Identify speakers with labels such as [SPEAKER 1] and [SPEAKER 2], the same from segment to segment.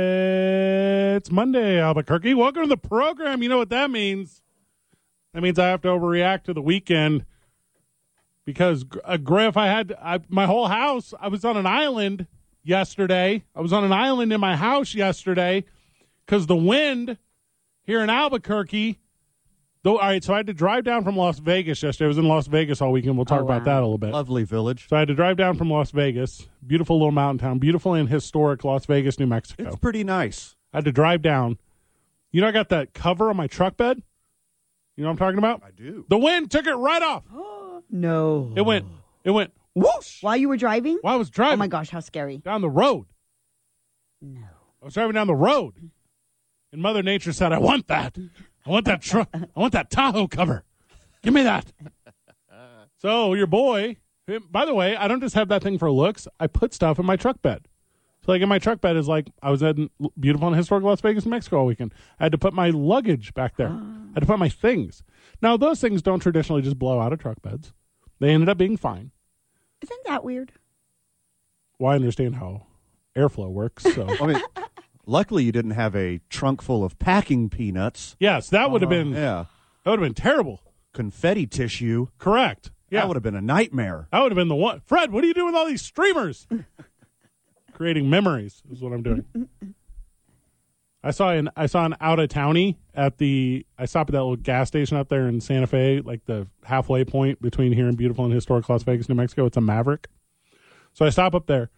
[SPEAKER 1] It's Monday, Albuquerque. Welcome to the program. You know what that means? That means I have to overreact to the weekend because, uh, Griff, I had I, my whole house. I was on an island yesterday. I was on an island in my house yesterday because the wind here in Albuquerque. Though, all right, so I had to drive down from Las Vegas yesterday. I was in Las Vegas all weekend. We'll talk about that a little bit.
[SPEAKER 2] Lovely village.
[SPEAKER 1] So I had to drive down from Las Vegas, beautiful little mountain town, beautiful and historic Las Vegas, New Mexico.
[SPEAKER 2] It's pretty nice.
[SPEAKER 1] I had to drive down. You know, I got that cover on my truck bed. You know what I'm talking about?
[SPEAKER 2] I do.
[SPEAKER 1] The wind took it right off.
[SPEAKER 3] No.
[SPEAKER 1] It went, it went whoosh
[SPEAKER 3] While you were driving?
[SPEAKER 1] while I was
[SPEAKER 3] Oh
[SPEAKER 1] driving
[SPEAKER 3] my gosh, how scary.
[SPEAKER 1] down the road.
[SPEAKER 3] No.
[SPEAKER 1] I was driving down the road, and Mother Nature said, "I want that. I want that truck. I want that Tahoe cover. Give me that." So your boy. him- By the way, I don't just have that thing for looks. I put stuff in my truck bed. So like in my truck bed is like I was in beautiful and historic Las Vegas, New Mexico all weekend. I had to put my luggage back there. I had to put my things. Now those things don't traditionally just blow out of truck beds. They ended up being fine.
[SPEAKER 3] Isn't that weird?
[SPEAKER 1] Well, I understand how airflow works. So
[SPEAKER 2] I mean, luckily you didn't have a trunk full of packing peanuts. Uh,
[SPEAKER 1] yes, that would have been
[SPEAKER 2] Yeah.
[SPEAKER 1] that would have been terrible.
[SPEAKER 2] Confetti tissue.
[SPEAKER 1] Correct. Yeah.
[SPEAKER 2] That would have been a nightmare.
[SPEAKER 1] That would have been the one. Fred, what do you do with all these streamers? Creating memories is what I'm doing. I saw an I saw an out of townie at the I stopped at that little gas station up there in Santa Fe, like the halfway point between here and beautiful and historic Las Vegas, New Mexico. It's a Maverick. So I stop up there,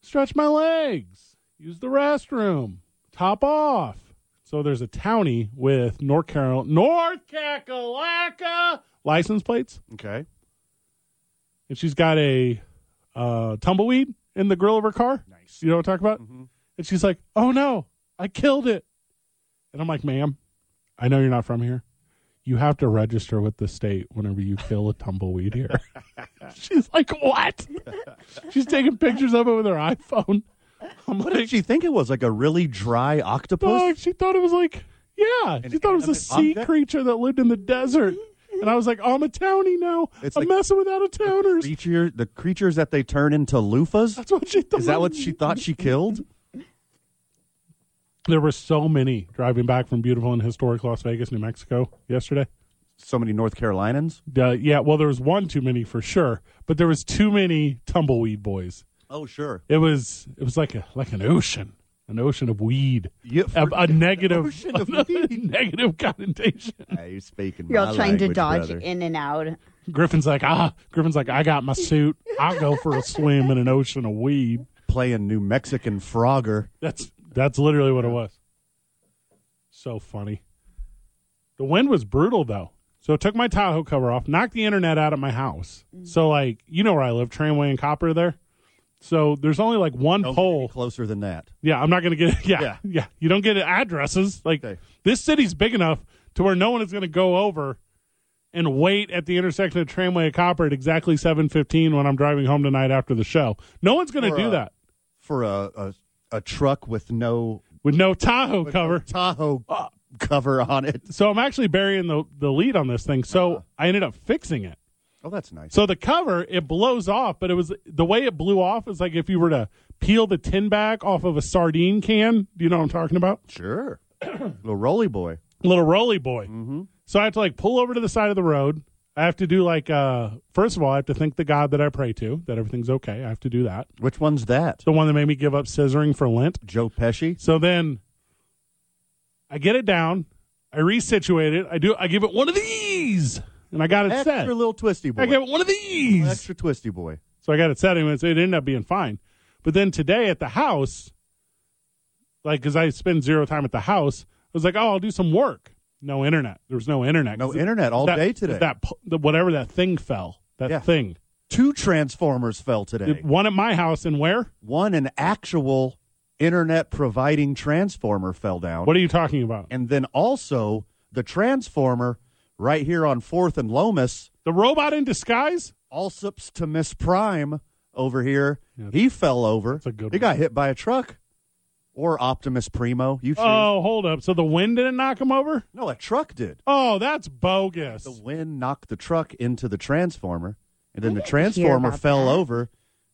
[SPEAKER 1] stretch my legs, use the restroom, top off. So there's a townie with North Carolina North Kakalaka license plates
[SPEAKER 2] Okay.
[SPEAKER 1] and she's got a uh, tumbleweed in the grill of her car. Nice. You know what I'm talking about?
[SPEAKER 2] Mm-hmm.
[SPEAKER 1] And she's like, "Oh no, I killed it!" And I'm like, "Ma'am, I know you're not from here. You have to register with the state whenever you kill a tumbleweed here." she's like, "What?" she's taking pictures of it with her iPhone. I'm
[SPEAKER 2] What did
[SPEAKER 1] like,
[SPEAKER 2] she think it was? Like a really dry octopus?
[SPEAKER 1] "Dog," she thought it was like, yeah, she thought it was a
[SPEAKER 2] inanimate
[SPEAKER 1] sea
[SPEAKER 2] object?
[SPEAKER 1] creature that lived in the desert. And I was like, oh, I'm a townie now.
[SPEAKER 2] It's
[SPEAKER 1] I'm
[SPEAKER 2] like-
[SPEAKER 1] messing with out of towners.
[SPEAKER 2] Creature, the creatures that they turn into loofahs?
[SPEAKER 1] That's what she thought.
[SPEAKER 2] Is that what she thought she killed?
[SPEAKER 1] There were so many driving back from beautiful and historic Las Vegas, New Mexico yesterday.
[SPEAKER 2] So many North Carolinians?
[SPEAKER 1] Uh, yeah, well, there was one too many for sure, but there was too many tumbleweed boys.
[SPEAKER 2] Oh, sure.
[SPEAKER 1] It was it was like a like an ocean, an ocean of weed,
[SPEAKER 2] You,
[SPEAKER 1] a, a negative,
[SPEAKER 2] Ocean of
[SPEAKER 1] a negative connotation.
[SPEAKER 2] Ah, you're speaking
[SPEAKER 3] You're
[SPEAKER 2] my
[SPEAKER 3] all trying to
[SPEAKER 2] language,
[SPEAKER 3] dodge
[SPEAKER 2] brother.
[SPEAKER 3] in and out.
[SPEAKER 1] Griffin's like ah, Griffin's like I got my suit. I'll go for a swim in an ocean of weed.
[SPEAKER 2] Playing New Mexican Frogger.
[SPEAKER 1] That's that's literally what it was. So funny. The wind was brutal though. So it took my Tahoe cover off, knocked the internet out of my house.
[SPEAKER 2] Mm-hmm.
[SPEAKER 1] So like you know where I live, Tramway and Copper there. So there's only like one
[SPEAKER 2] Don't get any
[SPEAKER 1] pole.
[SPEAKER 2] closer than that.
[SPEAKER 1] Yeah, I'm not gonna get yeah, yeah.
[SPEAKER 2] Yeah.
[SPEAKER 1] You don't get addresses. Like
[SPEAKER 2] Okay.
[SPEAKER 1] this city's big enough to where no one is gonna go over and wait at the intersection of Tramway and Copper at exactly seven fifteen when I'm driving home tonight after the show. No one's gonna
[SPEAKER 2] Or,
[SPEAKER 1] do
[SPEAKER 2] uh,
[SPEAKER 1] that
[SPEAKER 2] For a, a, a truck with no
[SPEAKER 1] with no Tahoe cover. Uh.
[SPEAKER 2] Tahoe cover on it.
[SPEAKER 1] so I'm actually burying the the lead on this thing. So I ended up fixing it.
[SPEAKER 2] Oh, that's nice.
[SPEAKER 1] So the cover it blows off, but it was the way it blew off is like if you were to peel the tin back off of a sardine can. Do you know what I'm talking about?
[SPEAKER 2] Sure. Little Rolly Boy.
[SPEAKER 1] Little roly boy.
[SPEAKER 2] Mm-hmm.
[SPEAKER 1] So I have to like pull over to the side of the road. I have to do like uh first of all, I have to thank the God that I pray to that everything's okay. I have to do that.
[SPEAKER 2] Which one's that?
[SPEAKER 1] The one that made me give up scissoring for Lent.
[SPEAKER 2] Joe Pesci?
[SPEAKER 1] So then I get it down. I resituate it. I do. I give it one of these, and I got it
[SPEAKER 2] Extra
[SPEAKER 1] set.
[SPEAKER 2] little twisty boy.
[SPEAKER 1] I got one of these.
[SPEAKER 2] Extra twisty boy.
[SPEAKER 1] So I got it set and it ended up being fine. But then today at the house, like, because I spend zero time at the house, I was like, oh, I'll do some work. No internet. There was no internet.
[SPEAKER 2] No
[SPEAKER 1] 'Cause
[SPEAKER 2] internet all
[SPEAKER 1] that-
[SPEAKER 2] day today.
[SPEAKER 1] That, pu- the- whatever that thing fell, that
[SPEAKER 2] Yeah.
[SPEAKER 1] thing.
[SPEAKER 2] Two Transformers fell today.
[SPEAKER 1] One at my house, and where?
[SPEAKER 2] One, an actual internet providing Transformer fell down.
[SPEAKER 1] What are you talking about?
[SPEAKER 2] and then also the Transformer right here on 4th and Lomas,
[SPEAKER 1] The robot in disguise?
[SPEAKER 2] Allsups to Miss Prime over here. He fell over.
[SPEAKER 1] a good
[SPEAKER 2] he
[SPEAKER 1] one.
[SPEAKER 2] got hit by a truck or Optimus Primo. You choose.
[SPEAKER 1] Oh, hold up. So the wind didn't knock him over?
[SPEAKER 2] No, a truck did.
[SPEAKER 1] Oh, that's bogus.
[SPEAKER 2] The wind knocked the truck into the Transformer, and then the
[SPEAKER 3] didn't hear
[SPEAKER 2] Transformer
[SPEAKER 3] about
[SPEAKER 2] fell
[SPEAKER 3] that.
[SPEAKER 2] over.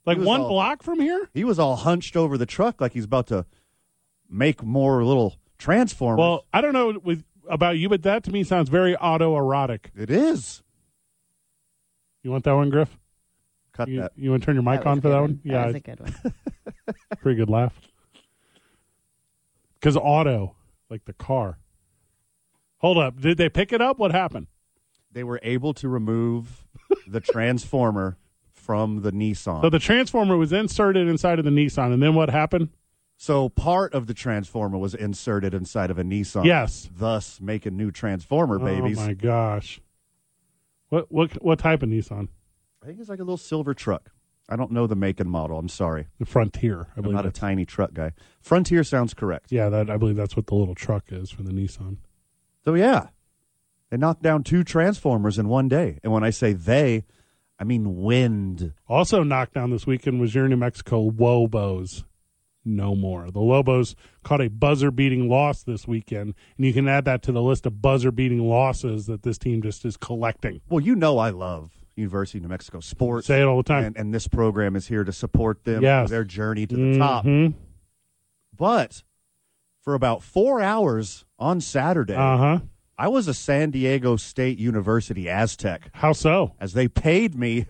[SPEAKER 1] Like
[SPEAKER 2] He was
[SPEAKER 1] one
[SPEAKER 2] all-
[SPEAKER 1] block from here?
[SPEAKER 2] He was all hunched over the truck like he's about to make more little Transformers.
[SPEAKER 1] Well, I don't know with about you, but that to me sounds very autoerotic.
[SPEAKER 2] it is.
[SPEAKER 1] You want that one, Griff?
[SPEAKER 2] Cut
[SPEAKER 1] You,
[SPEAKER 2] that.
[SPEAKER 1] you want to turn your mic
[SPEAKER 3] That was
[SPEAKER 1] on
[SPEAKER 3] a
[SPEAKER 1] for
[SPEAKER 3] good
[SPEAKER 1] that one?
[SPEAKER 3] That
[SPEAKER 1] Yeah,
[SPEAKER 3] was a good one.
[SPEAKER 1] pretty good laugh. Because auto, like the car. Hold up. Did they pick it up? What happened?
[SPEAKER 2] They were able to remove the Transformer from the Nissan.
[SPEAKER 1] So the transformer was inserted inside of the Nissan, and then what happened?
[SPEAKER 2] So part of the transformer was inserted inside of a Nissan.
[SPEAKER 1] Yes.
[SPEAKER 2] Thus making new transformer babies.
[SPEAKER 1] Oh my gosh. What what what type of Nissan?
[SPEAKER 2] I think it's like a little silver truck. I don't know the make and model. I'm sorry.
[SPEAKER 1] The Frontier, I
[SPEAKER 2] I'm
[SPEAKER 1] believe.
[SPEAKER 2] not a
[SPEAKER 1] that's-
[SPEAKER 2] tiny truck guy. Frontier sounds correct.
[SPEAKER 1] yeah, that I believe that's what the little truck is for the Nissan.
[SPEAKER 2] So yeah. They knocked down two transformers in one day. And when I say they, I mean wind.
[SPEAKER 1] Also knocked down this weekend was your New Mexico Lobos. No more. The Lobos caught a buzzer beating loss this weekend, and you can add that to the list of buzzer beating losses that this team just is collecting.
[SPEAKER 2] Well, you know I love University of New Mexico sports.
[SPEAKER 1] Say it all the time.
[SPEAKER 2] and, and this program is here to support them
[SPEAKER 1] Yes.
[SPEAKER 2] their journey to the top.
[SPEAKER 1] hmm
[SPEAKER 2] But for about four hours on Saturday,
[SPEAKER 1] Uh huh.
[SPEAKER 2] I was a San Diego State University Aztec
[SPEAKER 1] How so?
[SPEAKER 2] as they paid me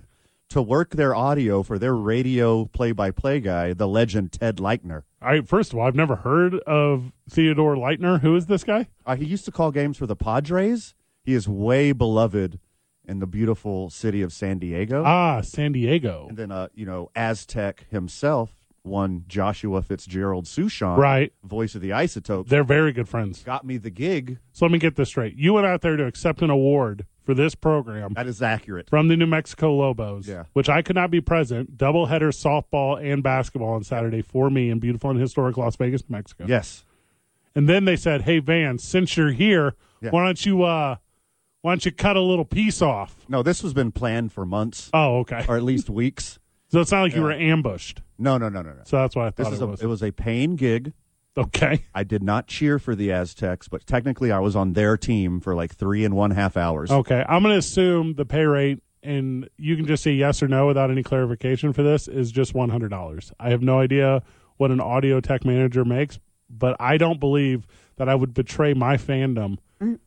[SPEAKER 2] to work their audio for their radio play by play guy, the legend Ted Leitner.
[SPEAKER 1] I first of all, I've never heard of Theodore Leitner. Who is this guy?
[SPEAKER 2] Uh, he used to call games for the Padres. He is way beloved in the beautiful city of San Diego.
[SPEAKER 1] Ah, San Diego.
[SPEAKER 2] and then, uh, you know, Aztec himself, one Joshua Fitzgerald Sushan,
[SPEAKER 1] Right.
[SPEAKER 2] voice of the Isotopes,
[SPEAKER 1] They're very good friends.
[SPEAKER 2] got me the gig.
[SPEAKER 1] So let me get this straight. You went out there to accept an award for this program
[SPEAKER 2] That is accurate.
[SPEAKER 1] from the New Mexico Lobos,
[SPEAKER 2] Yeah.
[SPEAKER 1] which I could not be present. Doubleheader softball and basketball on Saturday for me in beautiful and historic Las Vegas, New Mexico.
[SPEAKER 2] Yes.
[SPEAKER 1] And then they said, "Hey Van, since you're here,
[SPEAKER 2] Yeah.
[SPEAKER 1] why don't you uh, why don't you cut a little piece off?"
[SPEAKER 2] No, this has been planned for months
[SPEAKER 1] Oh, okay.
[SPEAKER 2] or at least weeks.
[SPEAKER 1] So it's not like you were ambushed.
[SPEAKER 2] No, no, no, no, no.
[SPEAKER 1] So that's what I
[SPEAKER 2] This
[SPEAKER 1] thought
[SPEAKER 2] is
[SPEAKER 1] it
[SPEAKER 2] a,
[SPEAKER 1] was.
[SPEAKER 2] it was a paying gig.
[SPEAKER 1] okay.
[SPEAKER 2] I did not cheer for the Aztecs, but technically I was on their team for like three and one half hours.
[SPEAKER 1] Okay. I'm going to assume the pay rate, and you can just say yes or no without any clarification for this, is just $100. I have no idea what an audio tech manager makes, but I don't believe that I would betray my fandom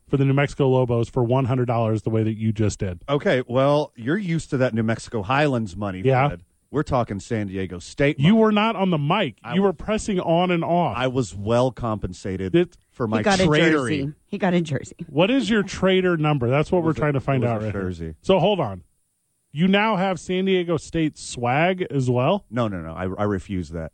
[SPEAKER 1] for the New Mexico Lobos for $100 the way that you just did.
[SPEAKER 2] Okay, well, you're used to that New Mexico Highlands money,
[SPEAKER 1] Yeah.
[SPEAKER 2] Fred. We're talking San Diego State.
[SPEAKER 1] You
[SPEAKER 2] money.
[SPEAKER 1] were not on the mic.
[SPEAKER 2] I
[SPEAKER 1] you
[SPEAKER 2] was-
[SPEAKER 1] were pressing on and off.
[SPEAKER 2] I was well compensated
[SPEAKER 1] It-
[SPEAKER 2] for
[SPEAKER 3] He
[SPEAKER 2] my
[SPEAKER 3] got a
[SPEAKER 2] traitory.
[SPEAKER 3] jersey. He got a jersey.
[SPEAKER 1] what is your trader number? That's what we're
[SPEAKER 2] was a-
[SPEAKER 1] trying to find
[SPEAKER 2] it was
[SPEAKER 1] out
[SPEAKER 2] a
[SPEAKER 1] right here.
[SPEAKER 2] jersey.
[SPEAKER 1] So hold on. You now have San Diego State swag as well.
[SPEAKER 2] No, no, no. I, I refuse that.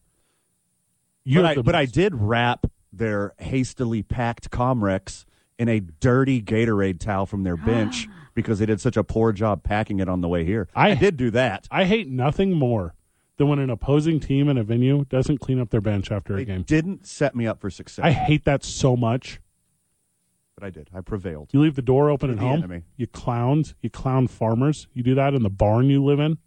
[SPEAKER 1] You
[SPEAKER 2] but,
[SPEAKER 1] have
[SPEAKER 2] I,
[SPEAKER 1] the
[SPEAKER 2] but I did wrap their hastily packed Comrex in a dirty Gatorade towel from their bench because they did such a poor job packing it on the way here.
[SPEAKER 1] I-
[SPEAKER 2] I did do that.
[SPEAKER 1] I hate nothing more than when an opposing team in a venue doesn't clean up their bench after a
[SPEAKER 2] They
[SPEAKER 1] game.
[SPEAKER 2] didn't set me up for success,
[SPEAKER 1] I hate that so much.
[SPEAKER 2] but I did. I prevailed.
[SPEAKER 1] You leave the door open at
[SPEAKER 2] the
[SPEAKER 1] home.
[SPEAKER 2] enemy.
[SPEAKER 1] You clowns. You clown farmers. You do that in the barn you live in.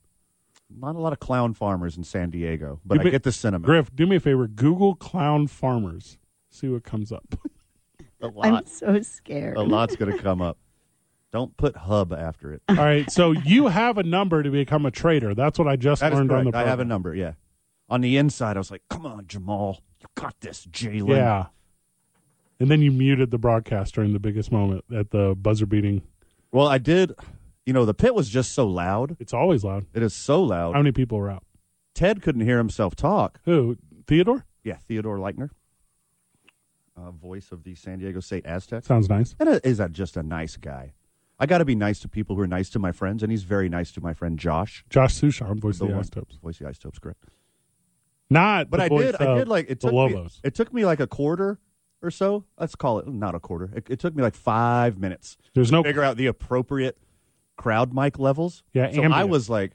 [SPEAKER 2] Not a lot of clown farmers in San Diego, but
[SPEAKER 1] You
[SPEAKER 2] I
[SPEAKER 1] be-
[SPEAKER 2] get the sentiment.
[SPEAKER 1] Griff, do me a favor. Google clown farmers. See what comes up.
[SPEAKER 2] a
[SPEAKER 3] I'm
[SPEAKER 2] lot,
[SPEAKER 3] so scared.
[SPEAKER 2] a lot's going to come up. Don't put hub after it.
[SPEAKER 1] All right. So you have a number to become a trader. That's what I just
[SPEAKER 2] That is
[SPEAKER 1] learned on the
[SPEAKER 2] correct. I have a
[SPEAKER 1] program.
[SPEAKER 2] number. Yeah. On the inside, I was like, "Come on, Jamal, you got this, Jalen."
[SPEAKER 1] Yeah. And then you muted the broadcast during the biggest moment at the buzzer beating.
[SPEAKER 2] Well, I did. You know, the pit was just so loud.
[SPEAKER 1] It's always loud.
[SPEAKER 2] It is so
[SPEAKER 1] How
[SPEAKER 2] loud.
[SPEAKER 1] many people were out?
[SPEAKER 2] Ted couldn't hear himself talk.
[SPEAKER 1] Who? Theodore?
[SPEAKER 2] Yeah, Theodore Leitner, uh, voice of the San Diego State Aztecs.
[SPEAKER 1] Sounds nice.
[SPEAKER 2] And uh, is that just a nice guy? I got to be nice to people who are nice to my friends, and he's very nice to my friend Josh.
[SPEAKER 1] Josh Sushan, voice of the
[SPEAKER 2] one-
[SPEAKER 1] Aztecs.
[SPEAKER 2] Voice of the Isotopes, correct.
[SPEAKER 1] Not,
[SPEAKER 2] But
[SPEAKER 1] the
[SPEAKER 2] I
[SPEAKER 1] voice
[SPEAKER 2] did, I
[SPEAKER 1] of
[SPEAKER 2] did like it
[SPEAKER 1] the
[SPEAKER 2] took me.
[SPEAKER 1] Lobos.
[SPEAKER 2] It took me like a quarter or so. Let's call it not a quarter. It, it took me like five minutes
[SPEAKER 1] There's no
[SPEAKER 2] to figure out the appropriate crowd mic levels.
[SPEAKER 1] Yeah,
[SPEAKER 2] so I
[SPEAKER 1] ambient.
[SPEAKER 2] was like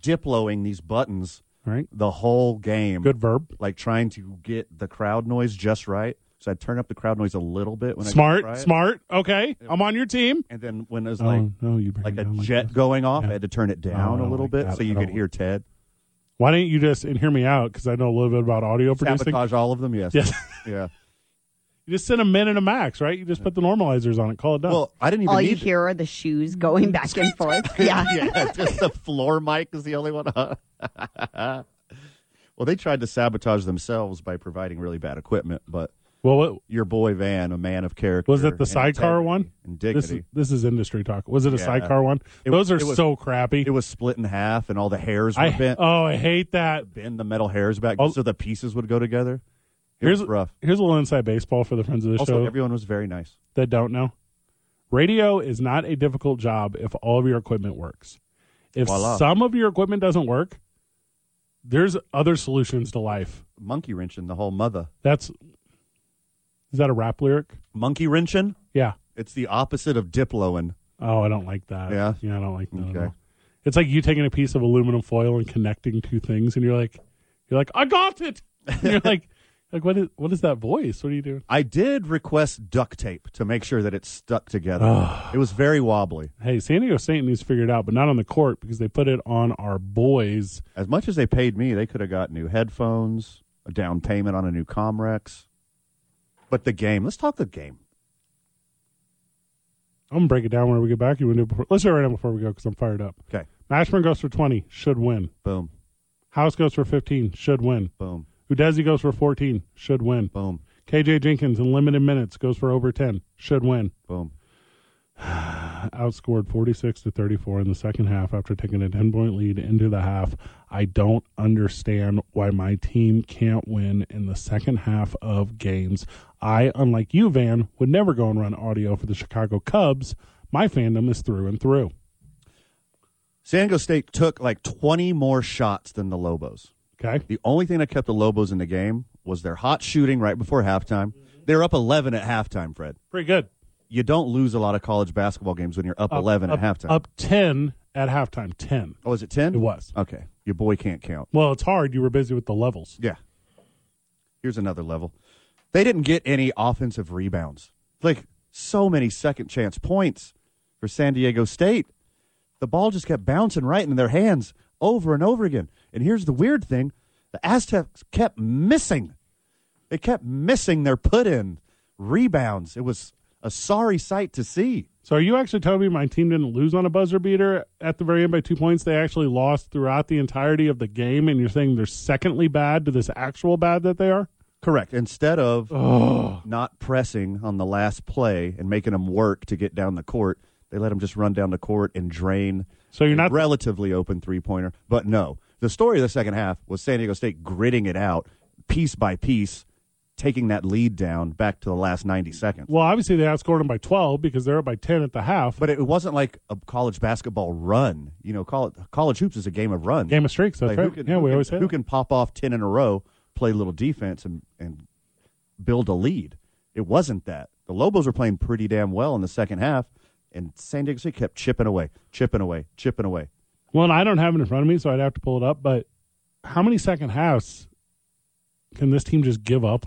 [SPEAKER 2] diploing these buttons
[SPEAKER 1] All right.
[SPEAKER 2] the whole game.
[SPEAKER 1] Good verb.
[SPEAKER 2] Like trying to get the crowd noise just right. So I'd turn up the crowd noise a little bit when I
[SPEAKER 1] smart, Oh.
[SPEAKER 2] got it right.
[SPEAKER 1] smart. Okay, I'm on your team.
[SPEAKER 2] And then when it was like
[SPEAKER 1] no, you bring
[SPEAKER 2] like
[SPEAKER 1] it
[SPEAKER 2] a
[SPEAKER 1] down
[SPEAKER 2] jet
[SPEAKER 1] this.
[SPEAKER 2] going off,
[SPEAKER 1] Yeah.
[SPEAKER 2] I had to turn it down a
[SPEAKER 1] don't
[SPEAKER 2] little
[SPEAKER 1] like
[SPEAKER 2] bit
[SPEAKER 1] that. I
[SPEAKER 2] so you
[SPEAKER 1] don't
[SPEAKER 2] could hear Ted
[SPEAKER 1] Why don't you just and hear me out because I know a little bit about audio producing.
[SPEAKER 2] sabotage all of them. Yes.
[SPEAKER 1] Yes.
[SPEAKER 2] yeah.
[SPEAKER 1] You just send a min and a max, right? You just put the normalizers on it. Call it done.
[SPEAKER 2] Well, I didn't even
[SPEAKER 3] All
[SPEAKER 2] need
[SPEAKER 3] you hear are the shoes going back and forth. Yeah.
[SPEAKER 2] yeah, just the floor mic is the only one. on. well, they tried to sabotage themselves by providing really bad equipment, but
[SPEAKER 1] well, what,
[SPEAKER 2] your boy Van, a man of character,
[SPEAKER 1] Was it the
[SPEAKER 2] and
[SPEAKER 1] sidecar
[SPEAKER 2] integrity
[SPEAKER 1] one?
[SPEAKER 2] And
[SPEAKER 1] this is
[SPEAKER 2] dignity.
[SPEAKER 1] this is industry talk. Was it a
[SPEAKER 2] Yeah.
[SPEAKER 1] sidecar one?
[SPEAKER 2] It
[SPEAKER 1] Those
[SPEAKER 2] was-
[SPEAKER 1] are
[SPEAKER 2] it was-
[SPEAKER 1] so crappy.
[SPEAKER 2] It was split in half, and all the hairs were
[SPEAKER 1] I
[SPEAKER 2] bent.
[SPEAKER 1] oh, I hate that.
[SPEAKER 2] bend the metal hairs back
[SPEAKER 1] Oh.
[SPEAKER 2] so the pieces would go together. It
[SPEAKER 1] Here's
[SPEAKER 2] was rough.
[SPEAKER 1] here's a little inside baseball for the friends of the
[SPEAKER 2] Also,
[SPEAKER 1] show
[SPEAKER 2] everyone was very nice.
[SPEAKER 1] that don't know. Radio is not a difficult job if all of your equipment works. If
[SPEAKER 2] Voila.
[SPEAKER 1] some of your equipment doesn't work, there's other solutions to life.
[SPEAKER 2] Monkey wrenching the whole mother.
[SPEAKER 1] That's is that a rap lyric?
[SPEAKER 2] Monkey wrenching.
[SPEAKER 1] Yeah.
[SPEAKER 2] It's the opposite of diploing.
[SPEAKER 1] Oh, I don't like that.
[SPEAKER 2] Yeah?
[SPEAKER 1] I don't like that. at
[SPEAKER 2] Okay.
[SPEAKER 1] all. It's like you taking a piece of aluminum foil and connecting two things, and you're like, you're like, I got it. And you're like, like what is what is that voice? What are you doing?
[SPEAKER 2] I did request duct tape to make sure that it stuck together. it was very wobbly.
[SPEAKER 1] Hey, San Diego State needs to figure it out, but not on the court because they put it on our boys.
[SPEAKER 2] As much as they paid me, they could have got new headphones, a down payment on a new Comrex. But the game, let's talk the game.
[SPEAKER 1] I'm gonna break it down when we get back. You want to do it before? Let's do it right now before we go because I'm fired up.
[SPEAKER 2] Okay.
[SPEAKER 1] Mashburn goes for 20, should win.
[SPEAKER 2] Boom,
[SPEAKER 1] House goes for 15, should win.
[SPEAKER 2] boom,
[SPEAKER 1] Udesi goes for 14, should win.
[SPEAKER 2] boom,
[SPEAKER 1] KJ Jenkins in limited minutes goes for over 10, should win.
[SPEAKER 2] boom.
[SPEAKER 1] outscored 46 to 34 in the second half after taking a 10 point lead into the half. I don't understand why my team can't win in the second half of games. I, unlike you, Van, would never go and run audio for the Chicago Cubs. My fandom is through and through.
[SPEAKER 2] San Diego State took like 20 more shots than the Lobos.
[SPEAKER 1] Okay.
[SPEAKER 2] The only thing that kept the Lobos in the game was their hot shooting right before halftime.
[SPEAKER 1] Mm-hmm.
[SPEAKER 2] They were up 11 at halftime, Fred.
[SPEAKER 1] Pretty good.
[SPEAKER 2] You don't lose a lot of college basketball games when you're up, 11
[SPEAKER 1] up,
[SPEAKER 2] at halftime.
[SPEAKER 1] Up 10 at halftime. 10.
[SPEAKER 2] oh, is it 10?
[SPEAKER 1] It was.
[SPEAKER 2] Okay. Your boy can't count.
[SPEAKER 1] Well, it's hard. You were busy with the levels.
[SPEAKER 2] Yeah. Here's another level. They didn't get any offensive rebounds. Like so many second chance points for San Diego State. The ball just kept bouncing right in their hands over and over again. And here's the weird thing the Aztecs kept missing. They kept missing their put in rebounds. It was a sorry sight to see.
[SPEAKER 1] So are you actually telling me my team didn't lose on a buzzer beater at the very end by two points? They actually lost throughout the entirety of the game, and you're saying they're secondly bad to this actual bad that they are?
[SPEAKER 2] Correct. Instead of not pressing on the last play and making them work to get down the court, they let them just run down the court and drain
[SPEAKER 1] So you're
[SPEAKER 2] a
[SPEAKER 1] not
[SPEAKER 2] relatively open three pointer. But no, the story of the second half was San Diego State gritting it out piece by piece, taking that lead down back to the last 90 seconds.
[SPEAKER 1] well. Obviously, they outscored them by 12 because they're up by 10 at the half.
[SPEAKER 2] But it wasn't like a college basketball run. You know, col- college hoops is a game of runs.
[SPEAKER 1] game of streaks. That's
[SPEAKER 2] Like,
[SPEAKER 1] right.
[SPEAKER 2] who can,
[SPEAKER 1] yeah,
[SPEAKER 2] who
[SPEAKER 1] we
[SPEAKER 2] can-
[SPEAKER 1] always say.
[SPEAKER 2] who
[SPEAKER 1] that.
[SPEAKER 2] can pop off ten in a row, play a little defense, and and build a lead. It wasn't that the Lobos were playing pretty damn well in the second half, and San Diego State kept chipping away, chipping away, chipping away.
[SPEAKER 1] Well, and I don't have it in front of me, so I'd have to pull it up. But how many second halves can this team just give up?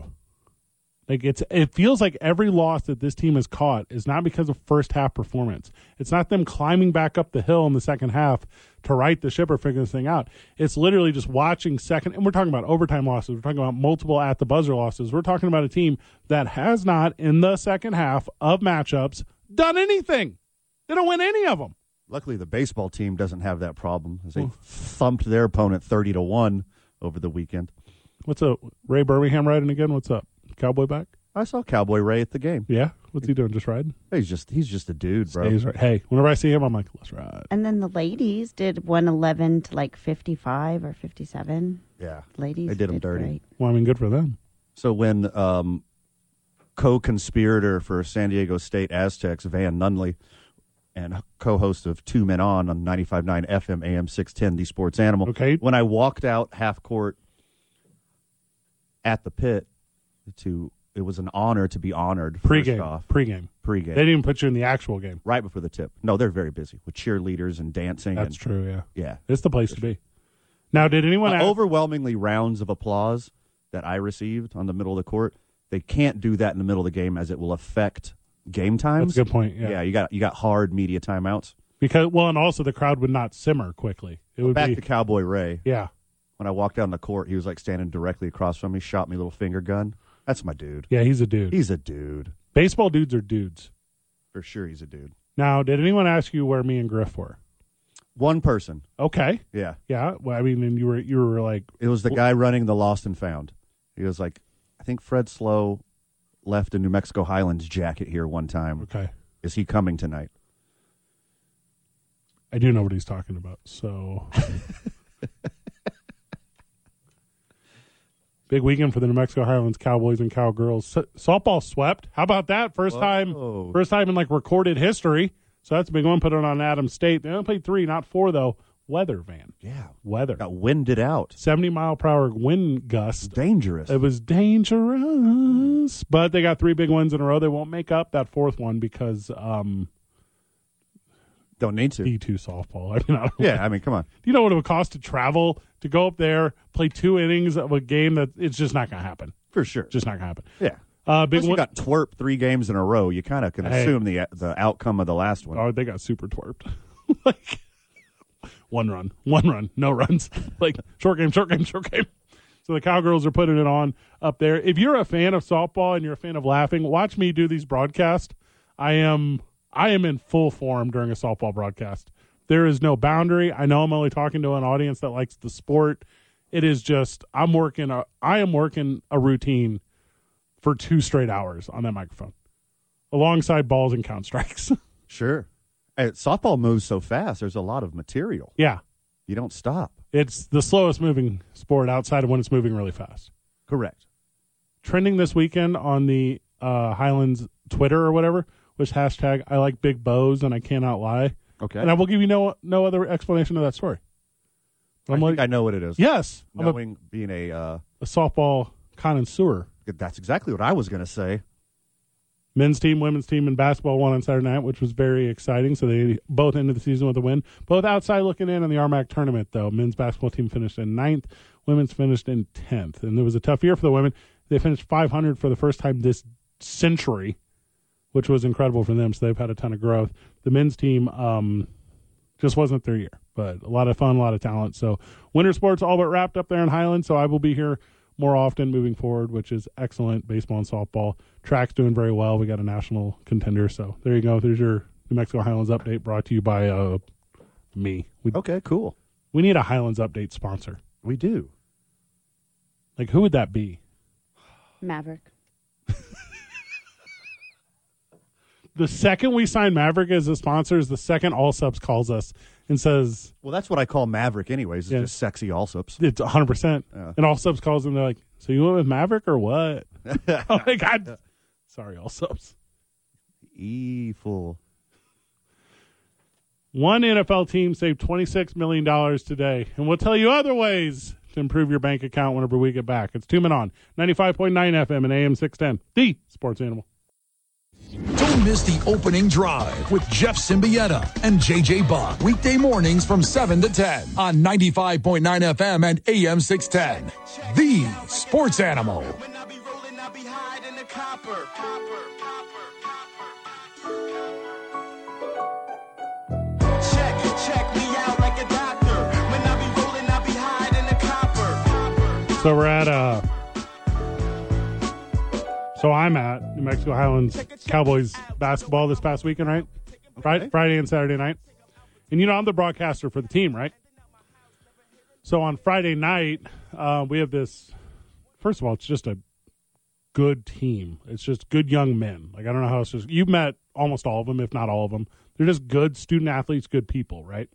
[SPEAKER 1] Like it's it feels like every loss that this team has caught is not because of first half performance. It's not them climbing back up the hill in the second half to right the ship or figure this thing out. It's literally just watching second and we're talking about overtime losses, we're talking about multiple at the buzzer losses. We're talking about a team that has not in the second half of matchups done anything. They don't win any of them.
[SPEAKER 2] Luckily, the baseball team doesn't have that problem as they
[SPEAKER 1] Hmm.
[SPEAKER 2] thumped their opponent thirty to one over the weekend.
[SPEAKER 1] What's up? Ray Birmingham riding again? What's up? Cowboy back?
[SPEAKER 2] I saw Cowboy Ray at the game.
[SPEAKER 1] Yeah. What's he doing? Just riding?
[SPEAKER 2] He's just he's just a dude, bro.
[SPEAKER 1] Stays right- Hey, whenever I see him, I'm like, let's ride.
[SPEAKER 3] And then the ladies did 111 to like 55 or 57.
[SPEAKER 2] Yeah,
[SPEAKER 3] Ladies
[SPEAKER 2] They did 'em dirty.
[SPEAKER 3] great.
[SPEAKER 1] Well, I mean, good for them.
[SPEAKER 2] So when um, co-conspirator for San Diego State Aztecs Van Nunley and co-host of Two Men On on 95.9 FM AM 610 The Sports Animal.
[SPEAKER 1] Okay.
[SPEAKER 2] When I walked out half court at the pit to it was an honor to be honored. first
[SPEAKER 1] Pre-game.
[SPEAKER 2] off.
[SPEAKER 1] Pre-game. They
[SPEAKER 2] pregame,
[SPEAKER 1] didn't even put you in the actual game.
[SPEAKER 2] right before the tip. No, they're very busy with cheerleaders and dancing.
[SPEAKER 1] That's
[SPEAKER 2] and,
[SPEAKER 1] true, yeah.
[SPEAKER 2] Yeah,
[SPEAKER 1] It's the place to be. Now, did anyone
[SPEAKER 2] Uh,
[SPEAKER 1] ask?
[SPEAKER 2] overwhelmingly rounds of applause that I received on the middle of the court. They can't do that in the middle of the game as it will affect game times.
[SPEAKER 1] That's a good point. Yeah.
[SPEAKER 2] you got you got hard media timeouts.
[SPEAKER 1] Because well, and also the crowd would not simmer quickly. It would
[SPEAKER 2] Back
[SPEAKER 1] be
[SPEAKER 2] to Cowboy Ray.
[SPEAKER 1] yeah.
[SPEAKER 2] When I walked down the court, he was like standing directly across from me, shot me a little finger gun. That's my dude.
[SPEAKER 1] Yeah, he's a dude.
[SPEAKER 2] He's a dude.
[SPEAKER 1] Baseball dudes are dudes.
[SPEAKER 2] For sure he's a dude.
[SPEAKER 1] Now, did anyone ask you where me and Griff were?
[SPEAKER 2] One person.
[SPEAKER 1] Okay.
[SPEAKER 2] Yeah.
[SPEAKER 1] Yeah. Well, I mean, and you were you were like
[SPEAKER 2] It was the guy running the Lost and Found. He was like, I think Fred Slow left a New Mexico Highlands jacket here one time.
[SPEAKER 1] okay.
[SPEAKER 2] Is he coming tonight?
[SPEAKER 1] I do know what he's talking about. So Big weekend for the New Mexico Highlands Cowboys and Cowgirls. So- softball swept. How about that? First
[SPEAKER 2] Whoa.
[SPEAKER 1] time, first time in like recorded history. So that's a big one. Put it on Adams State. They only played three, not four though. Weather van.
[SPEAKER 2] Yeah.
[SPEAKER 1] Weather.
[SPEAKER 2] Got winded out.
[SPEAKER 1] 70 mile per hour wind gust.
[SPEAKER 2] Dangerous.
[SPEAKER 1] It was dangerous, but they got three big wins in a row. They won't make up that fourth one because um,
[SPEAKER 2] Don't need to.
[SPEAKER 1] D2 softball. I mean, I don't-
[SPEAKER 2] Yeah, I mean, come on.
[SPEAKER 1] Do you know what it would cost to travel to go up there, play two innings of a game that it's just not going to happen.
[SPEAKER 2] For sure.
[SPEAKER 1] Just not going to happen.
[SPEAKER 2] yeah.
[SPEAKER 1] Uh, big
[SPEAKER 2] Once you
[SPEAKER 1] one.
[SPEAKER 2] got twerp three games in a row, you kind of can
[SPEAKER 1] Hey.
[SPEAKER 2] assume the the outcome of the last one.
[SPEAKER 1] oh, they got super twerped. like one run, one run, no runs. like short game, short game, short game. So the Cowgirls are putting it on up there. If you're a fan of softball and you're a fan of laughing, watch me do these broadcasts. I am I am in full form during a softball broadcast. There is no boundary. I know I'm only talking to an audience that likes the sport. It is just I'm working a I am working a routine for two straight hours on that microphone. Alongside balls and count strikes.
[SPEAKER 2] Sure. Hey, softball moves so fast. There's a lot of material.
[SPEAKER 1] yeah.
[SPEAKER 2] You don't stop.
[SPEAKER 1] It's the slowest moving sport outside of when it's moving really fast.
[SPEAKER 2] Correct.
[SPEAKER 1] Trending this weekend on the uh, Highlands Twitter or whatever was hashtag I like big bows and I cannot lie.
[SPEAKER 2] Okay.
[SPEAKER 1] And I will give you no no other explanation of that story. But
[SPEAKER 2] I
[SPEAKER 1] I'm
[SPEAKER 2] think
[SPEAKER 1] like,
[SPEAKER 2] I know what it is.
[SPEAKER 1] yes, I'm a,
[SPEAKER 2] Knowing being a uh,
[SPEAKER 1] a softball connoisseur.
[SPEAKER 2] that's exactly what I was going to say.
[SPEAKER 1] Men's team, women's team, and basketball won on Saturday night, which was very exciting. So they both ended the season with a win. Both outside looking in on the Armac tournament, though. Men's basketball team finished in ninth, women's finished in 10th. And it was a tough year for the women. They finished 500 for the first time this century, which was incredible for them. So they've had a ton of growth. The men's team um, just wasn't their year, but a lot of fun, a lot of talent. So winter sports all but wrapped up there in Highland. So I will be here more often moving forward, which is excellent. Baseball and softball tracks doing very well. We got a national contender. So there you go. There's your New Mexico Highlands update brought to you by uh, me. We,
[SPEAKER 2] Okay, cool.
[SPEAKER 1] we need a Highlands update sponsor.
[SPEAKER 2] We do.
[SPEAKER 1] Like who would that be?
[SPEAKER 3] Maverick.
[SPEAKER 1] The second we sign Maverick as a sponsor is the second All Subs calls us and says,
[SPEAKER 2] Well, that's what I call Maverick, anyways. It's
[SPEAKER 1] Yeah.
[SPEAKER 2] just sexy Allsups.
[SPEAKER 1] it's 100 percent
[SPEAKER 2] Yeah.
[SPEAKER 1] and all subs calls and they're like so you went with maverick or what i'm like i sorry all subs
[SPEAKER 2] Evil.
[SPEAKER 1] one nfl team saved 26 million dollars today and we'll tell you other ways to improve your bank account whenever we get back it's two men on 95.9 fm and am 610 the sports animal
[SPEAKER 4] Don't miss the opening drive with Jeff Symbieta and JJ Bach. Weekday mornings from 7 to 10 on 95.9 FM and AM 610. The sports animal.
[SPEAKER 5] When I be rolling, I be high in the copper. Copper, copper, copper. Check, check me out like a doctor. When I be rolling, I be high in the copper.
[SPEAKER 1] so we're at uh so i'm at new mexico highlands cowboys basketball this past weekend right Friday, Friday and Saturday night. And you know, I'm the broadcaster for the team, right? So on Friday night, uh, we have this. First of all, it's just a good team. It's just good young men. Like I don't know how else. Just, you've met almost all of them, if not all of them. They're just good student athletes, good people, right?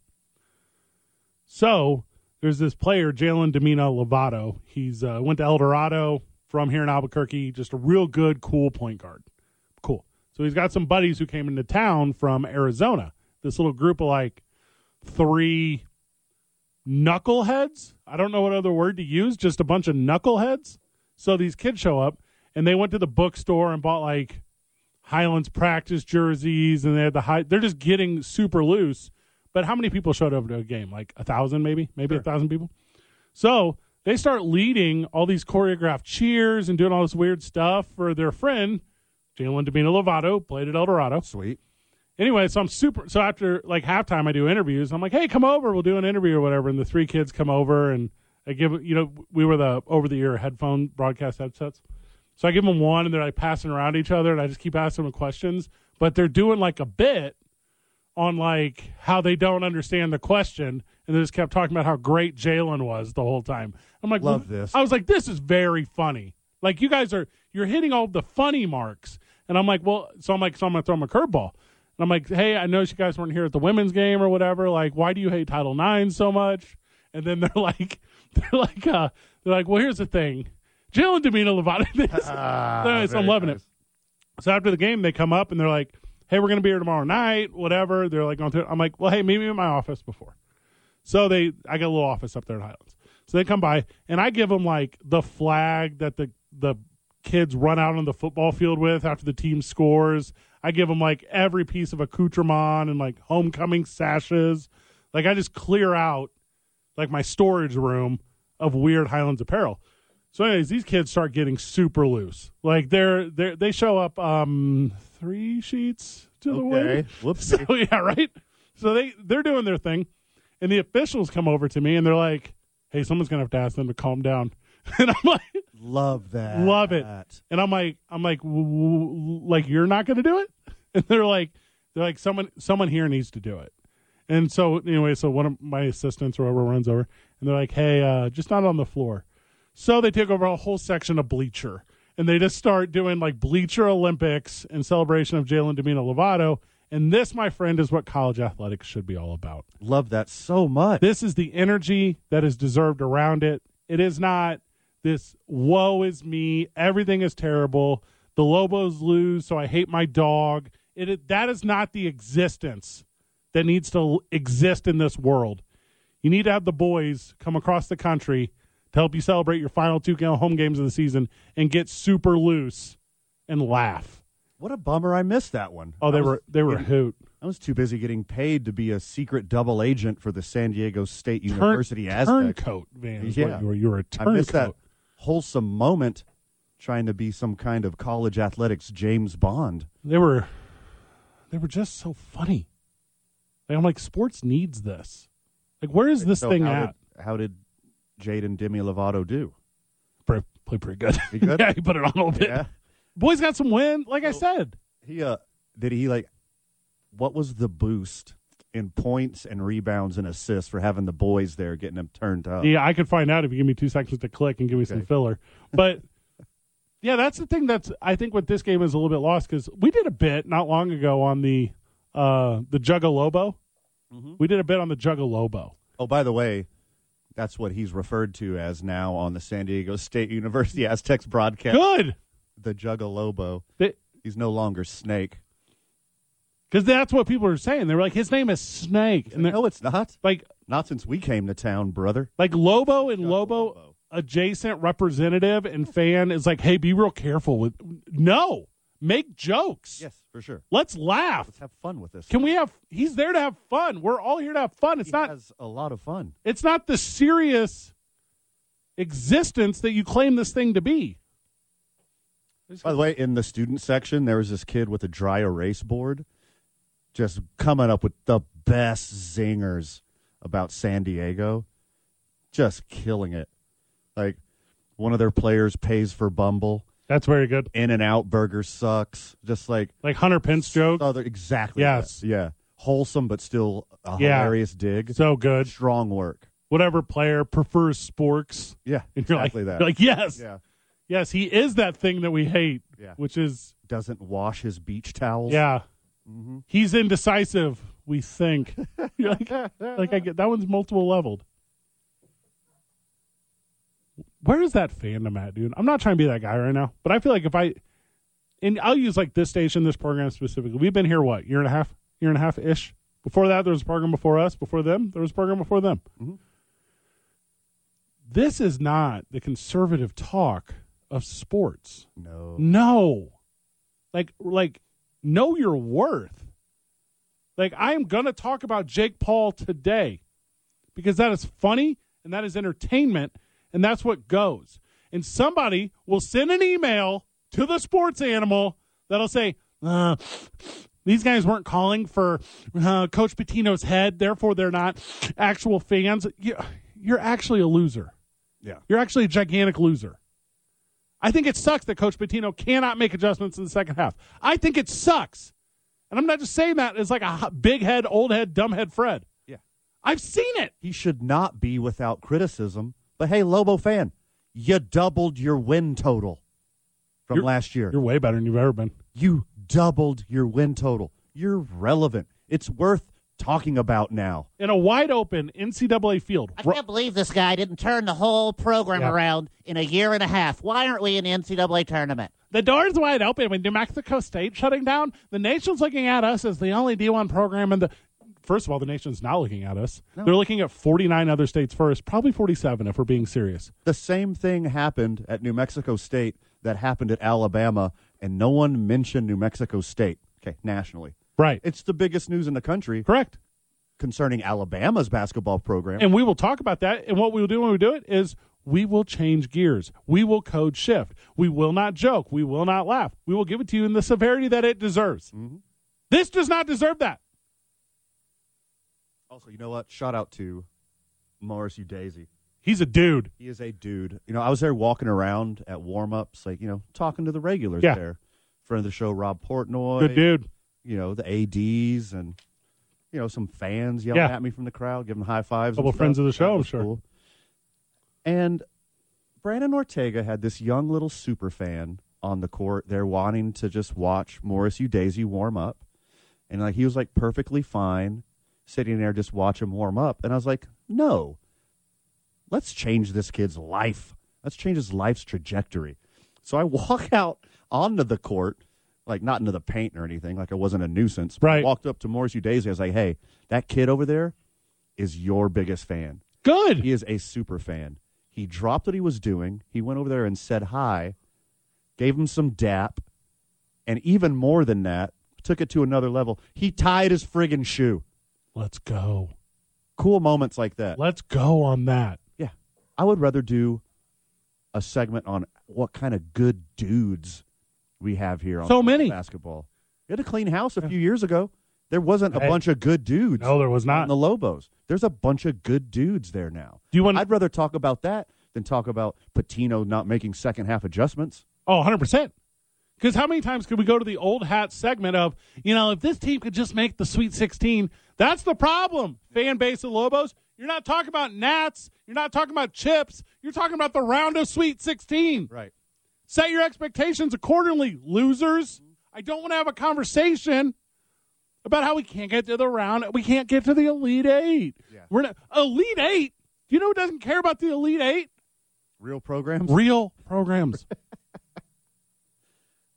[SPEAKER 1] So there's this player, Jalen Domino Lovato. He's uh, went to El Dorado from here in Albuquerque. Just a real good, cool point guard cool. So he's got some buddies who came into town from Arizona. This little group of like three knuckleheads. I don't know what other word to use, just a bunch of knuckleheads. So these kids show up and they went to the bookstore and bought like Highlands practice jerseys, and they had the high. They're just getting super loose. But how many people showed up to a game? Like a thousand, maybe, maybe a thousand people. So they start leading all these choreographed cheers and doing all this weird stuff for their friend Jalen Domino Lovato, played at El Dorado
[SPEAKER 2] Sweet.
[SPEAKER 1] anyway, so I'm super. So after like halftime, I do interviews. I'm like, hey, come over. We'll do an interview or whatever. And the three kids come over and I give you know we were the over the ear headphone broadcast headsets. So I give them one and they're like passing around each other and I just keep asking them questions, but they're doing like a bit on like how they don't understand the question and they just kept talking about how great Jalen was the whole time. I'm like,
[SPEAKER 2] Love this.
[SPEAKER 1] I was like, this is very funny. Like you guys are you're hitting all the funny marks. And I'm like, well, so I'm like, so I'm gonna throw him a curveball. And I'm like, hey, I know you guys weren't here at the women's game or whatever. Like, why do you hate Title IX so much? And then they're like, they're like, uh, they're like, well, here's the thing, Jalen Demina Lovato. Anyways, I'm
[SPEAKER 2] Ah, very
[SPEAKER 1] loving
[SPEAKER 2] nice.
[SPEAKER 1] it. So after the game, they come up and they're like, hey, we're gonna be here tomorrow night, whatever. They're like, going through. I'm like, well, hey, meet me in my office before. So they, I got a little office up there in Highlands. So they come by and I give them like the flag that the the kids run out on the football field with after the team scores. I give them like every piece of accoutrement and like homecoming sashes. Like I just clear out like my storage room of weird Highlands apparel. So, anyways, these kids start getting super loose. Like they're they are they show up um three sheets to the wind.
[SPEAKER 2] Okay. Whoops.
[SPEAKER 1] So yeah, right. So they they're doing their thing, and the officials come over to me and they're like, "Hey, someone's gonna have to ask them to calm down." And I'm like,
[SPEAKER 2] Love that.
[SPEAKER 1] Love it. and I'm like, I'm like, "W- w- like you're not gonna do it? And they're like, they're like, someone someone here needs to do it. And so anyway, so one of my assistants or whoever runs over, and they're like, hey, uh, just not on the floor. So they take over a whole section of bleacher, and they just start doing like bleacher Olympics in celebration of Jalen Domino Lovato. And this, my friend, is what college athletics should be all about.
[SPEAKER 2] Love that so much.
[SPEAKER 1] This is the energy that is deserved around it. It is not this woe is me, everything is terrible, the Lobos lose, so I hate my dog. It, it- that is not the existence that needs to l- exist in this world. You need to have the boys come across the country to help you celebrate your final two ga- home games of the season and get super loose and laugh.
[SPEAKER 2] What a bummer! I missed that one.
[SPEAKER 1] Oh, they
[SPEAKER 2] I was-
[SPEAKER 1] were they were a hoot.
[SPEAKER 2] I was too busy getting paid to be a secret double agent for the San Diego State
[SPEAKER 1] Turn-
[SPEAKER 2] University Aztecs.
[SPEAKER 1] turncoat, man. is
[SPEAKER 2] Yeah.
[SPEAKER 1] What you were. You were a
[SPEAKER 2] I
[SPEAKER 1] turncoat.
[SPEAKER 2] missed that wholesome moment trying to be some kind of college athletics James Bond.
[SPEAKER 1] they were they were just so funny. Like I'm like, sports needs this. Like, where is this
[SPEAKER 2] So
[SPEAKER 1] thing
[SPEAKER 2] how
[SPEAKER 1] at?
[SPEAKER 2] Did, how did Jade and Demi Lovato do?
[SPEAKER 1] Pre- Play pretty good.
[SPEAKER 2] Pretty good?
[SPEAKER 1] yeah, he put it on a little bit.
[SPEAKER 2] Yeah.
[SPEAKER 1] Boys got some win. Like I
[SPEAKER 2] So-
[SPEAKER 1] said,
[SPEAKER 2] He uh did he like what was the boost in points and rebounds and assists for having the boys there getting them turned up?
[SPEAKER 1] yeah, I could find out if you give me two seconds to click and give me some
[SPEAKER 2] uh, Okay.
[SPEAKER 1] filler. But yeah, that's the thing that's I think what this game is a little bit lost because we did a bit not long ago on the uh the Juggalobo.
[SPEAKER 2] Mm-hmm.
[SPEAKER 1] We did a bit on the Juggalobo.
[SPEAKER 2] Oh, by the way, that's what he's referred to as now on the San Diego State University Aztecs broadcast.
[SPEAKER 1] Good.
[SPEAKER 2] The Juggalobo.
[SPEAKER 1] They-
[SPEAKER 2] He's no longer Snake.
[SPEAKER 1] Because that's what people are saying. They're like, his name is Snake, and they're
[SPEAKER 2] no, it's not.
[SPEAKER 1] like,
[SPEAKER 2] Not since we came to town, brother.
[SPEAKER 1] like Lobo and Lobo adjacent representative and fan is like, hey, be real careful with. No, make jokes.
[SPEAKER 2] Yes, for sure.
[SPEAKER 1] Let's laugh.
[SPEAKER 2] Let's have fun with this.
[SPEAKER 1] Can we have? He's there to have fun. We're all here to have fun. It's
[SPEAKER 2] he
[SPEAKER 1] not.
[SPEAKER 2] has a lot of fun.
[SPEAKER 1] It's not the serious existence that you claim this thing to be.
[SPEAKER 2] By the way, in the student section, there was this kid with a dry erase board just coming up with the best zingers about San Diego. Just killing it. Like, one of their players pays for Bumble.
[SPEAKER 1] That's very good.
[SPEAKER 2] In and Out Burger sucks. Just like
[SPEAKER 1] Like Hunter Pence joke,
[SPEAKER 2] other exactly.
[SPEAKER 1] Yes.
[SPEAKER 2] that. Yeah. Wholesome, but still a
[SPEAKER 1] Yeah.
[SPEAKER 2] hilarious dig.
[SPEAKER 1] so good.
[SPEAKER 2] Strong work.
[SPEAKER 1] Whatever player prefers sporks,
[SPEAKER 2] Yeah.
[SPEAKER 1] and you're
[SPEAKER 2] exactly
[SPEAKER 1] like,
[SPEAKER 2] that.
[SPEAKER 1] you're like, yes,
[SPEAKER 2] yeah.
[SPEAKER 1] yes, he is that thing that we hate,
[SPEAKER 2] Yeah.
[SPEAKER 1] which is
[SPEAKER 2] Doesn't wash his beach towels.
[SPEAKER 1] Yeah. He's indecisive, we think. You're like, like I get that one's multiple leveled. Where is that fandom at, dude? I'm not trying to be that guy right now, but I feel like if I and I'll use like this station, this program specifically. We've been here what, year and a half, year and a half ish. Before that there was a program before us, before them, there was a program before them. This is not the conservative talk of sports.
[SPEAKER 2] No.
[SPEAKER 1] No. Like like know your worth. Like I am going to talk about Jake Paul today because that is funny and that is entertainment and that's what goes. And somebody will send an email to the sports animal that'll say, uh, these guys weren't calling for uh, Coach Patino's head, therefore they're not actual fans. You- You're actually a loser.
[SPEAKER 2] Yeah.
[SPEAKER 1] You're actually a gigantic loser. I think it sucks that Coach Patino cannot make adjustments in the second half. I think it sucks. And I'm not just saying that as like a hot- big head, old head, dumb head Fred.
[SPEAKER 2] Yeah.
[SPEAKER 1] I've seen it.
[SPEAKER 2] He should not be without criticism. But hey, Lobo fan, you doubled your win total from
[SPEAKER 1] You're-
[SPEAKER 2] last year.
[SPEAKER 1] You're way better than you've ever been.
[SPEAKER 2] You doubled your win total. You're relevant. It's worth talking about now.
[SPEAKER 1] In a wide open NCAA field,
[SPEAKER 6] I
[SPEAKER 1] Ro-
[SPEAKER 6] can't believe this guy didn't turn the whole program
[SPEAKER 1] Yeah.
[SPEAKER 6] around in a year and a half. Why aren't we in the NCAA tournament?
[SPEAKER 1] the door's wide open with New Mexico State shutting down. The nation's looking at us as the only D1 program in the. First of all, the nation's not looking at us. They're looking at 49 other states first, probably 47 if we're being serious.
[SPEAKER 2] The same thing happened at New Mexico State that happened at Alabama, and no one mentioned New Mexico State. Okay, nationally.
[SPEAKER 1] Right.
[SPEAKER 2] It's the biggest news in the country
[SPEAKER 1] Correct.
[SPEAKER 2] concerning Alabama's basketball program.
[SPEAKER 1] And we will talk about that. And what we will do when we do it is we will change gears. We will code shift. We will not joke. We will not laugh. We will give it to you in the severity that it deserves. This does not deserve that.
[SPEAKER 2] also, you know what? Shout out to Morris U Daisy.
[SPEAKER 1] He's a dude.
[SPEAKER 2] He is a dude. You know, I was there walking around at warm ups, like, you know, talking to the regulars
[SPEAKER 1] Yeah.
[SPEAKER 2] there. Friend of the show, Rob Portnoy.
[SPEAKER 1] Good dude.
[SPEAKER 2] you know, the ADs and, you know, some fans yelling
[SPEAKER 1] Yeah.
[SPEAKER 2] at me from the crowd, giving high fives. and
[SPEAKER 1] Couple
[SPEAKER 2] stuff.
[SPEAKER 1] friends of the
[SPEAKER 2] That
[SPEAKER 1] show, I'm
[SPEAKER 2] was
[SPEAKER 1] sure.
[SPEAKER 2] cool. And Brandon Ortega had this young little super fan on the court. They're wanting to just watch Morris U Daisy warm up. And like he was like perfectly fine sitting there just watch him warm up. And I was like, no, let's change this kid's life. Let's change his life's trajectory. So I walk out onto the court, like not into the paint or anything, like I wasn't a nuisance.
[SPEAKER 1] Right.
[SPEAKER 2] walked up to Morris Daisy. I was like, hey, that kid over there is your biggest fan.
[SPEAKER 1] Good.
[SPEAKER 2] He is a super fan. He dropped what he was doing. He went over there and said hi, gave him some dap, and even more than that, took it to another level. He tied his friggin' shoe.
[SPEAKER 1] Let's go.
[SPEAKER 2] Cool moments like that.
[SPEAKER 1] Let's go on that.
[SPEAKER 2] Yeah. I would rather do a segment on what kind of good dudes we have here on
[SPEAKER 1] So many.
[SPEAKER 2] basketball. We had a clean house a few years ago. There wasn't a
[SPEAKER 1] Hey.
[SPEAKER 2] bunch of good dudes
[SPEAKER 1] No, there was
[SPEAKER 2] on
[SPEAKER 1] not.
[SPEAKER 2] the Lobos. There's a bunch of good dudes there now.
[SPEAKER 1] Do you want?
[SPEAKER 2] I'd rather talk about that than talk about Patino not making second half adjustments.
[SPEAKER 1] Oh, 100%. Because how many times could we go to the old hat segment of, you know, if this team could just make the Sweet 16, that's the problem, fan base of Lobos. You're not talking about Nats. You're not talking about chips. You're talking about the round of Sweet 16.
[SPEAKER 2] Right.
[SPEAKER 1] Set your expectations accordingly, losers. I don't want to have a conversation about how we can't get to the round. We can't get to the Elite Eight. We're not, Elite Eight? Do you know who doesn't care about the Elite Eight?
[SPEAKER 2] Real programs.
[SPEAKER 1] real programs.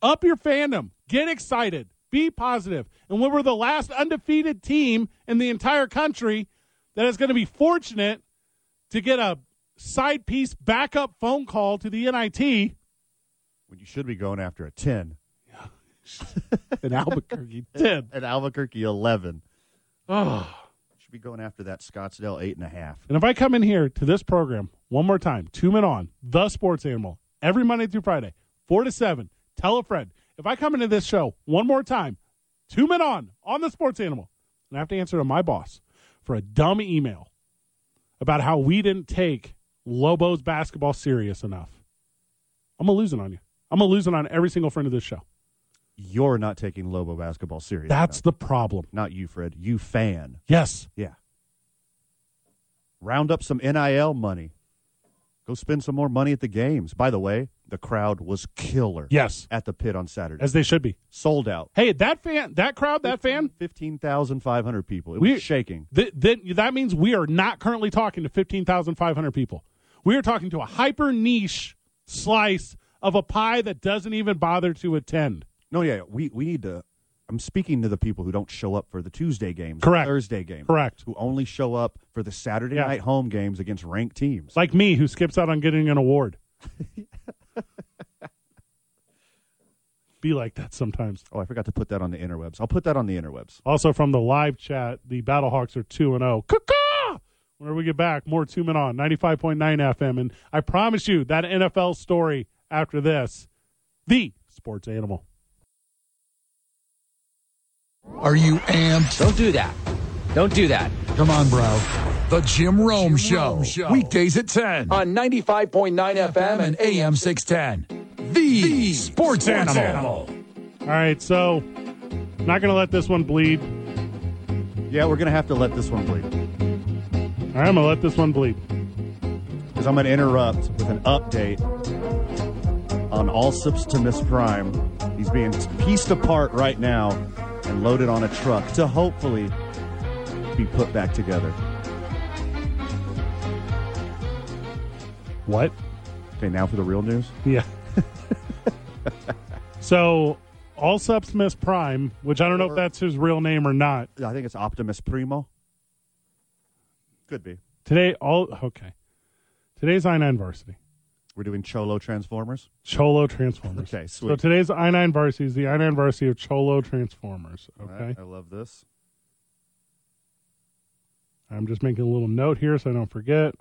[SPEAKER 1] Up your fandom. Get excited. Be positive. And when we're the last undefeated team in the entire country that is going to be fortunate to get a side piece backup phone call to the NIT
[SPEAKER 2] when you should be going after a 10
[SPEAKER 1] in Albuquerque 10.
[SPEAKER 2] and Albuquerque 11.
[SPEAKER 1] Oh.
[SPEAKER 2] Should be going after that Scottsdale 8.5.
[SPEAKER 1] And if I come in here to this program one more time, two men on, the sports animal, every Monday through Friday, four to seven, tell a friend. If I come into this show one more time, two men on, on the sports animal, and I have to answer to my boss for a dumb email about how we didn't take Lobos basketball serious enough, I'm going to lose it on you. I'm going to lose it on every single friend of this show.
[SPEAKER 2] You're not taking Lobo basketball serious.
[SPEAKER 1] That's the problem.
[SPEAKER 2] not you, Fred. You fan.
[SPEAKER 1] Yes.
[SPEAKER 2] Yeah. Round up some NIL money. Go spend some more money at the games. By the way, the crowd was killer
[SPEAKER 1] Yes.
[SPEAKER 2] at the pit on Saturday.
[SPEAKER 1] As they should be.
[SPEAKER 2] Sold out.
[SPEAKER 1] Hey, that fan, that crowd, that fan,
[SPEAKER 2] 15,500 people. It
[SPEAKER 1] We-
[SPEAKER 2] was shaking.
[SPEAKER 1] Th- then that means we are not currently talking to 15,500 people. We are talking to a hyper niche slice of a pie that doesn't even bother to attend.
[SPEAKER 2] No, yeah, yeah. we we need to. I'm speaking to the people who don't show up for the Tuesday games,
[SPEAKER 1] Correct.
[SPEAKER 2] Thursday games,
[SPEAKER 1] Correct.
[SPEAKER 2] Who only show up for the Saturday
[SPEAKER 1] Yeah.
[SPEAKER 2] night home games against ranked teams.
[SPEAKER 1] It's like me who skips out on getting an award. be like that sometimes.
[SPEAKER 2] Oh, I forgot to put that on the interwebs. I'll put that on the interwebs.
[SPEAKER 1] Also from the live chat, the Battlehawks are 2 and 0. Caw-caw! Whenever we get back, more 2 men on 95.9 FM and I promise you that NFL story after this. The sports animal.
[SPEAKER 4] Are you amped?
[SPEAKER 7] Don't do that. Don't do that.
[SPEAKER 4] Come on, bro. The Jim Rome, Show. Weekdays at 10
[SPEAKER 7] On 95.9 FM and
[SPEAKER 4] and AM 610. The, sports, animal.
[SPEAKER 1] All right, so not going to let this one bleed.
[SPEAKER 2] Yeah, we're gonna have to let this one bleed
[SPEAKER 1] All right, I'm going to let this one bleed.
[SPEAKER 2] because I'm gonna interrupt with an update on all sips to Miss Prime. He's being pieced apart right now and loaded on a truck to hopefully be put back together.
[SPEAKER 1] What?
[SPEAKER 2] Okay, now for the real news.
[SPEAKER 1] Yeah. so, Allsup's Miss Prime, which I don't know if that's his real name or not.
[SPEAKER 2] I think it's Optimus Primo. Could be.
[SPEAKER 1] Today, all okay. Today's I nine varsity.
[SPEAKER 2] We're doing Cholo Transformers.
[SPEAKER 1] Cholo Transformers.
[SPEAKER 2] Okay,
[SPEAKER 1] So
[SPEAKER 2] sweet.
[SPEAKER 1] today's I nine varsity is the I nine varsity of Cholo Transformers.
[SPEAKER 2] All
[SPEAKER 1] Okay,
[SPEAKER 2] right, I love this.
[SPEAKER 1] I'm just making a little note here so I don't forget.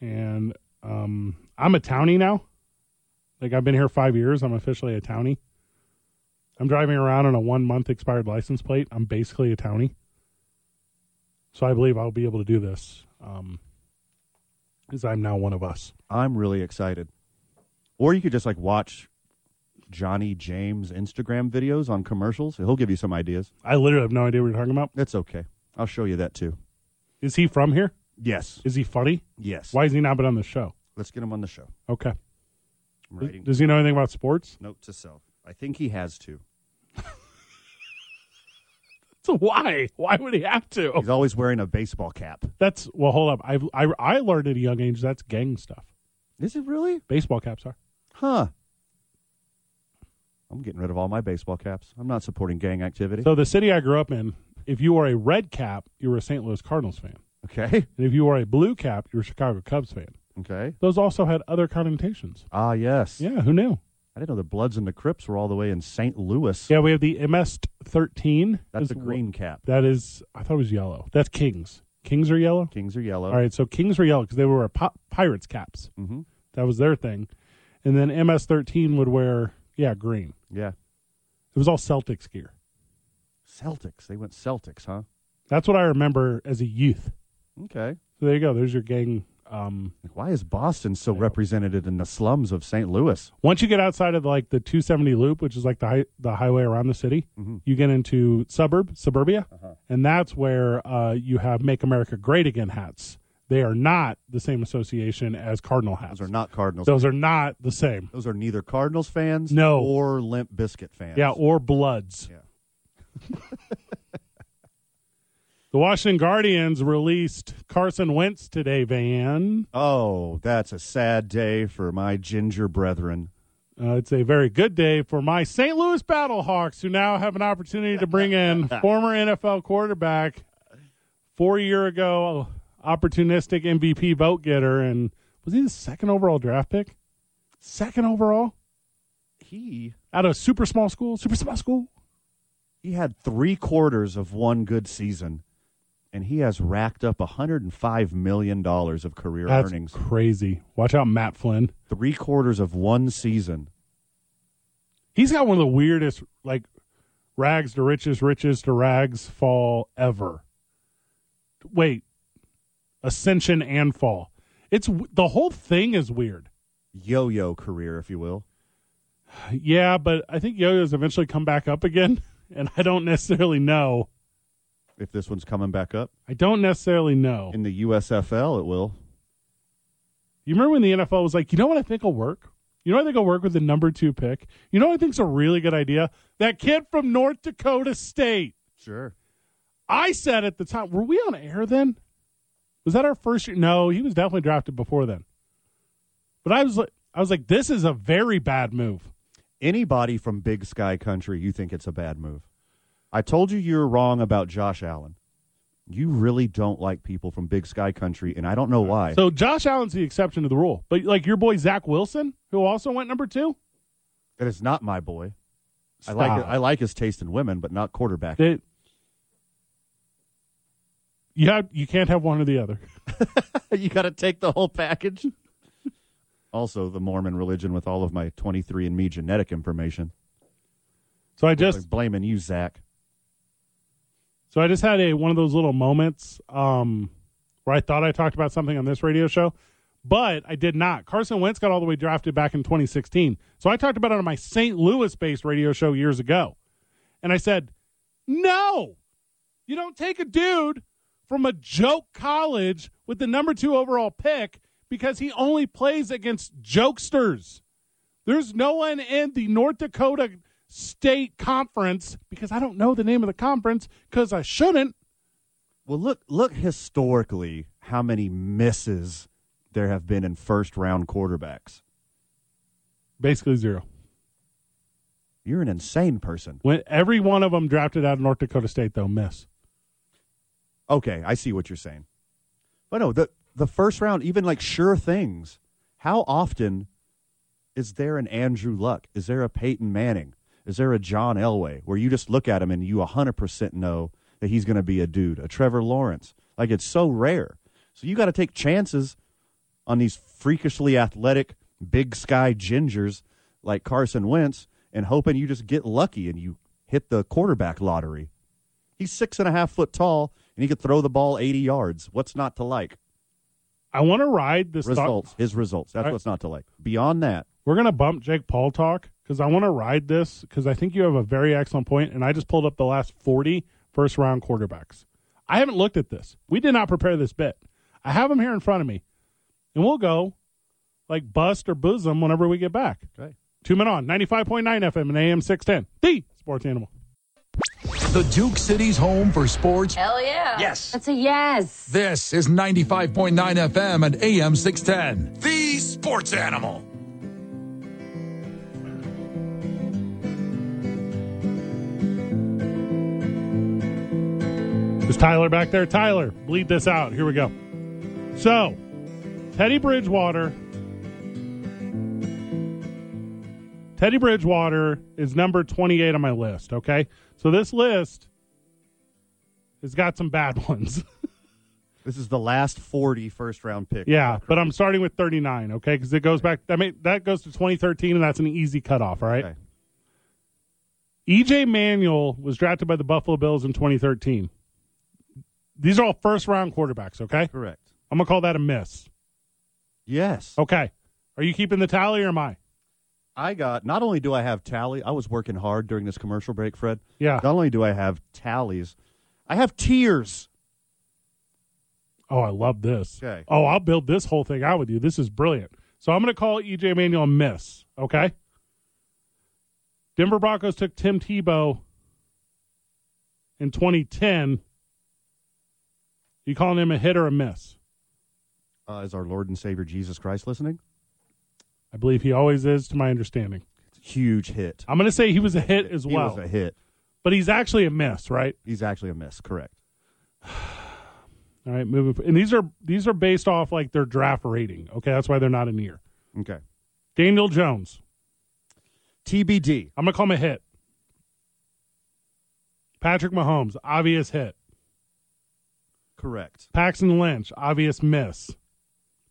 [SPEAKER 1] And um, I'm a townie now. Like I've been here five years. I'm officially a townie. I'm driving around on a one month expired license plate. I'm basically a townie. So I believe I'll be able to do this. Um, because I'm now one of us.
[SPEAKER 2] I'm really excited. Or you could just like watch Johnny James Instagram videos on commercials. He'll give you some ideas.
[SPEAKER 1] I literally have no idea what you're talking about.
[SPEAKER 2] That's okay. I'll show you that too.
[SPEAKER 1] Is he from here?
[SPEAKER 2] Yes.
[SPEAKER 1] Is he funny?
[SPEAKER 2] Yes.
[SPEAKER 1] Why has he not been on the show?
[SPEAKER 2] Let's get him on the show.
[SPEAKER 1] Okay.
[SPEAKER 2] I'm writing
[SPEAKER 1] Does he know anything about sports?
[SPEAKER 2] note to self. I think he has to.
[SPEAKER 1] So why? Why would he have to?
[SPEAKER 2] He's always wearing a baseball cap.
[SPEAKER 1] That's well. Hold up. I've, I I learned at a young age that's gang stuff.
[SPEAKER 2] Is it really?
[SPEAKER 1] Baseball caps are.
[SPEAKER 2] Huh. I'm getting rid of all my baseball caps. I'm not supporting gang activity.
[SPEAKER 1] So the city I grew up in, if you are a red cap, you were a St. Louis Cardinals fan,
[SPEAKER 2] okay.
[SPEAKER 1] and if you are a blue cap, you're a Chicago Cubs fan.
[SPEAKER 2] Okay.
[SPEAKER 1] Those also had other connotations.
[SPEAKER 2] Ah, yes.
[SPEAKER 1] Yeah, who knew?
[SPEAKER 2] I didn't know the Bloods and the Crips were all the way in St. Louis.
[SPEAKER 1] Yeah, we have the MS thirteen.
[SPEAKER 2] That's a green cap.
[SPEAKER 1] That is. I thought it was yellow. That's Kings. Kings are yellow.
[SPEAKER 2] Kings are yellow.
[SPEAKER 1] All right, so Kings were yellow because they were pi- pirates caps.
[SPEAKER 2] Mhm.
[SPEAKER 1] That was their thing, and then MS13 would wear yeah green.
[SPEAKER 2] Yeah.
[SPEAKER 1] It was all Celtics gear.
[SPEAKER 2] Celtics. They went Celtics, huh?
[SPEAKER 1] That's what I remember as a youth.
[SPEAKER 2] Okay.
[SPEAKER 1] So there you go. There's your gang. Um,
[SPEAKER 2] Like, Why is Boston so represented in the slums of St. Louis?
[SPEAKER 1] once you get outside of like the 270 loop, which is like the hi- the highway around the city,
[SPEAKER 2] Mm-hmm.
[SPEAKER 1] you get into suburb suburbia,
[SPEAKER 2] Uh-huh.
[SPEAKER 1] and that's where uh, you have "Make America Great Again" hats. They are not the same association as Cardinal hats.
[SPEAKER 2] Those are not Cardinals.
[SPEAKER 1] Those are not the same.
[SPEAKER 2] Those are neither Cardinals fans
[SPEAKER 1] No.
[SPEAKER 2] or Limp Biscuit fans.
[SPEAKER 1] Yeah, or Bloods.
[SPEAKER 2] Yeah.
[SPEAKER 1] the Washington Guardians released Carson Wentz today, Van.
[SPEAKER 2] oh, that's a sad day for my ginger brethren.
[SPEAKER 1] Uh, it's a very good day for my St. Louis Battlehawks, who now have an opportunity to bring in former NFL quarterback, four year ago opportunistic MVP vote getter, and was he the second overall draft pick? Second overall
[SPEAKER 2] He
[SPEAKER 1] out of super small school, super small school.
[SPEAKER 2] he had three quarters of one good season, and he has racked up hundred and five million dollars of career
[SPEAKER 1] That's
[SPEAKER 2] earnings.
[SPEAKER 1] crazy. Watch out, Matt Flynn.
[SPEAKER 2] Three quarters of one season.
[SPEAKER 1] He's got one of the weirdest, like, rags to riches, riches to rags fall ever. Wait, ascension and fall. It's w- the whole thing is weird.
[SPEAKER 2] Yo-yo career, if you will.
[SPEAKER 1] Yeah, but I think yo-yos eventually come back up again, and I don't necessarily know.
[SPEAKER 2] If this one's coming back up
[SPEAKER 1] I don't necessarily know.
[SPEAKER 2] in the USFL, it will.
[SPEAKER 1] You remember when the NFL was like, you know what I think will work? You know what I think will work with the number two pick? You know what I think's a really good idea? That kid from North Dakota State.
[SPEAKER 2] Sure.
[SPEAKER 1] I said at the time, were we on air then? Was that our first year? No, he was definitely drafted before then. But I was like, I was like, this is a very bad move.
[SPEAKER 2] Anybody from Big Sky Country, you think it's a bad move? I told you you're wrong about Josh Allen. You really don't like people from Big Sky Country, and I don't know why.
[SPEAKER 1] So Josh Allen's the exception to the rule. But like your boy Zach Wilson, who also went number two,
[SPEAKER 2] it is not my boy. I like
[SPEAKER 1] Stop.
[SPEAKER 2] I like his taste in women, but not quarterback.
[SPEAKER 1] They, you have you can't have one or the other.
[SPEAKER 2] you got to take the whole package. also, the Mormon religion with all of my 23andMe genetic information.
[SPEAKER 1] So I
[SPEAKER 2] Like,
[SPEAKER 1] just
[SPEAKER 2] blaming you, Zach.
[SPEAKER 1] so I just had a one of those little moments um, where I thought I talked about something on this radio show, but I did not. Carson Wentz got all the way drafted back in 2016, so I talked about it on my St. Louis-based radio show years ago, and I said, "No, you don't take a dude from a joke college with the number two overall pick because he only plays against jokesters." There's no one in the North Dakota State Conference because I don't know the name of the conference because I shouldn't.
[SPEAKER 2] Well, look look historically how many misses there have been in first round quarterbacks.
[SPEAKER 1] Basically zero.
[SPEAKER 2] You're an insane person.
[SPEAKER 1] When every one of them drafted out of North Dakota State though miss.
[SPEAKER 2] Okay, I see what you're saying. But no, the the first round, even like sure things. How often is there an Andrew Luck? Is there a Peyton Manning? Is there a John Elway where you just look at him and you 100% know that he's going to be a dude, a Trevor Lawrence? Like it's so rare. So you got to take chances on these freakishly athletic, big sky gingers like Carson Wentz and hoping you just get lucky and you hit the quarterback lottery. He's six and a half foot tall, and he could throw the ball 80 yards. What's not to like?
[SPEAKER 1] I want to ride this
[SPEAKER 2] Results.
[SPEAKER 1] thought.
[SPEAKER 2] His results. That's
[SPEAKER 1] All right.
[SPEAKER 2] what's not to like. Beyond that,
[SPEAKER 1] We're gonna bump Jake Paul talk because I want to ride this because I think you have a very excellent point, and I just pulled up the last 40 first round quarterbacks. I haven't looked at this. We did not prepare this bit. I have them here in front of me, and we'll go like bust or bosom whenever we get back.
[SPEAKER 2] Okay.
[SPEAKER 1] Two men on 95.9 FM and AM 610. The sports animal.
[SPEAKER 4] The Duke City's home for sports.
[SPEAKER 8] Hell yeah.
[SPEAKER 7] Yes.
[SPEAKER 8] That's a yes.
[SPEAKER 4] This is 95.9 FM and AM 610.
[SPEAKER 9] The sports animal.
[SPEAKER 1] Is Tyler back there? Tyler, bleed this out. Here we go. So, Teddy Bridgewater. Teddy Bridgewater is number 28 on my list, okay? So this list has got some bad ones.
[SPEAKER 2] this is the last 40 first round pick.
[SPEAKER 1] yeah, but I'm starting with 39, okay? Cuz it goes back I mean that goes to 2013 and that's an easy cutoff, all right?
[SPEAKER 2] Okay.
[SPEAKER 1] EJ Manuel was drafted by the Buffalo Bills in 2013. These are all first round quarterbacks, okay?
[SPEAKER 2] Correct.
[SPEAKER 1] I'm going to call that a miss.
[SPEAKER 2] Yes.
[SPEAKER 1] Okay. Are you keeping the tally or am I?
[SPEAKER 2] I got, not only do I have tally, I was working hard during this commercial break, Fred.
[SPEAKER 1] Yeah.
[SPEAKER 2] Not only do I have tallies, I have tiers.
[SPEAKER 1] Oh, I love this.
[SPEAKER 2] Okay.
[SPEAKER 1] Oh, I'll build this whole thing out with you. This is brilliant. So I'm going to call EJ Manuel a miss. Okay. Denver Broncos took Tim Tebow in 2010. You calling him a hit or a miss?
[SPEAKER 2] Uh, is our Lord and Savior Jesus Christ listening?
[SPEAKER 1] I believe he always is, to my understanding.
[SPEAKER 2] It's a huge hit.
[SPEAKER 1] I'm going to say he was a hit as
[SPEAKER 2] He
[SPEAKER 1] well,
[SPEAKER 2] was a hit.
[SPEAKER 1] but he's actually a miss, right?
[SPEAKER 2] He's actually a miss. Correct.
[SPEAKER 1] All right, moving. f- And these are these are based off like their draft rating. Okay, that's why they're not in here.
[SPEAKER 2] Okay.
[SPEAKER 1] Daniel Jones.
[SPEAKER 2] TBD.
[SPEAKER 1] I'm gonna call him a hit. Patrick Mahomes, obvious hit.
[SPEAKER 2] Correct.
[SPEAKER 1] Paxton Lynch, obvious miss.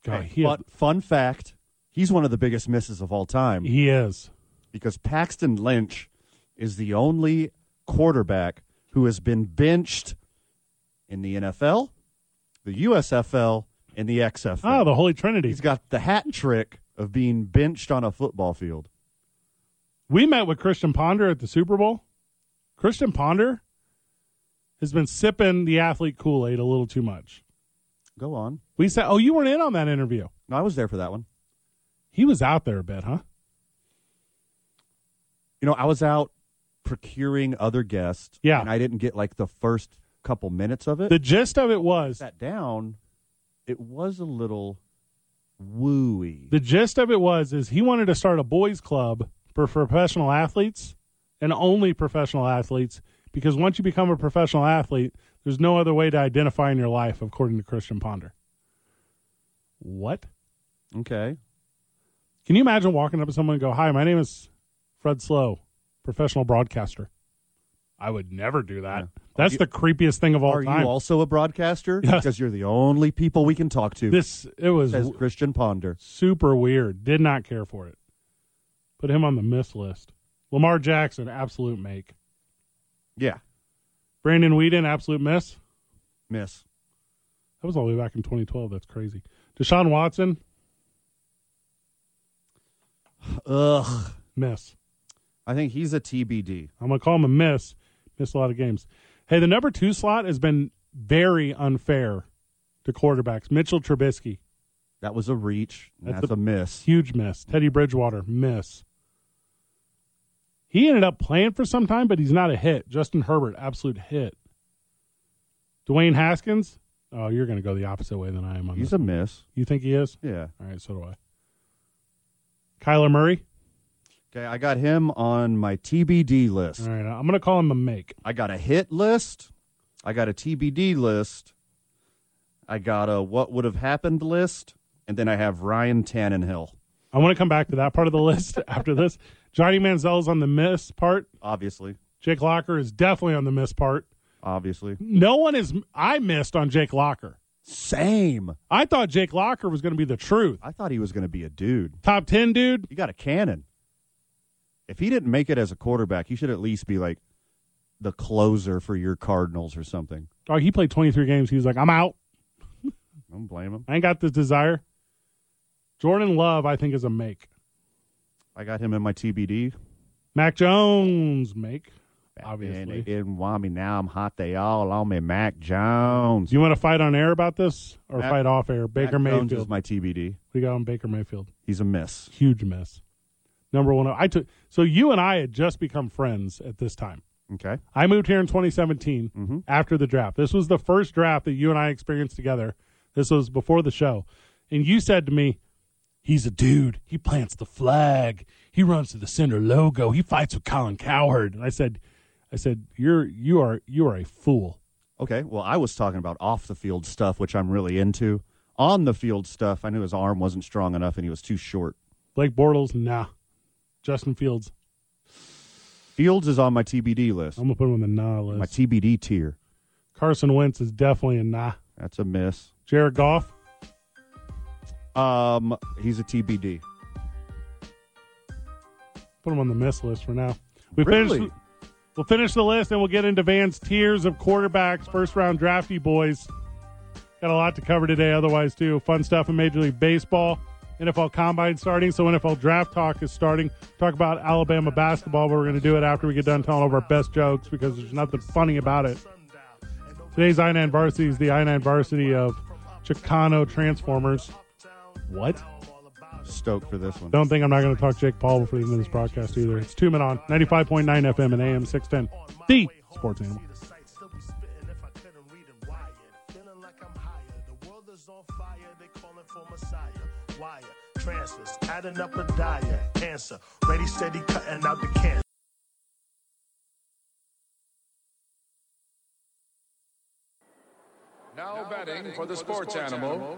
[SPEAKER 1] God,
[SPEAKER 2] Hey,
[SPEAKER 1] he,
[SPEAKER 2] but fun fact, he's one of the biggest misses of all time.
[SPEAKER 1] he is.
[SPEAKER 2] because Paxton Lynch is the only quarterback who has been benched in the NFL, the USFL, and the XFL.
[SPEAKER 1] Ah, the Holy Trinity.
[SPEAKER 2] He's got the hat trick of being benched on a football field.
[SPEAKER 1] we met with Christian Ponder at the Super Bowl. Christian Ponder has been sipping the athlete Kool Aid a little too much.
[SPEAKER 2] Go on.
[SPEAKER 1] We said, "Oh, you weren't in on that interview."
[SPEAKER 2] No, I was there for that one.
[SPEAKER 1] He was out there a bit, huh?
[SPEAKER 2] You know, I was out procuring other guests.
[SPEAKER 1] Yeah.
[SPEAKER 2] And I didn't get like the first couple minutes of it.
[SPEAKER 1] The gist of it was
[SPEAKER 2] sat down, it was a little wooey.
[SPEAKER 1] the gist of it was is he wanted to start a boys club for professional athletes and only professional athletes because once you become a professional athlete there's no other way to identify in your life according to christian ponder what
[SPEAKER 2] okay.
[SPEAKER 1] can you imagine walking up to someone and go hi my name is fred slow professional broadcaster. I would never do that. That's the creepiest thing of all
[SPEAKER 2] Are
[SPEAKER 1] time.
[SPEAKER 2] you also a broadcaster?
[SPEAKER 1] Yes.
[SPEAKER 2] Because you're the only people we can talk to.
[SPEAKER 1] this it was
[SPEAKER 2] says Christian Ponder.
[SPEAKER 1] super weird. Did not care for it. Put him on the miss list. Lamar Jackson, absolute make.
[SPEAKER 2] Yeah,
[SPEAKER 1] Brandon Whedon, absolute miss.
[SPEAKER 2] miss.
[SPEAKER 1] That was all the way back in 2012. That's crazy. Deshaun Watson,
[SPEAKER 2] Ugh.
[SPEAKER 1] miss.
[SPEAKER 2] I think he's a TBD.
[SPEAKER 1] I'm gonna call him a miss. Missed a lot of games. Hey, the number two slot has been very unfair to quarterbacks. Mitchell Trubisky,
[SPEAKER 2] That was a reach.
[SPEAKER 1] That's
[SPEAKER 2] That's,
[SPEAKER 1] a-
[SPEAKER 2] a miss.
[SPEAKER 1] huge miss. Teddy Bridgewater, miss. He ended up playing for some time, but he's not a hit. Justin Herbert, absolute hit. Dwayne Haskins, oh, you're going to go the opposite way than I am on
[SPEAKER 2] He's
[SPEAKER 1] this.
[SPEAKER 2] a miss.
[SPEAKER 1] you think he is?
[SPEAKER 2] Yeah.
[SPEAKER 1] All right, so do I. Kyler Murray,
[SPEAKER 2] Okay, I got him on my TBD list.
[SPEAKER 1] all right, I'm going to call him a make.
[SPEAKER 2] I got a hit list. I got a TBD list. I got a what would have happened list. And then I have Ryan Tannenhill,
[SPEAKER 1] I want to come back to that part of the list after this. Johnny Manziel's on the miss part.
[SPEAKER 2] obviously.
[SPEAKER 1] Jake Locker is definitely on the miss part.
[SPEAKER 2] Obviously.
[SPEAKER 1] No one is. I missed on Jake Locker.
[SPEAKER 2] Same.
[SPEAKER 1] I thought Jake Locker was going to be the truth.
[SPEAKER 2] I thought he was going to be a dude.
[SPEAKER 1] Top 10, dude.
[SPEAKER 2] You got a cannon. If he didn't make it as a quarterback, he should at least be like the closer for your Cardinals or something.
[SPEAKER 1] Dog, he played 23 games. He was like, I'm out.
[SPEAKER 2] I don't blame him.
[SPEAKER 1] I ain't got this desire. Jordan Love, I think, is a make.
[SPEAKER 2] I got him in my TBD.
[SPEAKER 1] Mac Jones, make.
[SPEAKER 2] And
[SPEAKER 1] Obviously.
[SPEAKER 2] they
[SPEAKER 1] Do
[SPEAKER 2] didn't want me. Now I'm hot. They all on me. Mac Jones.
[SPEAKER 1] you want to fight on air about this or
[SPEAKER 2] Mac-
[SPEAKER 1] fight off air? Baker
[SPEAKER 2] Mac Jones
[SPEAKER 1] Mayfield.
[SPEAKER 2] is my TBD.
[SPEAKER 1] we got on Baker Mayfield.
[SPEAKER 2] He's a miss.
[SPEAKER 1] Huge miss. Number one. I took so you and I had just become friends at this time.
[SPEAKER 2] Okay.
[SPEAKER 1] I moved here in 2017 after the draft. This was the first draft that you and I experienced together. This was before the show. And you said to me, He's a dude. He plants the flag. He runs to the center logo. He fights with Colin Cowherd. And I said, I said, You're you are you are a fool.
[SPEAKER 2] Okay. Well, I was talking about off the field stuff, which I'm really into. On the field stuff, I knew his arm wasn't strong enough and he was too short.
[SPEAKER 1] Blake Bortles, nah. Justin Fields,
[SPEAKER 2] Fields is on my TBD list.
[SPEAKER 1] I'm gonna put him on the nah
[SPEAKER 2] My
[SPEAKER 1] list.
[SPEAKER 2] TBD tier.
[SPEAKER 1] Carson Wentz is definitely a nah.
[SPEAKER 2] That's a miss.
[SPEAKER 1] Jared Goff,
[SPEAKER 2] Um, he's a TBD.
[SPEAKER 1] put him on the miss list for now. We
[SPEAKER 2] Really?
[SPEAKER 1] finished. We'll finish the list and we'll get into Van's tiers of quarterbacks, first round drafty boys. Got a lot to cover today, otherwise, too. Fun stuff in Major League Baseball, NFL Combine starting, so NFL Draft Talk is starting. Talk about Alabama basketball, but we're going to do it after we get done telling over our best jokes because there's nothing funny about it. Today's I 9 varsity is the I 9 varsity of Chicano Transformers. What?
[SPEAKER 2] Stoked for this one.
[SPEAKER 1] Don't think I'm not going to talk Jake Paul before the end of this broadcast either. It's two men on 95.9 FM and AM 610. The sports animal.
[SPEAKER 8] Transfers, adding up a dire answer. Ready, steady, cutting out the can.
[SPEAKER 9] Now, batting, for the sports, animal,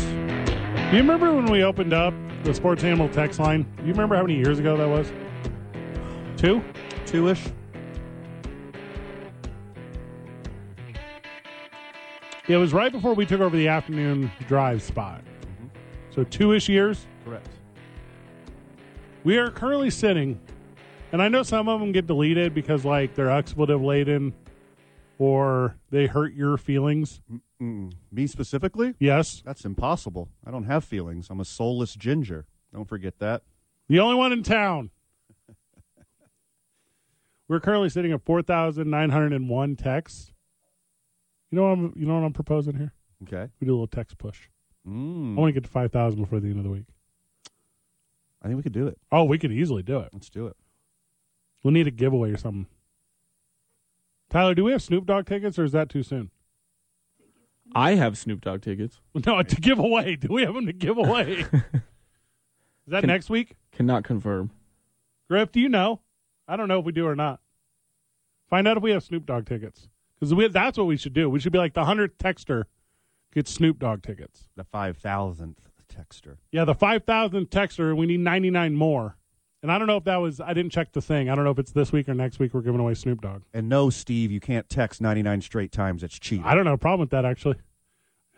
[SPEAKER 1] Do you remember when we opened up the sports animal text line? Do you remember how many years ago that was? Two?
[SPEAKER 2] Two ish.
[SPEAKER 1] It was right before we took over the afternoon drive spot. So two ish years.
[SPEAKER 2] Correct.
[SPEAKER 1] We are currently sitting, and I know some of them get deleted because like they're expletive laden or they hurt your feelings.
[SPEAKER 2] Me specifically?
[SPEAKER 1] Yes.
[SPEAKER 2] That's impossible. I don't have feelings. I'm a soulless ginger. Don't forget that.
[SPEAKER 1] The only one in town. We're currently sitting at four thousand nine hundred and one texts. You know what I'm you know what I'm proposing here?
[SPEAKER 2] Okay.
[SPEAKER 1] We do a little text push. I
[SPEAKER 2] Mm.
[SPEAKER 1] want to get to five thousand before the end of the week.
[SPEAKER 2] I think we could do it.
[SPEAKER 1] Oh, we could easily do it.
[SPEAKER 2] Let's do it.
[SPEAKER 1] We'll need a giveaway or something. Tyler, do we have Snoop Dogg tickets or is that too soon?
[SPEAKER 10] I have Snoop Dogg tickets.
[SPEAKER 1] No, to give away. Do we have them to give away? Is that
[SPEAKER 10] Can-
[SPEAKER 1] next week?
[SPEAKER 10] Cannot confirm.
[SPEAKER 1] Griff, do you know? I don't know if we do or not. Find out if we have Snoop Dogg tickets. Because that's what we should do. We should be like the 100th texter gets Snoop Dogg tickets.
[SPEAKER 2] The 5,000th texter.
[SPEAKER 1] Yeah, the 5,000th texter, we need 99 more. And I don't know if that was, I didn't check the thing. I don't know if it's this week or next week we're giving away Snoop Dogg.
[SPEAKER 2] And no, Steve, you can't text 99 straight times. It's cheating.
[SPEAKER 1] I don't have a problem with that, actually.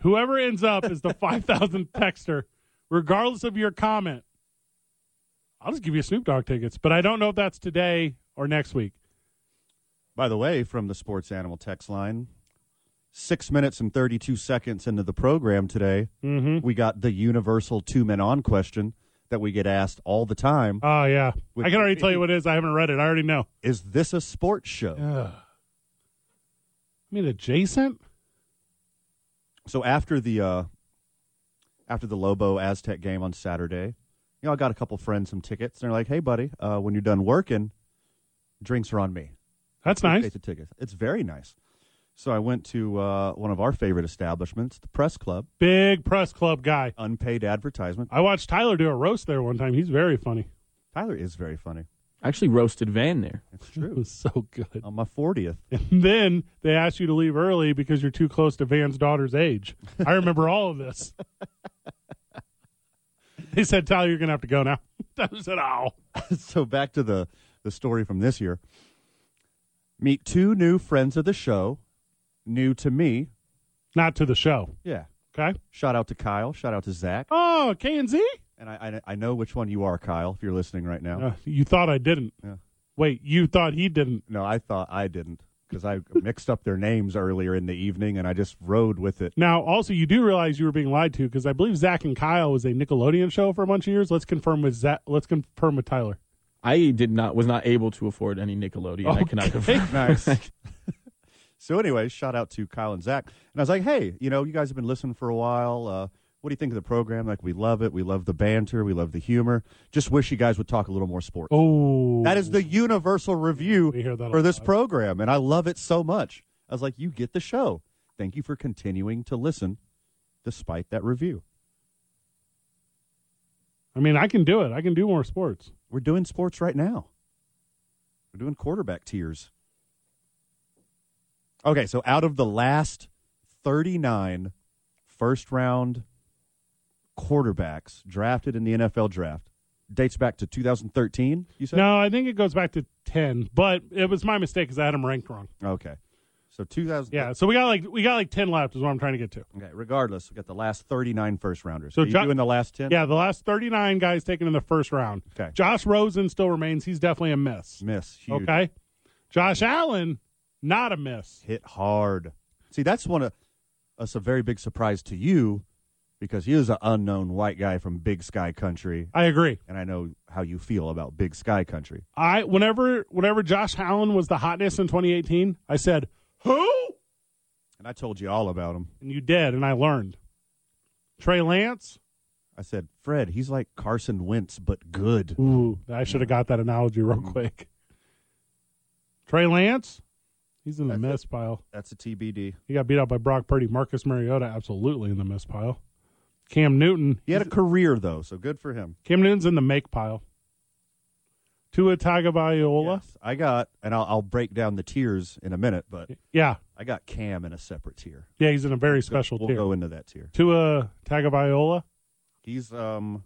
[SPEAKER 1] Whoever ends up is the 5,000th texter, regardless of your comment, I'll just give you Snoop Dogg tickets. But I don't know if that's today or next week.
[SPEAKER 2] By the way, from the Sports Animal text line, six minutes and 32 seconds into the program today,
[SPEAKER 1] Mm-hmm.
[SPEAKER 2] we got the universal two men on question that we get asked all the time.
[SPEAKER 1] Oh, yeah.
[SPEAKER 2] Which-
[SPEAKER 1] I can already tell you what it is. I haven't read it. I already know.
[SPEAKER 2] Is this a sports show?
[SPEAKER 1] I mean, adjacent?
[SPEAKER 2] So after the uh, after the Lobo Aztec game on Saturday, you know, I got a couple friends some tickets, and they're like, "Hey, buddy, uh, when you're done working, drinks are on me."
[SPEAKER 1] That's
[SPEAKER 2] Appreciate
[SPEAKER 1] nice.
[SPEAKER 2] The tickets. It's very nice. So I went to uh, one of our favorite establishments, the Press Club.
[SPEAKER 1] Big press club guy.
[SPEAKER 2] Unpaid advertisement.
[SPEAKER 1] I watched Tyler do a roast there one time. He's very funny.
[SPEAKER 2] Tyler is very funny.
[SPEAKER 10] I actually roasted Van there.
[SPEAKER 2] It's
[SPEAKER 1] It
[SPEAKER 2] true.
[SPEAKER 1] was so good.
[SPEAKER 2] on my fortieth,
[SPEAKER 1] And then they asked you to leave early because you're too close to Van's daughter's age. I remember all of this. They said, Tyler, you're going to have to go now. I said, oh.
[SPEAKER 2] so back to the the story from this year. Meet two new friends of the show, new to me.
[SPEAKER 1] Not to the show.
[SPEAKER 2] Yeah.
[SPEAKER 1] Okay.
[SPEAKER 2] Shout out to Kyle. Shout out to Zach.
[SPEAKER 1] Oh, K and Z?
[SPEAKER 2] And I, I I know which one you are, Kyle. If you're listening right now.
[SPEAKER 1] Uh, you thought I didn't.
[SPEAKER 2] Yeah.
[SPEAKER 1] Wait, you thought he didn't.
[SPEAKER 2] No, I thought I didn't because I mixed up their names earlier in the evening, and I just rode with it.
[SPEAKER 1] Now, also, you do realize you were being lied to because I believe Zach and Kyle was a Nickelodeon show for a bunch of years. Let's confirm with Zach. Let's confirm with Tyler.
[SPEAKER 10] I did not was not able to afford any Nickelodeon. I cannot confirm.
[SPEAKER 2] Nice. so, anyway, shout out to Kyle and Zach. And I was like, hey, you know, you guys have been listening for a while. Uh, what do you think of the program? Like, we love it. We love the banter. We love the humor. Just wish you guys would talk a little more sports.
[SPEAKER 1] Oh,
[SPEAKER 2] That is the universal review
[SPEAKER 1] We hear that a
[SPEAKER 2] for this
[SPEAKER 1] lot.
[SPEAKER 2] program, and I love it so much. I was like, you get the show. Thank you for continuing to listen despite that review.
[SPEAKER 1] I mean, I can do it. I can do more sports.
[SPEAKER 2] We're doing sports right now. We're doing quarterback tiers. Okay, so out of the last 39 first round quarterbacks drafted in the NFL draft, dates back to 2013, you said?
[SPEAKER 1] No, I think it goes back to ten, but it was my mistake because I had him ranked wrong.
[SPEAKER 2] Okay. So 2000
[SPEAKER 1] Yeah, so we got like we got like ten left is what I'm trying to get to.
[SPEAKER 2] Okay, regardless, we got the last 39 first rounders.
[SPEAKER 1] So
[SPEAKER 2] Are you
[SPEAKER 1] Jo-
[SPEAKER 2] doing the last 10?
[SPEAKER 1] Yeah, the last 39 guys taken in the first round.
[SPEAKER 2] Okay.
[SPEAKER 1] Josh Rosen still remains. He's definitely a miss.
[SPEAKER 2] Miss. Huge.
[SPEAKER 1] Okay. Josh Allen, not a miss.
[SPEAKER 2] Hit hard. See, that's one of us a very big surprise to you because he was an unknown white guy from Big Sky Country.
[SPEAKER 1] I agree.
[SPEAKER 2] And I know how you feel about Big Sky Country.
[SPEAKER 1] I whenever whenever Josh Allen was the hotness in 2018, I said who,
[SPEAKER 2] And I told you all about him.
[SPEAKER 1] and you did, and I learned. Trey Lance.
[SPEAKER 2] I said, Fred, he's like Carson Wentz, but good.
[SPEAKER 1] Ooh, I should have got that analogy real
[SPEAKER 2] Mm-hmm.
[SPEAKER 1] quick. Trey Lance, he's in the
[SPEAKER 2] That's
[SPEAKER 1] miss pile.
[SPEAKER 2] That's a TBD.
[SPEAKER 1] He got beat out by Brock Purdy. Marcus Mariota, absolutely in the miss pile. Cam Newton,
[SPEAKER 2] He had a career, though, so good for him.
[SPEAKER 1] Cam Newton's in the make pile. Tua Tagovailoa,
[SPEAKER 2] Yes, I got, and I'll, I'll break down the tiers in a minute, but
[SPEAKER 1] yeah,
[SPEAKER 2] I got Cam in a separate tier.
[SPEAKER 1] yeah, he's in a very special
[SPEAKER 2] We'll
[SPEAKER 1] tier.
[SPEAKER 2] go into that tier.
[SPEAKER 1] Tua Tagovailoa,
[SPEAKER 2] He's um,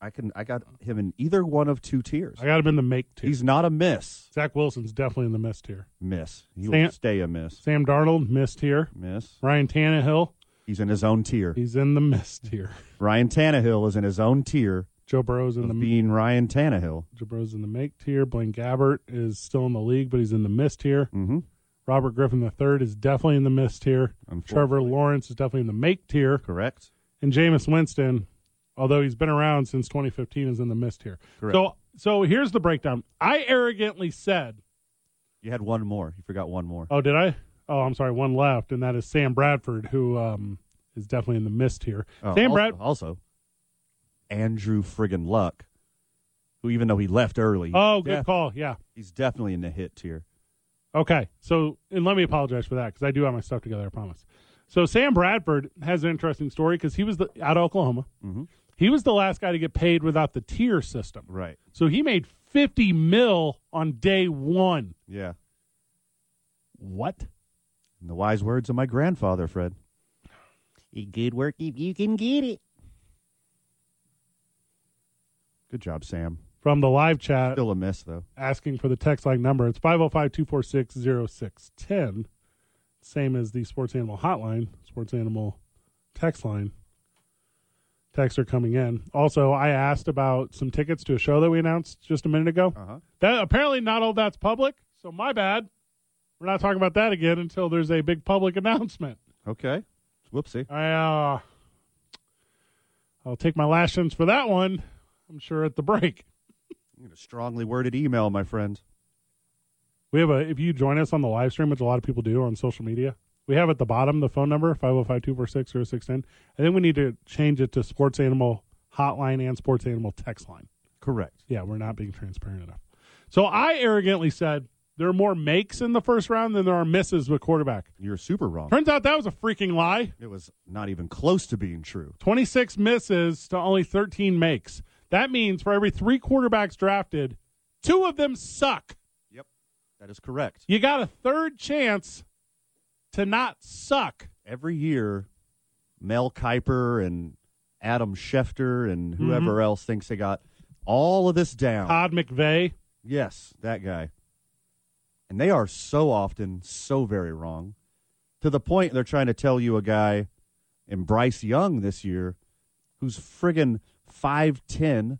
[SPEAKER 2] I can I got him in either one of two tiers.
[SPEAKER 1] I got him in the make tier.
[SPEAKER 2] He's not a miss.
[SPEAKER 1] Zach Wilson's definitely in the miss tier.
[SPEAKER 2] Miss. He
[SPEAKER 1] Sam-
[SPEAKER 2] will stay a miss.
[SPEAKER 1] Sam Darnold, missed here.
[SPEAKER 2] Miss.
[SPEAKER 1] Ryan Tannehill,
[SPEAKER 2] He's in his own tier.
[SPEAKER 1] he's in the missed here.
[SPEAKER 2] Ryan Tannehill is in his own tier
[SPEAKER 1] Joe Burrow's in the
[SPEAKER 2] of being Ryan Tannehill.
[SPEAKER 1] Joe Burrow's in the make tier. Blaine Gabbert is still in the league, but he's in the missed tier.
[SPEAKER 2] Mm-hmm.
[SPEAKER 1] Robert Griffin III is definitely in the missed tier. Trevor Lawrence is definitely in the make tier.
[SPEAKER 2] Correct.
[SPEAKER 1] And Jameis Winston, although he's been around since 2015, is in the missed tier.
[SPEAKER 2] Correct.
[SPEAKER 1] So, so here's the breakdown. I arrogantly said,
[SPEAKER 2] You had one more. You forgot one more.
[SPEAKER 1] "Oh, did I? Oh, I'm sorry, one left, and that is Sam Bradford, who um, is definitely in the missed tier.
[SPEAKER 2] Oh,
[SPEAKER 1] Uh, Sam
[SPEAKER 2] also,
[SPEAKER 1] Brad,
[SPEAKER 2] also Andrew friggin' Luck, who even though he left early,
[SPEAKER 1] oh, good
[SPEAKER 2] def-
[SPEAKER 1] call, yeah."
[SPEAKER 2] he's definitely in the hit tier.
[SPEAKER 1] Okay. So, and let me apologize for that because I do have my stuff together, I promise. So, Sam Bradford has an interesting story because he was the, out of Oklahoma. He was the last guy to get paid without the tier system.
[SPEAKER 2] Right.
[SPEAKER 1] So, he made 50 mil on day one.
[SPEAKER 2] Yeah.
[SPEAKER 1] What?
[SPEAKER 2] In the wise words of my grandfather, Fred.
[SPEAKER 6] Good work if you can get it.
[SPEAKER 2] Good job, Sam.
[SPEAKER 1] From the live chat.
[SPEAKER 2] Still a miss, though.
[SPEAKER 1] asking for the text line number. It's 505 246 0610. Same as the Sports Animal hotline, Sports Animal text line. Texts are coming in. Also, I asked about some tickets to a show that we announced just a minute ago.
[SPEAKER 2] Uh-huh.
[SPEAKER 1] That apparently not all that's public, so my bad. We're not talking about that again until there's a big public announcement.
[SPEAKER 2] Okay. Whoopsie.
[SPEAKER 1] I uh, I'll take my lashings for that one. I'm sure at the break.
[SPEAKER 2] You get a strongly worded email, my friend.
[SPEAKER 1] We have a if you join us on the live stream, which a lot of people do on social media, we have at the bottom the phone number 505-246-0610. And then we need to change it to sports animal hotline and sports animal text line.
[SPEAKER 2] Correct.
[SPEAKER 1] Yeah, we're not being transparent enough. So I arrogantly said there are more makes in the first round than there are misses with quarterback.
[SPEAKER 2] You're super wrong.
[SPEAKER 1] Turns out that was a freaking lie.
[SPEAKER 2] It was not even close to being true.
[SPEAKER 1] 26 misses to only 13 makes. That means for every three quarterbacks drafted, two of them suck.
[SPEAKER 2] That is correct.
[SPEAKER 1] You got a third chance to not suck.
[SPEAKER 2] Every year, Mel Kiper and Adam Schefter and whoever else thinks they got all of this down.
[SPEAKER 1] Todd McVeigh.
[SPEAKER 2] Yes, that guy. And they are so often so very wrong to the point they're trying to tell you a guy in Bryce Young this year who's friggin' 5'10,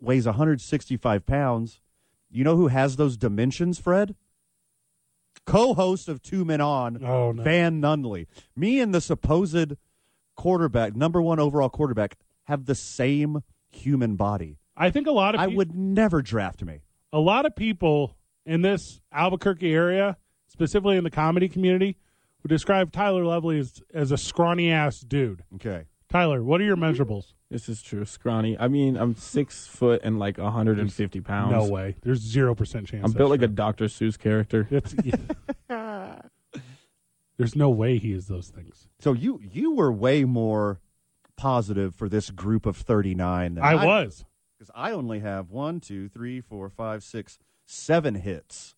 [SPEAKER 2] weighs 165 pounds. You know who has those dimensions, Fred? Co host of Two Men On,
[SPEAKER 1] Oh, no.
[SPEAKER 2] Van Nunley. Me and the supposed quarterback, number one overall quarterback, have the same human body.
[SPEAKER 1] I think a lot of
[SPEAKER 2] I
[SPEAKER 1] peo-
[SPEAKER 2] would never draft me.
[SPEAKER 1] a lot of people in this Albuquerque area, specifically in the comedy community, would describe Tyler Lovely as, as a scrawny ass dude.
[SPEAKER 2] Okay.
[SPEAKER 1] Tyler, what are your measurables?
[SPEAKER 10] This is true. Scrawny. I mean, I'm six foot and like 150 pounds.
[SPEAKER 1] No way. There's zero percent chance.
[SPEAKER 10] I'm built like a Dr. Seuss character.
[SPEAKER 1] That's, There's no way he is those things.
[SPEAKER 2] So you you were way more positive for this group of 39 than
[SPEAKER 1] I was.
[SPEAKER 2] because I only have one, two, three, four, five, six, seven hits.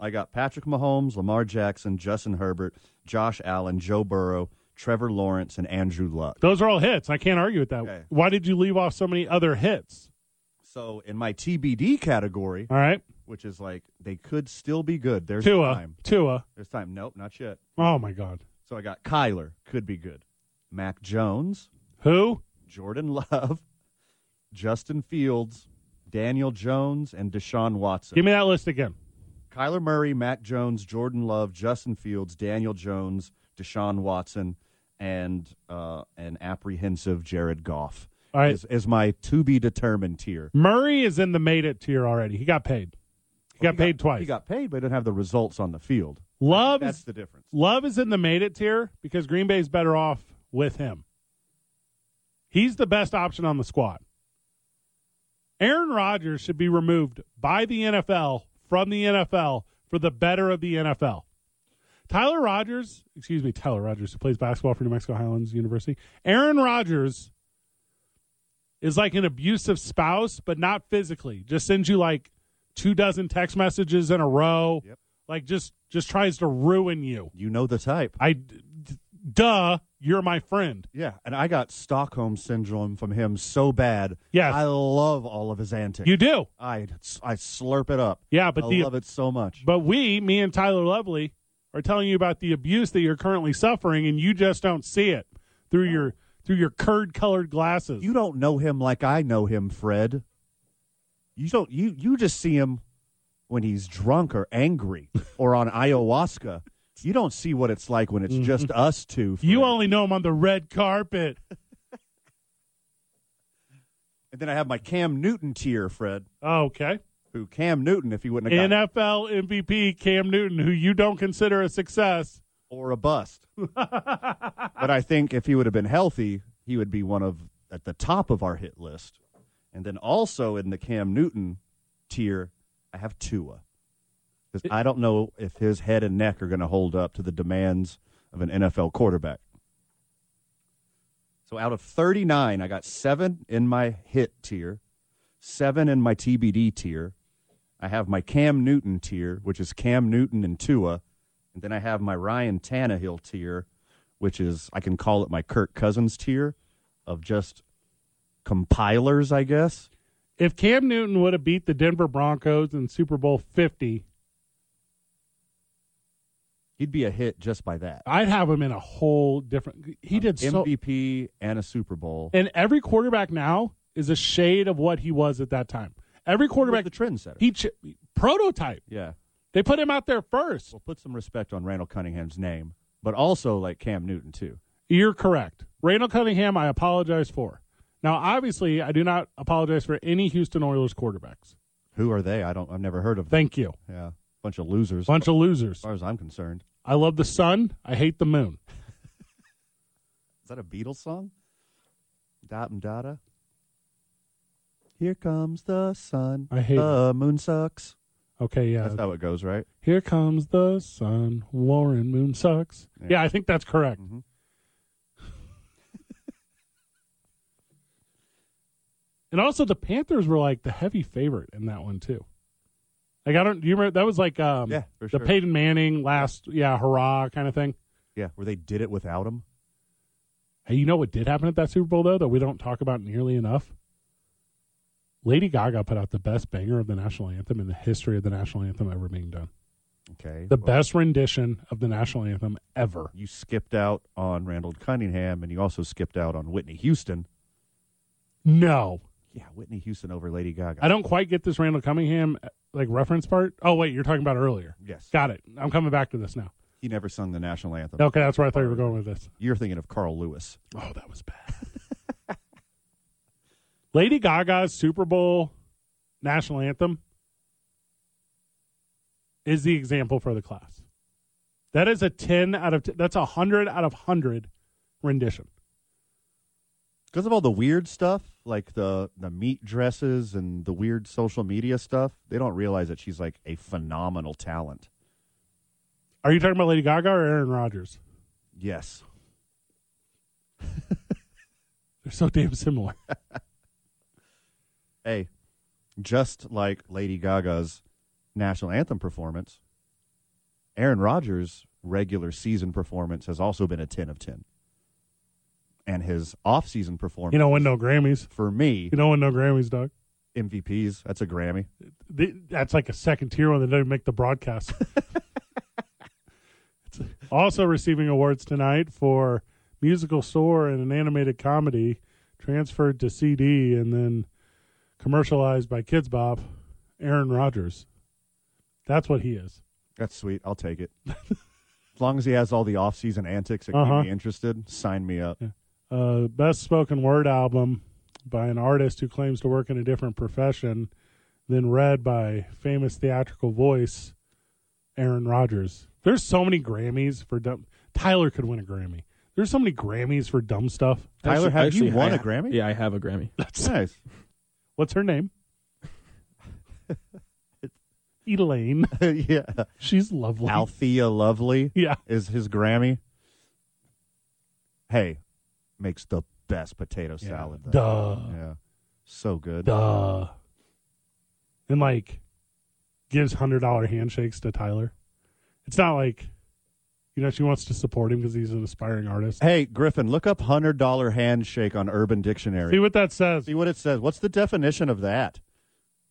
[SPEAKER 2] I got Patrick Mahomes, Lamar Jackson, Justin Herbert, Josh Allen, Joe Burrow, Trevor Lawrence, and Andrew Luck.
[SPEAKER 1] Those are all hits. I can't argue with that.
[SPEAKER 2] Okay.
[SPEAKER 1] Why did you leave off so many other hits?
[SPEAKER 2] So in my TBD category,
[SPEAKER 1] All right.
[SPEAKER 2] which is like they could still be good. There's
[SPEAKER 1] Tua.
[SPEAKER 2] time.
[SPEAKER 1] Tua.
[SPEAKER 2] There's time. Nope, not yet.
[SPEAKER 1] Oh, my God.
[SPEAKER 2] So I got Kyler could be good. Mac Jones,
[SPEAKER 1] Who?
[SPEAKER 2] Jordan Love, Justin Fields, Daniel Jones, and Deshaun Watson.
[SPEAKER 1] Give me that list again.
[SPEAKER 2] Kyler Murray, Mac Jones, Jordan Love, Justin Fields, Daniel Jones, Deshaun Watson, and uh, an apprehensive Jared Goff
[SPEAKER 1] All right.
[SPEAKER 2] is, is my to be determined tier.
[SPEAKER 1] Murray is in the made it tier already. He got paid. He got paid twice.
[SPEAKER 2] He got paid, but didn't have the results on the field.
[SPEAKER 1] Love
[SPEAKER 2] That's
[SPEAKER 1] is,
[SPEAKER 2] the difference.
[SPEAKER 1] Love is in the made it tier because Green Bay's better off with him. He's the best option on the squad. Aaron Rodgers should be removed by the NFL from the NFL for the better of the NFL. Tyler Rodgers, excuse me, Tyler Rodgers, who plays basketball for New Mexico Highlands University. Aaron Rodgers is like an abusive spouse, but not physically. Just sends you like two dozen text messages in a row.
[SPEAKER 2] Yep.
[SPEAKER 1] Like just just tries to ruin you.
[SPEAKER 2] You know the type.
[SPEAKER 1] I, d- d- duh, you're my friend.
[SPEAKER 2] Yeah, and I got Stockholm syndrome from him so bad.
[SPEAKER 1] Yes.
[SPEAKER 2] I love all of his antics.
[SPEAKER 1] You do.
[SPEAKER 2] I, I slurp it up.
[SPEAKER 1] Yeah, but
[SPEAKER 2] I
[SPEAKER 1] the-
[SPEAKER 2] love it so much.
[SPEAKER 1] But we, me and Tyler Lovely, are telling you about the abuse that you're currently suffering, and you just don't see it through your through your curd colored glasses.
[SPEAKER 2] You don't know him like I know him, Fred. You don't you you just see him when he's drunk or angry or on ayahuasca. You don't see what it's like when it's just us two. Fred.
[SPEAKER 1] you only know him on the red carpet.
[SPEAKER 2] and then I have my Cam Newton tier, Fred.
[SPEAKER 1] Okay.
[SPEAKER 2] Who Cam Newton if he wouldn't have got
[SPEAKER 1] NFL MVP Cam Newton, who you don't consider a success.
[SPEAKER 2] or a bust. but I think if he would have been healthy, he would be one of at the top of our hit list. And then also in the Cam Newton tier, I have Tua. Because I don't know if his head and neck are going to hold up to the demands of an NFL quarterback. So out of 39, I got seven in my hit tier, seven in my TBD tier. I have my Cam Newton tier, which is Cam Newton and Tua. And then I have my Ryan Tannehill tier, which is, I can call it my Kirk Cousins tier of just compilers, I guess.
[SPEAKER 1] If Cam Newton would have beat the Denver Broncos in Super Bowl 50,
[SPEAKER 2] He'd be a hit just by that.
[SPEAKER 1] I'd have him in a whole different. He
[SPEAKER 2] Uh,
[SPEAKER 1] did Uh, so.
[SPEAKER 2] MVP and a Super Bowl.
[SPEAKER 1] And every quarterback now is a shade of what he was at that time. Every quarterback,
[SPEAKER 2] the trendsetter.
[SPEAKER 1] he ch- prototype.
[SPEAKER 2] yeah.
[SPEAKER 1] They put him out there first.
[SPEAKER 2] Well, put some respect on Randall Cunningham's name, but also like Cam Newton too.
[SPEAKER 1] You're correct. Randall Cunningham, I apologize for. Now, obviously, I do not apologize for any Houston Oilers quarterbacks.
[SPEAKER 2] Who are they? I don't. I've never heard of them.
[SPEAKER 1] Thank you.
[SPEAKER 2] yeah, bunch of losers.
[SPEAKER 1] Bunch of
[SPEAKER 2] as
[SPEAKER 1] losers.
[SPEAKER 2] far as I'm concerned,
[SPEAKER 1] I love the sun. I hate the moon.
[SPEAKER 2] is that a Beatles song? Dot and dada. Here comes the sun.
[SPEAKER 1] I hate
[SPEAKER 2] the moon sucks.
[SPEAKER 1] Okay, yeah.
[SPEAKER 2] That's how it goes, right?
[SPEAKER 1] Here comes the sun. Warren Moon sucks. Yeah, I think that's correct.
[SPEAKER 2] Mm-hmm.
[SPEAKER 1] and also, the Panthers were like the heavy favorite in that one too. Like I don't, do you remember that was like um,
[SPEAKER 2] Yeah, for
[SPEAKER 1] the
[SPEAKER 2] sure.
[SPEAKER 1] Peyton Manning last, yeah, hurrah kind of thing.
[SPEAKER 2] Yeah, where they did it without him.
[SPEAKER 1] Hey, you know what did happen at that Super Bowl though that we don't talk about nearly enough? Lady Gaga put out the best banger of the national anthem in the history of the national anthem ever being done.
[SPEAKER 2] Okay.
[SPEAKER 1] The
[SPEAKER 2] well,
[SPEAKER 1] best rendition of the national anthem ever.
[SPEAKER 2] You skipped out on Randall Cunningham, and you also skipped out on Whitney Houston.
[SPEAKER 1] No.
[SPEAKER 2] Yeah, Whitney Houston over Lady Gaga.
[SPEAKER 1] I don't quite get this Randall Cunningham uh, like reference part. Oh wait, you're talking about earlier.
[SPEAKER 2] Yes.
[SPEAKER 1] Got it. I'm coming back to this now.
[SPEAKER 2] He never sung the national anthem.
[SPEAKER 1] Okay, that's where I thought you were going with this.
[SPEAKER 2] You're thinking of Carl Lewis.
[SPEAKER 1] Oh, that was bad. Lady Gaga's Super Bowl national anthem is the example for the class. That is a 10 out of t- that's a 100 out of 100 rendition.
[SPEAKER 2] Because of all the weird stuff, like the the meat dresses and the weird social media stuff, they don't realize that she's like a phenomenal talent.
[SPEAKER 1] Are you talking about Lady Gaga or Aaron Rodgers?
[SPEAKER 2] Yes.
[SPEAKER 1] They're so damn similar.
[SPEAKER 2] Hey, just like Lady Gaga's national anthem performance, Aaron Rodgers' regular season performance has also been a 10 of 10. And his off-season performance
[SPEAKER 1] You don't win no Grammys.
[SPEAKER 2] for me,
[SPEAKER 1] You don't win no Grammys, dog.
[SPEAKER 2] MVPs, that's a Grammy.
[SPEAKER 1] Th that's like a second tier one that didn't make the broadcast. It's also receiving awards tonight for musical score and an animated comedy transferred to CD and then commercialized by Kids Bop, Aaron Rodgers. That's what he is.
[SPEAKER 2] That's sweet. I'll take it. as long as he has all the off-season antics that
[SPEAKER 1] Uh-huh.
[SPEAKER 2] keep me interested, sign me up.
[SPEAKER 1] Uh, best spoken word album by an artist who claims to work in a different profession, then read by famous theatrical voice Aaron Rodgers. There's so many Grammys for dumb. Tyler could win a Grammy. There's so many Grammys for dumb stuff.
[SPEAKER 2] Tyler, have
[SPEAKER 10] Actually,
[SPEAKER 2] you won
[SPEAKER 10] I-
[SPEAKER 2] a Grammy?
[SPEAKER 10] Yeah, I have a Grammy.
[SPEAKER 2] That's nice.
[SPEAKER 1] What's her name? Elaine.
[SPEAKER 2] yeah.
[SPEAKER 1] She's lovely.
[SPEAKER 2] Althea Lovely
[SPEAKER 1] Yeah.
[SPEAKER 2] is his Grammy. Hey, makes the best potato salad. though.
[SPEAKER 1] Duh.
[SPEAKER 2] Yeah. So good.
[SPEAKER 1] Duh. And like gives hundred dollar handshakes to Tyler. It's not like you know she wants to support him because he's an aspiring artist.
[SPEAKER 2] Hey, Griffin, look up $100 handshake on Urban
[SPEAKER 1] See
[SPEAKER 2] Dictionary.
[SPEAKER 1] what that says.
[SPEAKER 2] See what it says. What's the definition of that?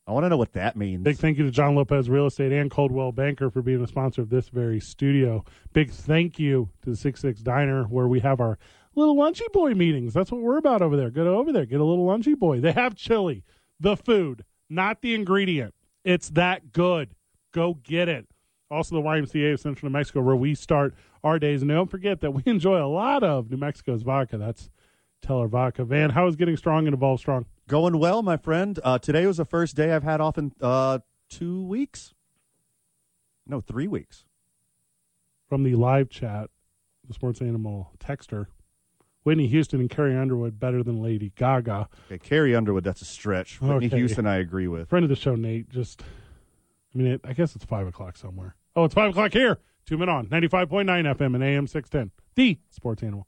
[SPEAKER 2] I want to know what that means.
[SPEAKER 1] Big thank you to John Lopez Real Estate and Coldwell Banker for being a sponsor of this very studio. Big thank you to the Six Six Diner where we have our little lunchy boy meetings. That's what we're about over there. Go over there, get a little lunchy boy. They have chili, the food, not the ingredient. It's that good. Go get it. Also, the YMCA of Central New Mexico where we start our days. And don't forget that we enjoy a lot of New Mexico's vodka. That's Teller Vodka. Van, how is getting strong and evolve strong?
[SPEAKER 2] Going well, my friend. Uh, today was the first day I've had off in uh, two weeks. No, three weeks.
[SPEAKER 1] from the live chat, the sports animal texter, Whitney Houston and Carrie Underwood better than Lady Gaga.
[SPEAKER 2] Okay, Carrie Underwood, that's a stretch. Whitney
[SPEAKER 1] Okay.
[SPEAKER 2] Houston, I agree with.
[SPEAKER 1] Friend of the show, Nate, just I mean, it, I guess it's five o'clock somewhere. Oh, it's five o'clock here. Two men on ninety five point nine FM and AM six ten. The Sports Animal.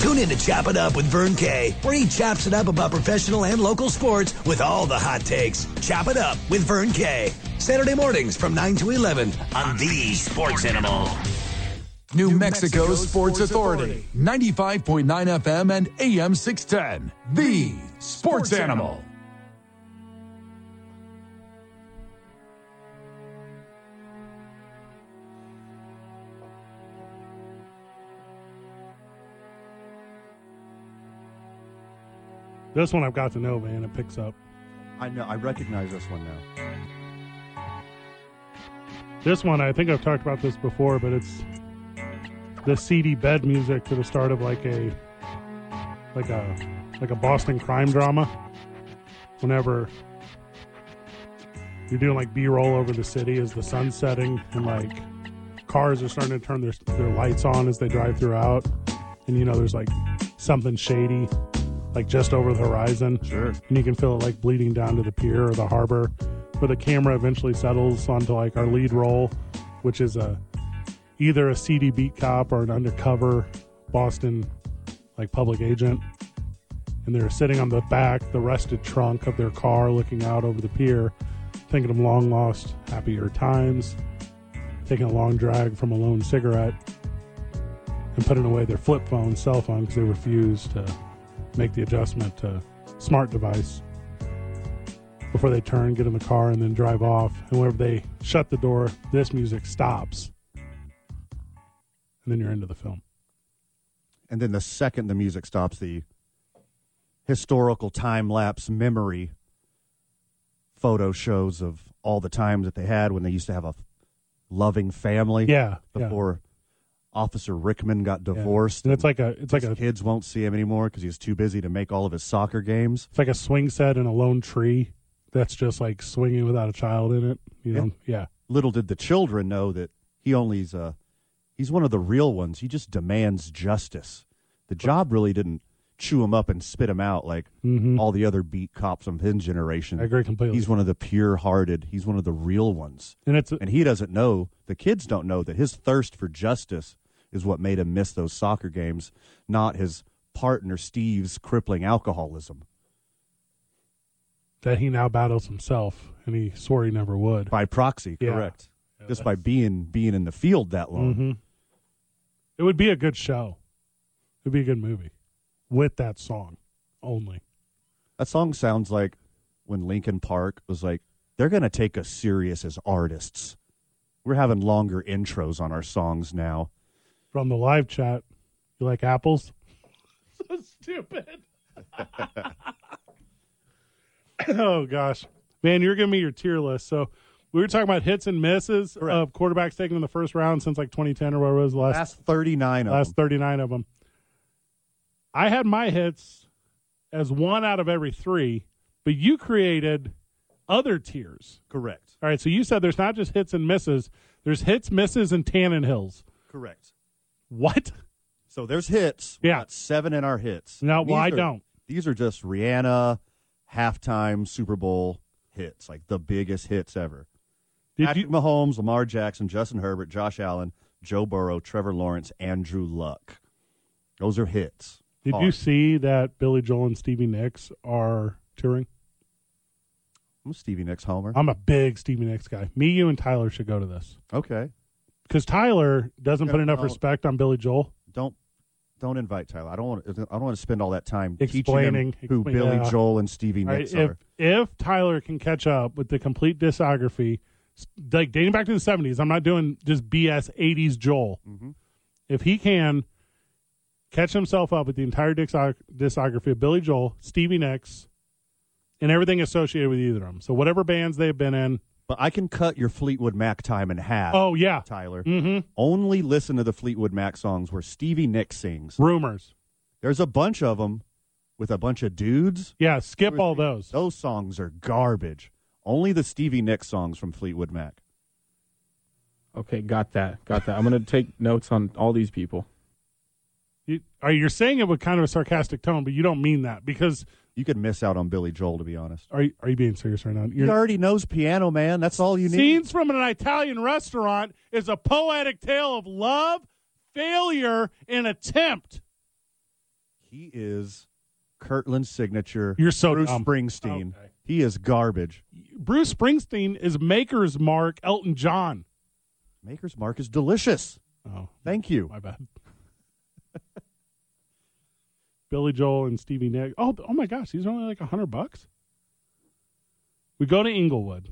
[SPEAKER 11] Tune in to Chop It Up with Vern Kay, where he chops it up about professional and local sports with all the hot takes. Chop It Up with Vern Kay. Saturday mornings from 9 to 11 on The Sports Animal.
[SPEAKER 4] New, Mexico, Sports, Authority. 95.9 FM and AM 610. The Sports, Animal.
[SPEAKER 1] This one I've got to know, man. It picks up.
[SPEAKER 2] I know. I recognize this one now.
[SPEAKER 1] This one, I think I've talked about this before, but it's the seedy bed music to the start of like a like a like a Boston crime drama. Whenever you're doing like B-roll over the city as the sun's setting and like cars are starting to turn their their lights on as they drive throughout, and you know there's like something shady like just over the horizon. Sure. And you can feel it like bleeding down to the pier or the harbor. But the camera eventually settles onto like our lead role, which is a either a CD beat cop or an undercover Boston like public agent. And they're sitting on the back, the rusted trunk of their car, looking out over the pier, thinking of long lost, happier times, taking a long drag from a lone cigarette, and putting away their flip phone, cell phone, because they refuse to make the adjustment to smart device before they turn, get in the car, and then drive off. And whenever they shut the door, this music stops. And then you're into the film.
[SPEAKER 2] And then the second the music stops, the historical time lapse memory photo shows of all the times that they had when they used to have a loving family.
[SPEAKER 1] Yeah, yeah.
[SPEAKER 2] Before Officer Rickman got divorced.
[SPEAKER 1] And it's like a it's like a
[SPEAKER 2] kids won't see him anymore because he's too busy to make all of his soccer games.
[SPEAKER 1] It's like a swing set in a lone tree that's just like swinging without a child in it. You know, yeah.
[SPEAKER 2] Little did the children know that he only's uh he's one of the real ones. He just demands justice. The job really didn't chew him up and spit him out like
[SPEAKER 1] Mhm.
[SPEAKER 2] all the other beat cops of his generation.
[SPEAKER 1] I agree completely.
[SPEAKER 2] He's one of the pure hearted. He's one of the real ones.
[SPEAKER 1] And it's
[SPEAKER 2] and he doesn't know. The kids don't know that his thirst for justice is what made him miss those soccer games, not his partner Steve's crippling alcoholism.
[SPEAKER 1] that he now battles himself, and he swore he never would.
[SPEAKER 2] By proxy,
[SPEAKER 1] Yeah.
[SPEAKER 2] correct. Just by being being in the field that long.
[SPEAKER 1] hmm It would be a good show. It would be a good movie with that song only.
[SPEAKER 2] That song sounds like when Lincoln Park was like, they're going to take us serious as artists. We're having longer intros on our songs now.
[SPEAKER 1] From the live chat, you like apples?
[SPEAKER 5] So stupid.
[SPEAKER 1] oh gosh, man, you're giving me your tier list. So we were talking about hits and misses of quarterbacks taken in the first round since like 2010 or whatever it was the last
[SPEAKER 2] Last 39 of
[SPEAKER 1] last
[SPEAKER 2] them.
[SPEAKER 1] 39 of them. I had my hits as one out of every three, but you created other tiers.
[SPEAKER 2] Correct.
[SPEAKER 1] All right, so you said there's not just hits and misses. There's hits, misses, and Tannen Hills.
[SPEAKER 2] Correct.
[SPEAKER 1] What?
[SPEAKER 2] So there's hits. We
[SPEAKER 1] Yeah.
[SPEAKER 2] got seven in our hits.
[SPEAKER 1] No, well, I
[SPEAKER 2] These are-
[SPEAKER 1] don't.
[SPEAKER 2] These are just Rihanna halftime Super Bowl hits, like the biggest hits ever.
[SPEAKER 1] Did
[SPEAKER 2] Patrick Mahomes, Lamar Jackson, Justin Herbert, Josh Allen, Joe Burrow, Trevor Lawrence, Andrew Luck. Those are hits.
[SPEAKER 1] Did you
[SPEAKER 2] Hard.
[SPEAKER 1] see that Billy Joel and Stevie Nicks are touring?
[SPEAKER 2] I'm a Stevie Nicks Homer.
[SPEAKER 1] I'm a big Stevie Nicks guy. Me, you, and Tyler should go to this
[SPEAKER 2] okay.
[SPEAKER 1] because Tyler doesn't
[SPEAKER 2] Yeah,
[SPEAKER 1] put enough
[SPEAKER 2] no.
[SPEAKER 1] respect on Billy Joel.
[SPEAKER 2] Don't don't invite Tyler. I don't want. To, I don't want to spend all that time
[SPEAKER 1] Explaining-
[SPEAKER 2] teaching him who
[SPEAKER 1] expla-
[SPEAKER 2] Billy
[SPEAKER 1] yeah.
[SPEAKER 2] Joel and Stevie
[SPEAKER 1] Right?
[SPEAKER 2] Nicks
[SPEAKER 1] If
[SPEAKER 2] are.
[SPEAKER 1] if Tyler can catch up with the complete discography, s- like dating back to the '70s, I'm not doing just BS '80s Joel. If he can catch himself up with the entire discog- discography of Billy Joel, Stevie Nicks, and everything associated with either of them, so whatever bands they've been in.
[SPEAKER 2] But I can cut your Fleetwood Mac time in half.
[SPEAKER 1] Oh yeah,
[SPEAKER 2] Tyler.
[SPEAKER 1] Mm-hmm.
[SPEAKER 2] Only listen to the Fleetwood Mac songs where Stevie Nicks sings.
[SPEAKER 1] Rumors.
[SPEAKER 2] There's a bunch of them with a bunch of dudes.
[SPEAKER 1] Yeah, skip all those.
[SPEAKER 2] Those songs are garbage. Only the Stevie Nicks songs from Fleetwood Mac.
[SPEAKER 10] Okay, got that. Got that. I'm going to take notes on all these people.
[SPEAKER 1] You, are you're saying it with kind of a sarcastic tone, but you don't mean that because
[SPEAKER 2] you could miss out on Billy Joel to be honest.
[SPEAKER 1] Are you, are you being serious right now?
[SPEAKER 2] He already knows piano, man. That's all you need.
[SPEAKER 1] Scenes from an Italian restaurant is a poetic tale of love, failure, and attempt.
[SPEAKER 2] He is Kirtland's signature.
[SPEAKER 1] You're so
[SPEAKER 2] Bruce
[SPEAKER 1] dumb.
[SPEAKER 2] Springsteen. He is garbage.
[SPEAKER 1] Bruce Springsteen is Maker's Mark Elton John.
[SPEAKER 2] Maker's Mark is delicious.
[SPEAKER 1] Oh,
[SPEAKER 2] thank you.
[SPEAKER 1] My bad. Billy Joel and Stevie Nicks. Oh, oh my gosh, these are only like a hundred bucks. We go to Inglewood.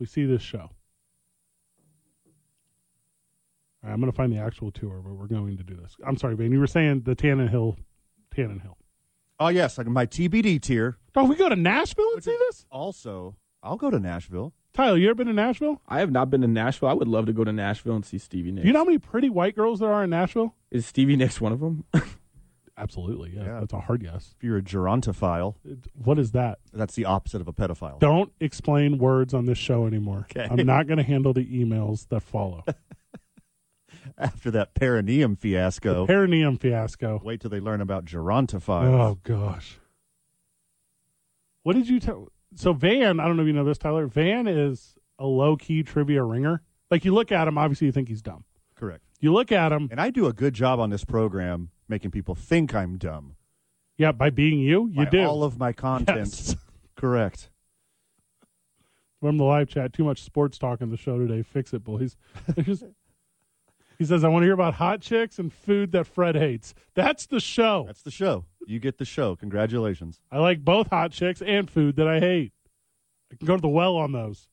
[SPEAKER 1] We see this show. All right, I'm going to find the actual tour, but we're going to do this. I'm sorry, Van. You were saying the Tannenhill, Tannenhill.
[SPEAKER 2] Oh yes, like my TBD tier.
[SPEAKER 1] Oh, we go to Nashville and see this.
[SPEAKER 2] Also, I'll go to Nashville.
[SPEAKER 1] Tyler, you ever been to Nashville?
[SPEAKER 10] I have not been to Nashville. I would love to go to Nashville and see Stevie Nicks.
[SPEAKER 1] Do you know how many pretty white girls there are in Nashville?
[SPEAKER 10] Is Stevie Nicks one of them?
[SPEAKER 1] Absolutely. Yeah, that's a hard yes.
[SPEAKER 2] If you're a gerontophile,
[SPEAKER 1] What is that?
[SPEAKER 2] that's the opposite of a pedophile.
[SPEAKER 1] Don't explain words on this show anymore.
[SPEAKER 2] Okay.
[SPEAKER 1] I'm not going to handle the emails that follow.
[SPEAKER 2] After that perineum fiasco,
[SPEAKER 1] Perineum fiasco.
[SPEAKER 2] wait till they learn about gerontophiles.
[SPEAKER 1] Oh gosh. What did you tell? So Van, I don't know if you know this, Tyler. Van is a low key trivia ringer. Like you look at him, obviously you think he's dumb.
[SPEAKER 2] Correct.
[SPEAKER 1] You look at him,
[SPEAKER 2] And I do a good job on this program making people think I'm dumb.
[SPEAKER 1] yeah, by being you, you
[SPEAKER 2] by
[SPEAKER 1] do.
[SPEAKER 2] all of my content.
[SPEAKER 1] Yes.
[SPEAKER 2] Correct.
[SPEAKER 1] From the live chat, too much sports talk in the show today. Fix it, boys. There's just- he says, I want to hear about hot chicks and food that Fred hates. That's the show.
[SPEAKER 2] That's the show. You get the show. Congratulations.
[SPEAKER 1] I like both hot chicks and food that I hate. I can go to the well on those.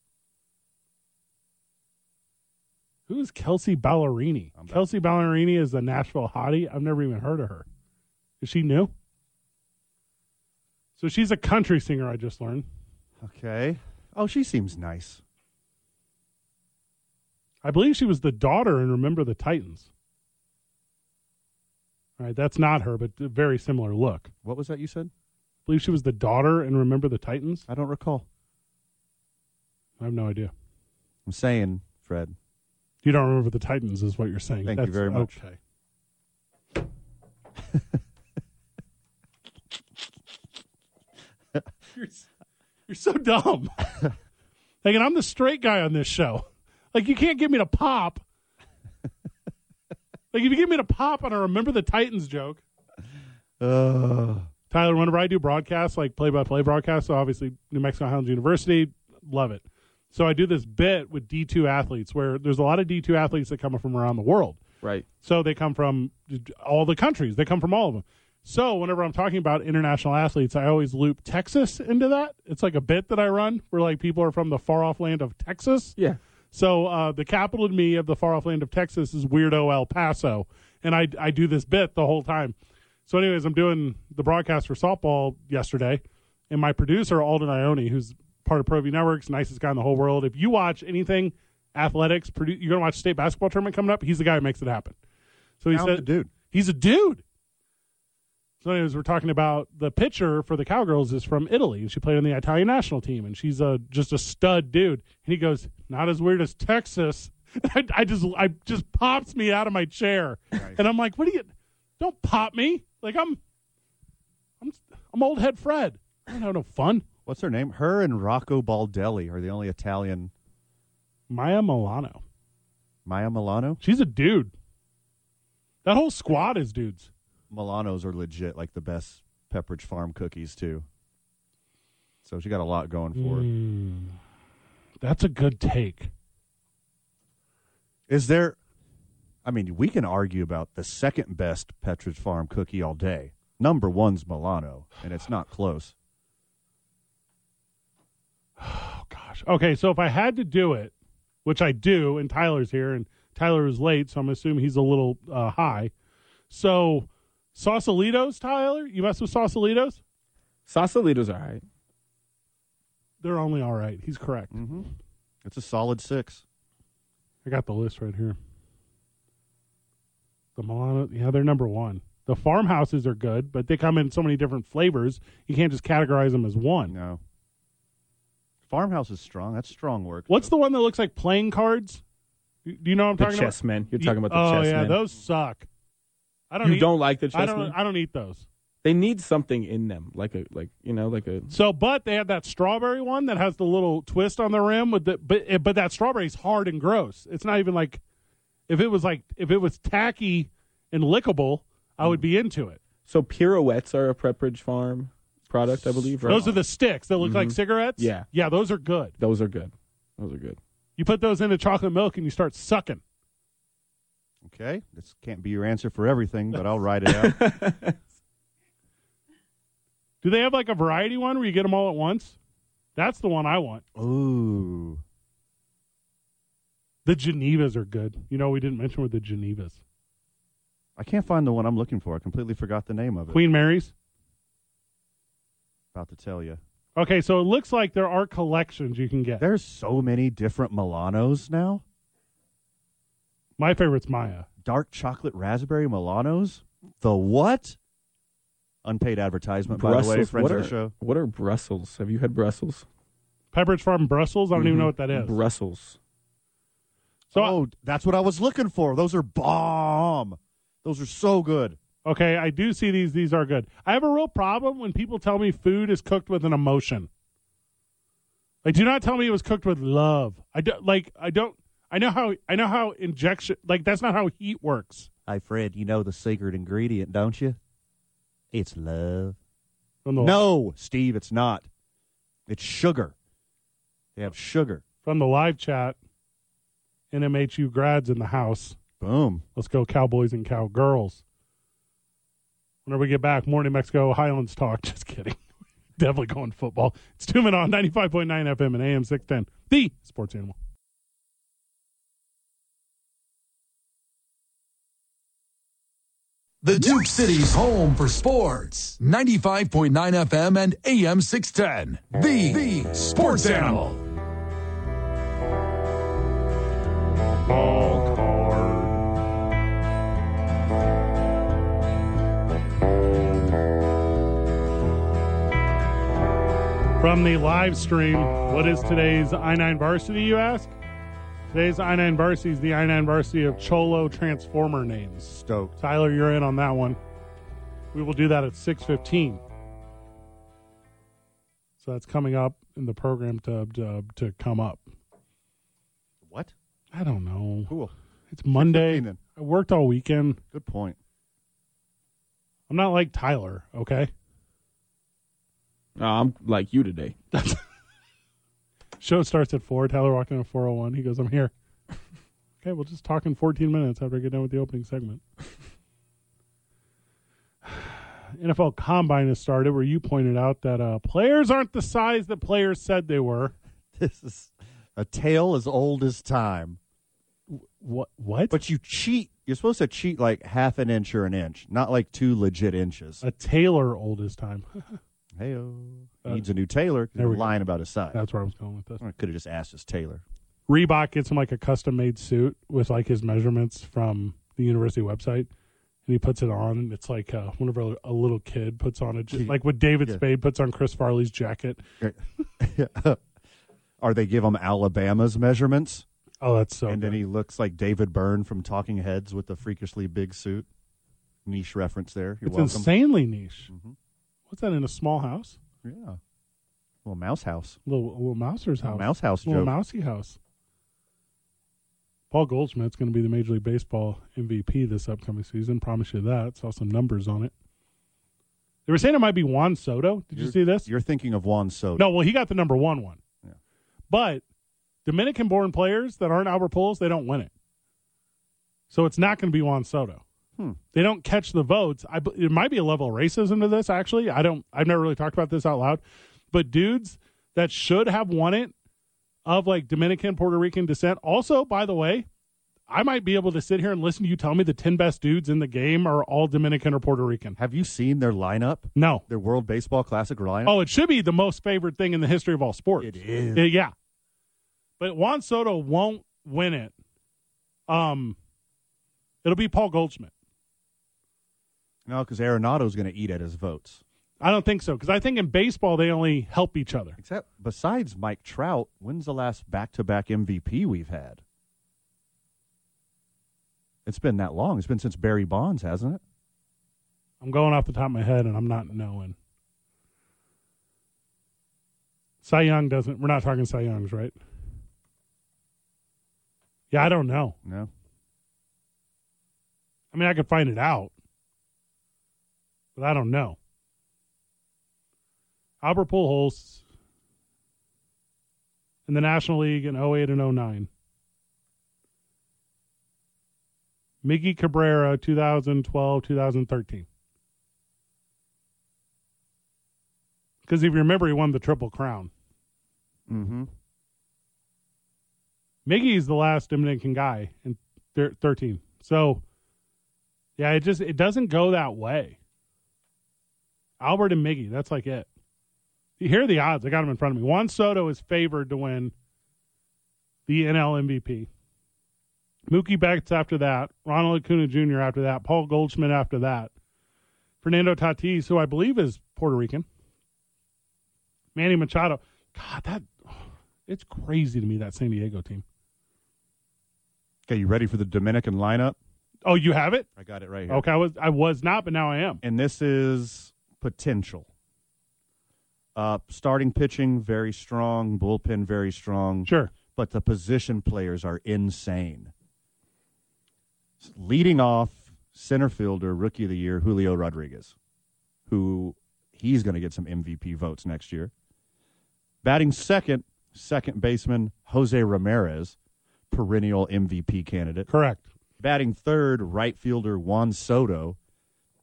[SPEAKER 1] Who is Kelsey Ballerini?
[SPEAKER 2] I'm back.
[SPEAKER 1] Kelsey Ballerini is a Nashville hottie. I've never even heard of her. Is she new? So she's a country singer, I just learned.
[SPEAKER 2] Okay. Oh, she seems nice.
[SPEAKER 1] I believe she was the daughter in Remember the Titans. All right, that's not her, but a very similar look. I
[SPEAKER 2] What was that you said?
[SPEAKER 1] believe she was the daughter in Remember the Titans.
[SPEAKER 2] I don't recall.
[SPEAKER 1] I have no idea.
[SPEAKER 2] I'm saying, Fred.
[SPEAKER 1] You don't remember the Titans, is what you're saying.
[SPEAKER 2] Thank you very much.
[SPEAKER 1] Okay. you're, s- you're so dumb. Thinking I'm the straight guy on this show. Like, you can't get me to pop. like, if you get me to pop on a Remember the Titans joke,
[SPEAKER 2] Uh,
[SPEAKER 1] Tyler, whenever I do broadcasts, like play by play broadcasts, so obviously New Mexico Highlands University, love it. So I do this bit with D2 athletes where there's a lot of D2 athletes that come from around the world.
[SPEAKER 10] right.
[SPEAKER 1] So they come from all the countries. They come from all of them. So whenever I'm talking about international athletes, I always loop Texas into that. It's like a bit that I run where like people are from the far off land of Texas.
[SPEAKER 10] Yeah.
[SPEAKER 1] So uh, the capital to me of the far off land of Texas is weirdo El Paso, and I I do this bit the whole time. So, anyways, I'm doing the broadcast for softball yesterday, and my producer Alden Ione, who's part of ProV Networks, nicest guy in the whole world. If you watch anything athletics, produ- you're gonna watch state basketball tournament coming up. He's the guy who makes it happen. So he
[SPEAKER 2] Talented
[SPEAKER 1] said,
[SPEAKER 2] dude.
[SPEAKER 1] he's a dude. So, anyways, we're talking about the pitcher for the Cowgirls is from Italy, and she played on the Italian national team, and she's a just a stud dude. And he goes, "Not as weird as Texas." I, I just, I just pops me out of my chair, and I'm like, "What do you? Don't pop me! Like I'm, I'm, I'm old head Fred. I don't have no fun."
[SPEAKER 2] what's her name? Her and Rocco Baldelli are the only Italian.
[SPEAKER 1] Maya Milano,
[SPEAKER 2] Maya Milano?
[SPEAKER 1] she's a dude. That whole squad is dudes.
[SPEAKER 2] Milanos are legit like the best Pepperidge Farm cookies, too. So she got a lot going for her.
[SPEAKER 1] Mm. that's a good take.
[SPEAKER 2] Is there? I mean, we can argue about the second best Petridge Farm cookie all day. Number one's Milano, and it's not close.
[SPEAKER 1] gosh. Okay, so if I had to do it, which I do, and Tyler's here, and Tyler is late, so I'm assuming he's a little uh, high. So, Sausalitos, Tyler, you mess with Sausalitos?
[SPEAKER 10] Sausalito's all right.
[SPEAKER 1] They're only all right. He's correct.
[SPEAKER 10] Mm.
[SPEAKER 2] It's a solid six.
[SPEAKER 1] I got the list right here. The Milano, yeah, they're number one. The farmhouses are good, but they come in so many different flavors. You can't just categorize them as one.
[SPEAKER 2] No. Farmhouse is strong. That's strong work.
[SPEAKER 1] What's the one that looks like playing cards? Do do you know what I'm
[SPEAKER 10] The
[SPEAKER 1] talking about?
[SPEAKER 10] chessmen. You're talking about the
[SPEAKER 1] oh,
[SPEAKER 10] chessmen.
[SPEAKER 1] yeah, those suck. I I don't
[SPEAKER 10] you
[SPEAKER 1] eat-
[SPEAKER 10] don't like the
[SPEAKER 1] I
[SPEAKER 10] chestnut.
[SPEAKER 1] don't. I don't eat those.
[SPEAKER 10] They need something in them, like a like you know like a.
[SPEAKER 1] So, but they have that strawberry one that has the little twist on the rim with the but eh, but that strawberry's hard and gross. It's not even like if it was like if it was tacky and lickable, I
[SPEAKER 10] Mm.
[SPEAKER 1] would be into it.
[SPEAKER 10] So pirouettes are a Prepperidge Farm product, I believe. Right?
[SPEAKER 1] Those are the sticks that look like
[SPEAKER 10] Mhm.
[SPEAKER 1] cigarettes.
[SPEAKER 10] Yeah.
[SPEAKER 1] yeah, those are good.
[SPEAKER 10] Those are good. Those are good.
[SPEAKER 1] You put those into chocolate milk and you start sucking.
[SPEAKER 2] Okay, this can't be your answer for everything, but I'll write it out.
[SPEAKER 1] Do they have like a variety one where you get them all at once? That's the one I want.
[SPEAKER 2] Ooh,
[SPEAKER 1] The Genevas are good. You know, we didn't mention with the Genevas.
[SPEAKER 2] I can't find the one I'm looking for. I completely forgot the name of it.
[SPEAKER 1] Queen Mary's.
[SPEAKER 2] About to tell you.
[SPEAKER 1] Okay, so it looks like there are collections you can get.
[SPEAKER 2] There's so many different Milanos now.
[SPEAKER 1] My favorite's Maya.
[SPEAKER 2] Dark chocolate raspberry Milanos. The what? Unpaid advertisement, by the way, friends of
[SPEAKER 10] what are,
[SPEAKER 2] the show.
[SPEAKER 10] What are Brussels? Have you had Brussels?
[SPEAKER 1] Pepperidge Farm Brussels. I don't even
[SPEAKER 10] Mhm.
[SPEAKER 1] know what that is.
[SPEAKER 10] Brussels.
[SPEAKER 1] So
[SPEAKER 2] Mm-hmm. oh, that's what I was looking for. Those are bomb. Those are so good.
[SPEAKER 1] Okay, I do see these. These are good. I have a real problem when people tell me food is cooked with an emotion. Like, do not tell me it was cooked with love. I don't like. I don't. I know how. I know how injection. Like that's not how heat works.
[SPEAKER 2] Hey, Fred, you know the secret ingredient, don't you? It's love.
[SPEAKER 1] From the,
[SPEAKER 2] No, Steve, it's not. It's sugar. They have sugar.
[SPEAKER 1] From the live chat, NMHU grads in the house.
[SPEAKER 2] Boom.
[SPEAKER 1] Let's go, Cowboys and Cowgirls. Whenever we get back, Morning Mexico Highlands talk. Just kidding. Definitely going football. It's Tumen on 95.9 FM and AM 610, the sports animal.
[SPEAKER 4] The Duke City's home for sports. 95.9 FM and AM 610. The, the sports animal.
[SPEAKER 10] Ball card.
[SPEAKER 1] From the live stream, what is today's I 9 varsity, you ask? Today's I 9 varsity is the I 9 varsity of Cholo Transformer names.
[SPEAKER 2] Stoked.
[SPEAKER 1] Tyler, you're in on that one. We will do that at 6.15. So that's coming up in the program to, to, to come up.
[SPEAKER 2] What?
[SPEAKER 1] I don't know.
[SPEAKER 2] Cool.
[SPEAKER 1] It's Monday.
[SPEAKER 2] 6:15 then.
[SPEAKER 1] I worked all weekend.
[SPEAKER 2] Good point.
[SPEAKER 1] I'm not like Tyler, okay?
[SPEAKER 10] No, I'm like you today.
[SPEAKER 1] Show starts at 4. Tyler walked in at 401. He goes, I'm here. okay, we'll just talk in 14 minutes after I get done with the opening segment. NFL Combine has started where you pointed out that uh, players aren't the size that players said they were.
[SPEAKER 2] This is a tale as old as time.
[SPEAKER 1] What? What?
[SPEAKER 2] But you cheat. You're supposed to cheat like half an inch or an inch, not like two legit inches.
[SPEAKER 1] a Taylor oldest time.
[SPEAKER 2] Hey, needs a new tailor. 'cause
[SPEAKER 1] Uh, there
[SPEAKER 2] you're
[SPEAKER 1] we go.
[SPEAKER 2] lying about his size.
[SPEAKER 1] That's where I was going with this.
[SPEAKER 2] I could have just asked his tailor.
[SPEAKER 1] Reebok gets him like a custom made suit with like his measurements from the university website, and he puts it on. And it's like uh, whenever a, a little kid puts on a j- like what David
[SPEAKER 2] Yeah.
[SPEAKER 1] Spade puts on Chris Farley's jacket.
[SPEAKER 2] Or they give him Alabama's measurements,
[SPEAKER 1] Oh, that's so.
[SPEAKER 2] and then
[SPEAKER 1] good.
[SPEAKER 2] he looks like David Byrne from Talking Heads with the freakishly big suit. Niche reference there. You're
[SPEAKER 1] it's
[SPEAKER 2] welcome. Mm-hmm.
[SPEAKER 1] insanely niche. What's that in a small house?
[SPEAKER 2] Yeah. Little mouse house.
[SPEAKER 1] Little little mouser's
[SPEAKER 2] Little
[SPEAKER 1] house.
[SPEAKER 2] mouse house
[SPEAKER 1] Little
[SPEAKER 2] joke.
[SPEAKER 1] mousy house. Paul Goldschmidt's going to be the Major League Baseball MVP this upcoming season. Promise you that. Saw some numbers on it. They were saying it might be Juan Soto. Did you
[SPEAKER 2] You're-
[SPEAKER 1] see this?
[SPEAKER 2] You're thinking of Juan Soto.
[SPEAKER 1] No, well, he got the number one one.
[SPEAKER 2] Yeah.
[SPEAKER 1] But Dominican-born players that aren't Albert Pujols, they don't win it. So it's not going to be Juan Soto.
[SPEAKER 2] Hmm.
[SPEAKER 1] They don't catch the votes. I, it might be a level of racism to this. Actually, I don't. I've never really talked about this out loud. But dudes that should have won it of like Dominican, Puerto Rican descent. Also, by the way, I might be able to sit here and listen to you tell me the ten best dudes in the game are all Dominican or Puerto Rican.
[SPEAKER 2] Have you seen their lineup?
[SPEAKER 1] No,
[SPEAKER 2] Their World Baseball Classic lineup?
[SPEAKER 1] Oh, it should be the most favored thing in the history of all sports.
[SPEAKER 2] It is.
[SPEAKER 1] Uh, yeah. But Juan Soto won't win it. Um, it'll be Paul Goldschmidt.
[SPEAKER 2] No, because Arenado's going to eat at his votes.
[SPEAKER 1] I don't think so because I think in baseball they only help each other.
[SPEAKER 2] Except besides Mike Trout, when's the last back-to-back MVP we've had? It's been that long. It's been since Barry Bonds, hasn't it?
[SPEAKER 1] I'm going off the top of my head, and I'm not knowing. Cy Young doesn't. We're not talking Cy Youngs, right? Yeah, I don't know.
[SPEAKER 2] No.
[SPEAKER 1] I mean, I could find it out, but I don't know. Albert Pujols in the National League in 08 and 09. Mickey Cabrera, 2012, 2013. Because if you remember, he won the Triple Crown.
[SPEAKER 2] Mm-hmm.
[SPEAKER 1] Miggy's the last Dominican guy in thir- 13. So, yeah, it just it doesn't go that way. Albert and Miggy, that's like it. Here are the odds. I got them in front of me. Juan Soto is favored to win the NL MVP. Mookie Betts after that. Ronald Acuna Jr. after that. Paul Goldschmidt after that. Fernando Tatis, who I believe is Puerto Rican. Manny Machado. God, that it's crazy to me that San Diego team.
[SPEAKER 2] Okay, you ready for the Dominican lineup?
[SPEAKER 1] Oh, you have it?
[SPEAKER 2] I got it right here.
[SPEAKER 1] Okay, I was I was not, but now I am.
[SPEAKER 2] And this is potential. Uh, starting pitching very strong, bullpen very strong.
[SPEAKER 1] Sure,
[SPEAKER 2] but the position players are insane. Leading off center fielder, rookie of the year, Julio Rodriguez, who he's going to get some MVP votes next year. Batting second, second baseman Jose Ramirez, perennial MVP candidate.
[SPEAKER 1] Correct.
[SPEAKER 2] Batting third, right fielder Juan Soto,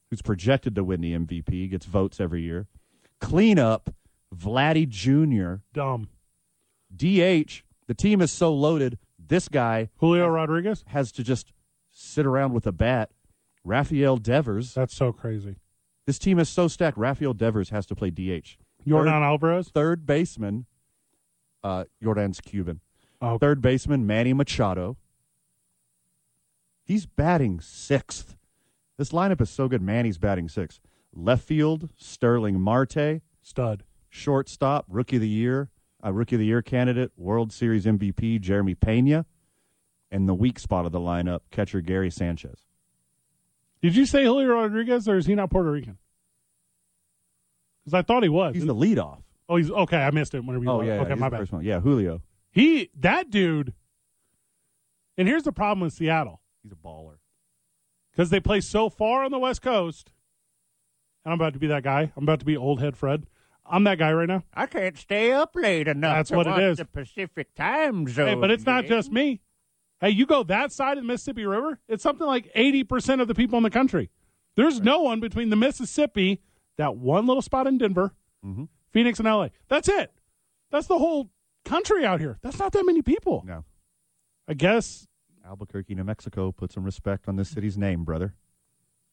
[SPEAKER 2] who's projected to win the MVP, gets votes every year. Cleanup, Vladdy Jr.
[SPEAKER 1] Dumb.
[SPEAKER 2] DH, the team is so loaded, this guy
[SPEAKER 1] Julio Rodriguez
[SPEAKER 2] has to just sit around with a bat. Rafael Devers.
[SPEAKER 1] That's so crazy.
[SPEAKER 2] This team is so stacked. Rafael Devers has to play DH.
[SPEAKER 1] Jordan Alvarez,
[SPEAKER 2] third baseman, uh, Jordan's Cuban. Oh. Third baseman Manny Machado. He's batting sixth. This lineup is so good. Manny's batting sixth. Left field Sterling Marte,
[SPEAKER 1] stud.
[SPEAKER 2] Shortstop rookie of the year, a rookie of the year candidate, World Series MVP Jeremy Pena, and the weak spot of the lineup catcher Gary Sanchez.
[SPEAKER 1] Did you say Julio Rodriguez, or is he not Puerto Rican? Because I thought he was.
[SPEAKER 2] He's the leadoff.
[SPEAKER 1] Oh, he's okay. I missed it. Whenever you
[SPEAKER 2] Oh
[SPEAKER 1] were-
[SPEAKER 2] yeah,
[SPEAKER 1] okay,
[SPEAKER 2] he's
[SPEAKER 1] my
[SPEAKER 2] the
[SPEAKER 1] bad.
[SPEAKER 2] first one. Yeah, Julio.
[SPEAKER 1] He that dude. And here's the problem with Seattle
[SPEAKER 2] He's a baller.
[SPEAKER 1] because they play so far on the West Coast. And I'm about to be that guy. I'm about to be old head Fred. I'm that guy right now.
[SPEAKER 6] I can't stay up late enough.
[SPEAKER 1] That's
[SPEAKER 6] to
[SPEAKER 1] what it
[SPEAKER 6] watch
[SPEAKER 1] is.
[SPEAKER 6] The Pacific time zone.
[SPEAKER 1] Hey, but it's not
[SPEAKER 6] game.
[SPEAKER 1] just me. Hey, you go that side of the Mississippi River, it's something like 80% of the people in the country. There's no one between the Mississippi, that one little spot in Denver,
[SPEAKER 6] Mm-hmm.
[SPEAKER 2] Mhm.
[SPEAKER 1] Phoenix, and LA. That's it. That's the whole country out here. That's not that many people.
[SPEAKER 2] No.
[SPEAKER 1] I guess
[SPEAKER 2] Albuquerque, New Mexico. Put some respect on this city's name, brother.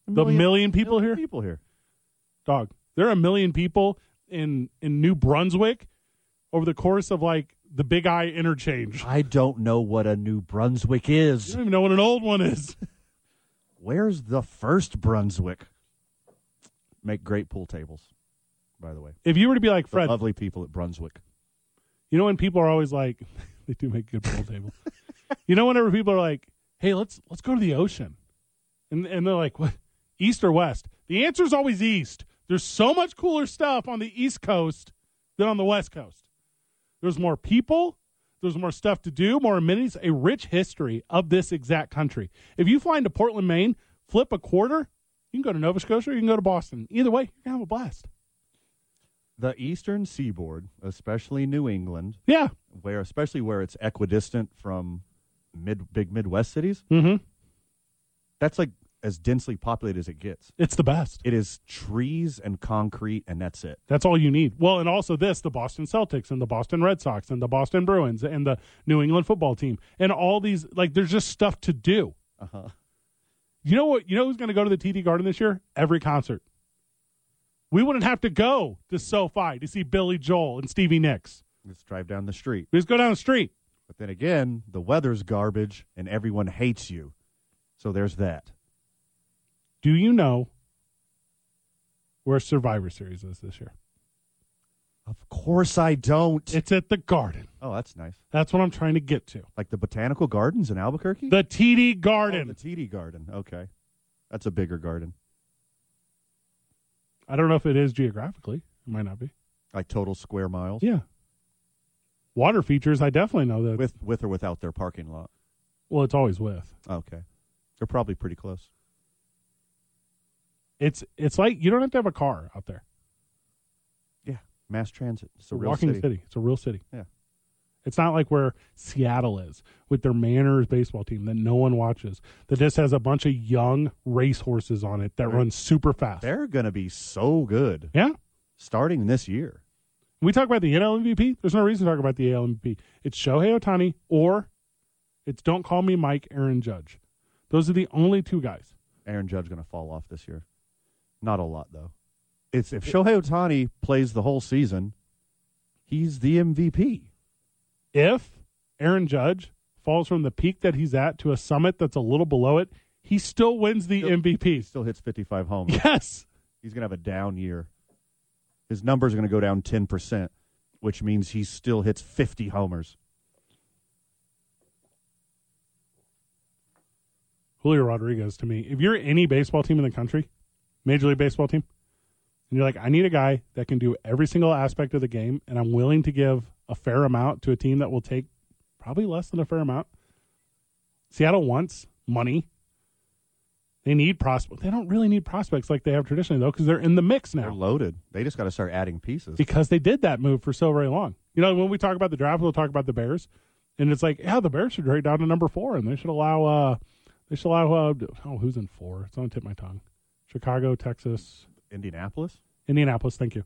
[SPEAKER 2] A
[SPEAKER 1] the million people here.
[SPEAKER 2] People here.
[SPEAKER 1] dog there are a million people in in new brunswick over the course of like the big eye interchange
[SPEAKER 2] I don't know what a New Brunswick
[SPEAKER 1] you
[SPEAKER 2] is.
[SPEAKER 1] don't even know what an old one is
[SPEAKER 2] Where's the first Brunswick? Make great pool tables, by the way.
[SPEAKER 1] if you were to be like
[SPEAKER 2] The
[SPEAKER 1] fred
[SPEAKER 2] lovely people at Brunswick.
[SPEAKER 1] you know when people are always like they do make good pool tables you know whenever people are like hey let's let's go to the ocean and and they're like what east or west the answer is always east there's so much cooler stuff on the east coast than on the west coast there's more people there's more stuff to do more amenities a rich history of this exact country if you fly into portland maine flip a quarter you can go to nova scotia or you can go to boston either way you're gonna have a blast
[SPEAKER 2] The eastern seaboard, especially New England,
[SPEAKER 1] yeah
[SPEAKER 2] where especially where it's equidistant from mid big Midwest cities,
[SPEAKER 1] mm-hmm
[SPEAKER 2] that's like as densely populated as it gets.
[SPEAKER 1] it's the best
[SPEAKER 2] It is trees and concrete and that's it.
[SPEAKER 1] That's all you need. Well, and also this the Boston Celtics and the Boston Red Sox and the Boston Bruins and the New England football team and all these like there's just stuff to do.
[SPEAKER 2] Uh-huh.
[SPEAKER 1] You know what? You know who's going to go to the TD Garden this year? Every concert. We wouldn't have to go to SoFi to see Billy Joel and Stevie Nicks.
[SPEAKER 2] Let's drive down the street.
[SPEAKER 1] We just go down the street.
[SPEAKER 2] But then again, the weather's garbage and everyone hates you. So there's that.
[SPEAKER 1] Do you know where Survivor Series is this year?
[SPEAKER 2] Of course I don't.
[SPEAKER 1] It's at the Garden.
[SPEAKER 2] oh, that's nice.
[SPEAKER 1] That's what I'm trying to get to.
[SPEAKER 2] Like the botanical gardens in Albuquerque?
[SPEAKER 1] The TD
[SPEAKER 2] Oh,
[SPEAKER 1] Garden.
[SPEAKER 2] the TD garden. Okay. That's a bigger garden.
[SPEAKER 1] I don't know if it is geographically. It might not be.
[SPEAKER 2] Like total square miles.
[SPEAKER 1] Yeah. Water features, I definitely know that.
[SPEAKER 2] With with or without their parking lot.
[SPEAKER 1] Well, it's always with.
[SPEAKER 2] Okay. They're probably pretty close.
[SPEAKER 1] It's it's like you don't have to have a car out there.
[SPEAKER 2] Yeah. Mass transit. It's a real
[SPEAKER 1] walking
[SPEAKER 2] city.
[SPEAKER 1] city. It's a real city.
[SPEAKER 2] Yeah.
[SPEAKER 1] It's not like where Seattle is with their Mariners baseball team that no one watches. That just has a bunch of young racehorses on it that
[SPEAKER 2] Right.
[SPEAKER 1] run super fast.
[SPEAKER 2] They're going to be so good
[SPEAKER 1] Yeah.
[SPEAKER 2] starting this year.
[SPEAKER 1] We talk about the NL MVP. There's no reason to talk about the AL MVP. It's Shohei Otani or it's Don't Call Me Mike Aaron Judge. Those are the only two guys.
[SPEAKER 2] Aaron Judge going to fall off this year. Not a lot though. It's if Shohei Otani plays the whole season, he's the MVP.
[SPEAKER 1] If Aaron Judge falls from the peak that he's at to a summit that's a little below it, he still wins the MVP.
[SPEAKER 2] Still hits 55 home.
[SPEAKER 1] Yes.
[SPEAKER 2] He's going to have a down year. His numbers are going to go down 10%, which means he still hits 50 homers.
[SPEAKER 1] Julio Rodriguez to me. If you're any baseball team in the country, Major League Baseball team, and you're like, I need a guy that can do every single aspect of the game, and I'm willing to give a fair amount to a team that will take probably less than a fair amount. Seattle wants money. They need prospects. They don't really need prospects like they have traditionally, though, because they're in the mix now
[SPEAKER 2] They're loaded. They just got to start adding pieces.
[SPEAKER 1] because they did that move for so very long. You know, when we talk about the draft, we'll talk about the Bears, and it's like, yeah, the Bears should rate down to number four, and they should allow, uh, they should allow, uh, oh, who's in four? It's on the tip of my tongue. Chicago, Texas,
[SPEAKER 2] Indianapolis?
[SPEAKER 1] Indianapolis. Thank you.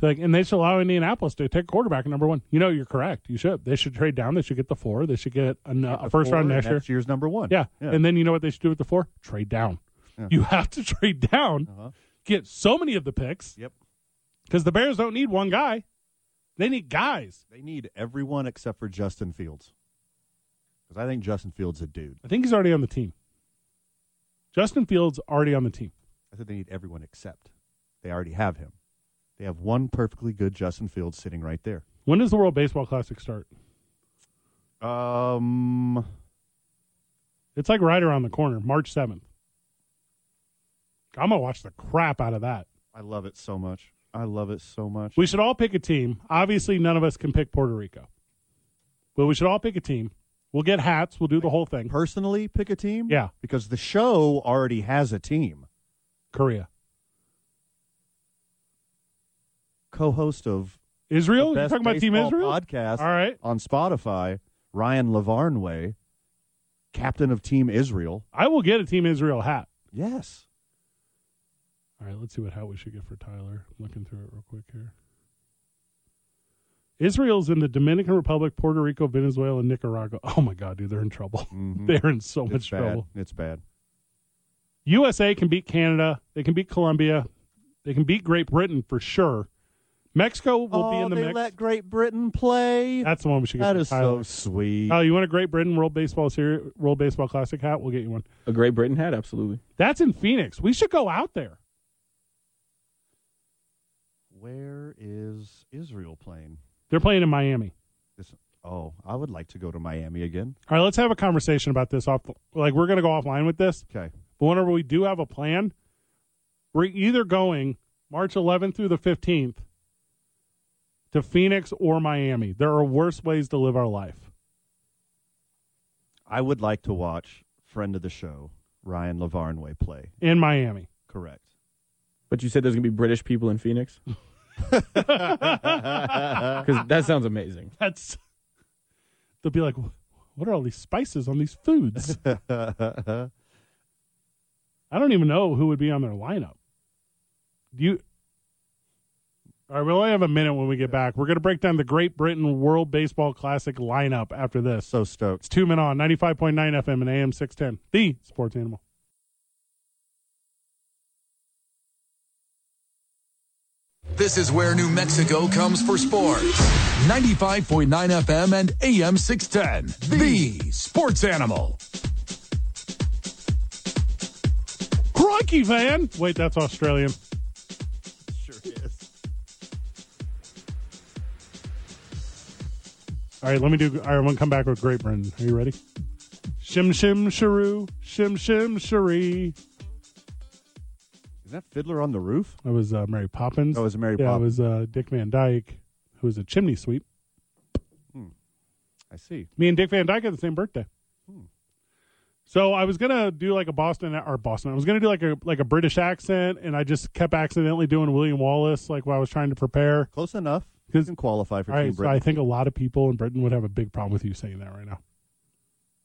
[SPEAKER 1] So like, and they should allow Indianapolis to take quarterback at number one. You know, you're correct. You should. They should trade down. They should get the four. They should get an, a
[SPEAKER 2] The
[SPEAKER 1] first round
[SPEAKER 2] four,
[SPEAKER 1] next year.
[SPEAKER 2] next year's number one.
[SPEAKER 1] Yeah.
[SPEAKER 2] Yeah.
[SPEAKER 1] And then you know what they should do with the four? Trade down.
[SPEAKER 2] Yeah.
[SPEAKER 1] You have to trade down,
[SPEAKER 2] Uh-huh.
[SPEAKER 1] get so many of the picks.
[SPEAKER 2] Yep.
[SPEAKER 1] Because the Bears don't need one guy, they need guys.
[SPEAKER 2] They need everyone except for Justin Fields. Because I think Justin Fields a dude.
[SPEAKER 1] I think he's already on the team. Justin Fields already on the team.
[SPEAKER 2] I think they need everyone except. They already have him. They have one perfectly good Justin Fields sitting right there.
[SPEAKER 1] When does the World Baseball Classic start?
[SPEAKER 2] Um,
[SPEAKER 1] It's like right around the corner, March 7th. I'm going to watch the crap out of that.
[SPEAKER 2] I love it so much. I love it so much.
[SPEAKER 1] We should all pick a team. Obviously, none of us can pick Puerto Rico, but we should all pick a team. We'll get hats. We'll do the whole thing.
[SPEAKER 2] personally pick a team?
[SPEAKER 1] Yeah.
[SPEAKER 2] Because the show already has a team.
[SPEAKER 1] Korea.
[SPEAKER 2] Co host of the
[SPEAKER 1] Israel? You're
[SPEAKER 2] Best
[SPEAKER 1] talking about Team
[SPEAKER 2] Baseball
[SPEAKER 1] Israel?
[SPEAKER 2] podcast
[SPEAKER 1] All right.
[SPEAKER 2] on Spotify, Ryan Lavarnway, captain of Team Israel.
[SPEAKER 1] I will get a Team Israel hat.
[SPEAKER 2] Yes.
[SPEAKER 1] All right, let's see what hat we should get for Tyler. I'm looking through it real quick here. Israel's in the Dominican Republic, Puerto Rico, Venezuela, and Nicaragua. Oh my God, dude, they're in trouble.
[SPEAKER 2] Mhm.
[SPEAKER 1] They're in so
[SPEAKER 2] it's
[SPEAKER 1] much
[SPEAKER 2] bad.
[SPEAKER 1] Oh, trouble.
[SPEAKER 2] It's bad.
[SPEAKER 1] USA can beat Canada. They can beat Colombia. They can beat Great Britain for sure. Mexico will be in the
[SPEAKER 2] Oh, they
[SPEAKER 1] mix.
[SPEAKER 2] let Great Britain play.
[SPEAKER 1] That's the one we should get.
[SPEAKER 2] that
[SPEAKER 1] for
[SPEAKER 2] is so
[SPEAKER 1] Tyler.
[SPEAKER 2] sweet.
[SPEAKER 1] Tyler, you want a Great Britain World Baseball Series, World Baseball Classic hat? We'll get you one.
[SPEAKER 10] A Great Britain hat, absolutely.
[SPEAKER 1] That's in Phoenix. We should go out there.
[SPEAKER 2] Where is Israel playing?
[SPEAKER 1] They're playing in Miami.
[SPEAKER 2] This. Oh, I would like to go to Miami again.
[SPEAKER 1] All right, let's have a conversation about this. Off, like we're going to go offline with this.
[SPEAKER 2] Okay.
[SPEAKER 1] But whenever we do have a plan, we're either going March 11th through the 15th to Phoenix or Miami. There are worse ways to live our life.
[SPEAKER 2] I would like to watch friend of the show, Ryan Lavarnway, play.
[SPEAKER 1] In Miami.
[SPEAKER 2] Correct.
[SPEAKER 10] But you said there's gonna be British people in Phoenix, because that sounds amazing.
[SPEAKER 1] That's. They'll be like, what are all these spices on these foods?
[SPEAKER 2] Who
[SPEAKER 1] I don't even know who would be on their lineup. Do you? All right, we only have a minute when we get back. We're going to break down the Great Britain World Baseball Classic lineup after this.
[SPEAKER 2] so stoked.
[SPEAKER 1] It's two men on 95.9 FM and AM 610, the sports animal.
[SPEAKER 4] This is where New Mexico comes for sports. 95.9 FM and AM 610. The, sports animal.
[SPEAKER 1] Crikey, Van! Wait, that's Australian.
[SPEAKER 2] Sure is.
[SPEAKER 1] All right, let me do. All right, I'm going to come back with Great Britain. Are you ready? Shim, shim, shiroo. Shim, shim, shiree.
[SPEAKER 2] Is that Fiddler on the Roof?
[SPEAKER 1] That was uh, Mary Poppins.
[SPEAKER 2] That was Mary
[SPEAKER 1] yeah,
[SPEAKER 2] Poppins.
[SPEAKER 1] it was uh, Dick Van Dyke, who was a chimney sweep.
[SPEAKER 2] I see.
[SPEAKER 1] Me and Dick Van Dyke had the same birthday.
[SPEAKER 2] Hmm.
[SPEAKER 1] So I was gonna do like a Boston or Boston. I was gonna do like a like a British accent, and I just kept accidentally doing William Wallace, like while I was trying to prepare.
[SPEAKER 2] Close enough.
[SPEAKER 1] You
[SPEAKER 2] can qualify for
[SPEAKER 1] All right,
[SPEAKER 2] Team
[SPEAKER 1] so
[SPEAKER 2] Britain.
[SPEAKER 1] I think a lot of people in Britain would have a big problem with you saying that right now.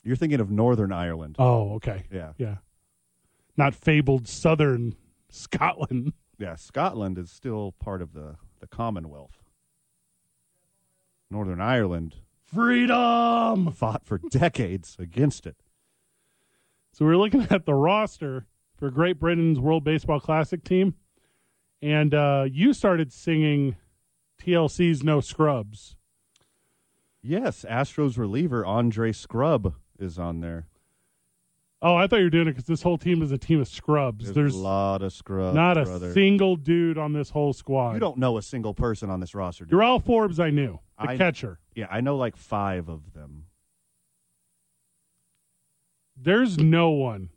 [SPEAKER 2] You're thinking of Northern Ireland.
[SPEAKER 1] Oh, okay.
[SPEAKER 2] Yeah.
[SPEAKER 1] Yeah. Not fabled Southern Scotland.
[SPEAKER 2] Yeah, Scotland is still part of the, the Commonwealth. Northern Ireland
[SPEAKER 1] freedom
[SPEAKER 2] fought for decades against it.
[SPEAKER 1] So we're looking at the roster for Great Britain's World Baseball Classic team, and uh, you started singing TLC's "No Scrubs."
[SPEAKER 2] Yes, Astros reliever Andre Scrub is on there.
[SPEAKER 1] Oh, I thought you were doing it because this whole team is a team of scrubs.
[SPEAKER 2] There's,
[SPEAKER 1] There's,
[SPEAKER 2] a lot of Scrub.
[SPEAKER 1] not a
[SPEAKER 2] brother.
[SPEAKER 1] single dude on this whole squad.
[SPEAKER 2] You don't know a single person on this roster. do you?
[SPEAKER 1] Darrell Forbes, I knew the
[SPEAKER 2] I-
[SPEAKER 1] catcher.
[SPEAKER 2] Yeah, I know like five of them.
[SPEAKER 1] There's no one.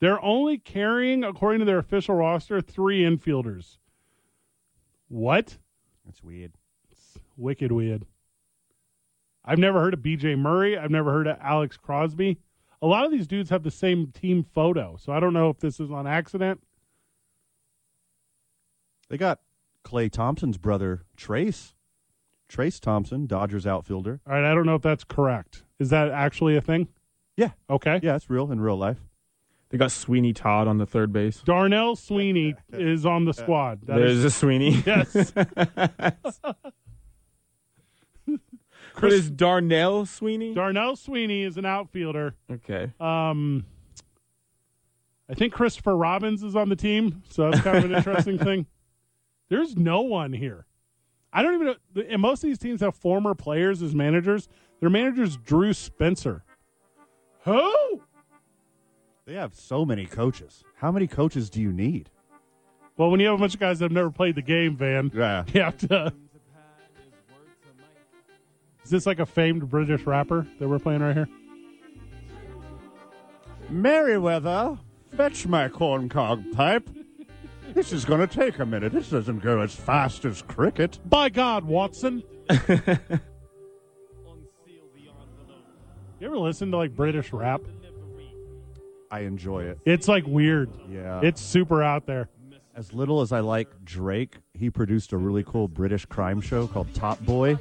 [SPEAKER 1] They're only carrying, according to their official roster, three infielders. What?
[SPEAKER 2] That's weird.
[SPEAKER 1] wicked weird. I've never heard of BJ Murray. I've never heard of Alex Crosby. A lot of these dudes have the same team photo, so I don't know if this is on accident.
[SPEAKER 2] They got Clay Thompson's brother, Trace. Trace Thompson, Dodgers outfielder.
[SPEAKER 1] All right, I don't know if that's correct. Is that actually a thing?
[SPEAKER 2] Yeah.
[SPEAKER 1] Okay.
[SPEAKER 2] Yeah, it's real in real life.
[SPEAKER 10] They got Sweeney Todd on the third base.
[SPEAKER 1] Darnell Sweeney is on the squad. That
[SPEAKER 10] There's
[SPEAKER 1] is-
[SPEAKER 10] a Sweeney.
[SPEAKER 1] Yes.
[SPEAKER 10] What is Darnell Sweeney?
[SPEAKER 1] Darnell Sweeney is an outfielder.
[SPEAKER 10] Okay.
[SPEAKER 1] Um, I think Christopher Robbins is on the team, so that's kind of an interesting thing. There's no one here. I don't even know. And most of these teams have former players as managers. Their manager's Drew Spencer. Who?
[SPEAKER 2] They have so many coaches. How many coaches do you need?
[SPEAKER 1] Well, when you have a bunch of guys that have never played the game, Van,
[SPEAKER 2] Yeah.
[SPEAKER 1] you have to. Is this like a famed British rapper that we're playing right here?
[SPEAKER 2] Merriweather, fetch my corncog pipe. This is going to take a minute. This doesn't go as fast as cricket.
[SPEAKER 1] By God, Watson. you ever listen to like British rap?
[SPEAKER 2] I enjoy it.
[SPEAKER 1] It's like weird.
[SPEAKER 2] Yeah.
[SPEAKER 1] It's super out there.
[SPEAKER 2] As little as I like Drake, he produced a really cool British crime show called Top Boy,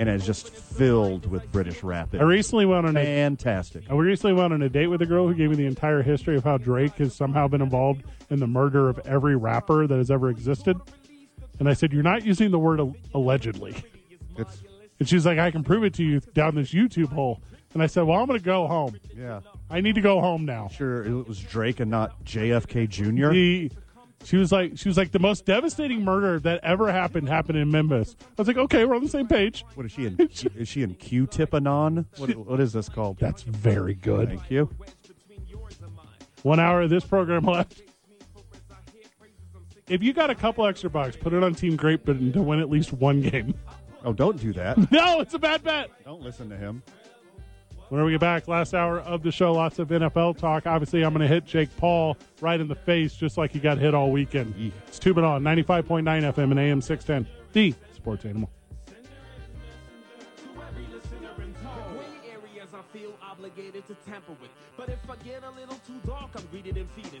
[SPEAKER 2] and it's just filled with British rap.
[SPEAKER 1] I recently went on a
[SPEAKER 2] Fantastic.
[SPEAKER 1] I recently went on a date with a girl who gave me the entire history of how Drake has somehow been involved in the murder of every rapper that has ever existed. And I said, "You're not using the word al- allegedly."
[SPEAKER 2] It's,
[SPEAKER 1] And she's like, "I can prove it to you down this YouTube hole." And I said, "Well, I'm going to go home.
[SPEAKER 2] yeah.
[SPEAKER 1] I need to go home now."
[SPEAKER 2] Sure, it was Drake and not JFK Jr.
[SPEAKER 1] He, she was like, she was like, the most devastating murder that ever happened happened in Memphis. I was like, okay, we're on the same page.
[SPEAKER 2] What is she in? is she in Q-tip anon? What, what is this called?
[SPEAKER 1] That's very good.
[SPEAKER 2] Thank you.
[SPEAKER 1] One hour of this program left. If you got a couple extra bucks, put it on Team Great Britain to win at least one game.
[SPEAKER 2] Oh, don't do that.
[SPEAKER 1] No, it's a bad bet.
[SPEAKER 2] don't listen to him.
[SPEAKER 1] Whenever we get back, last hour of the show, lots of NFL talk. Obviously, I'm going to hit Jake Paul right in the face, just like he got hit all weekend. It's Tubin on 95.9 FM and AM 610, the sports animal.
[SPEAKER 5] Gray areas I feel obligated to tamper with. But if I get a little too dark, I'm greeted and feeding.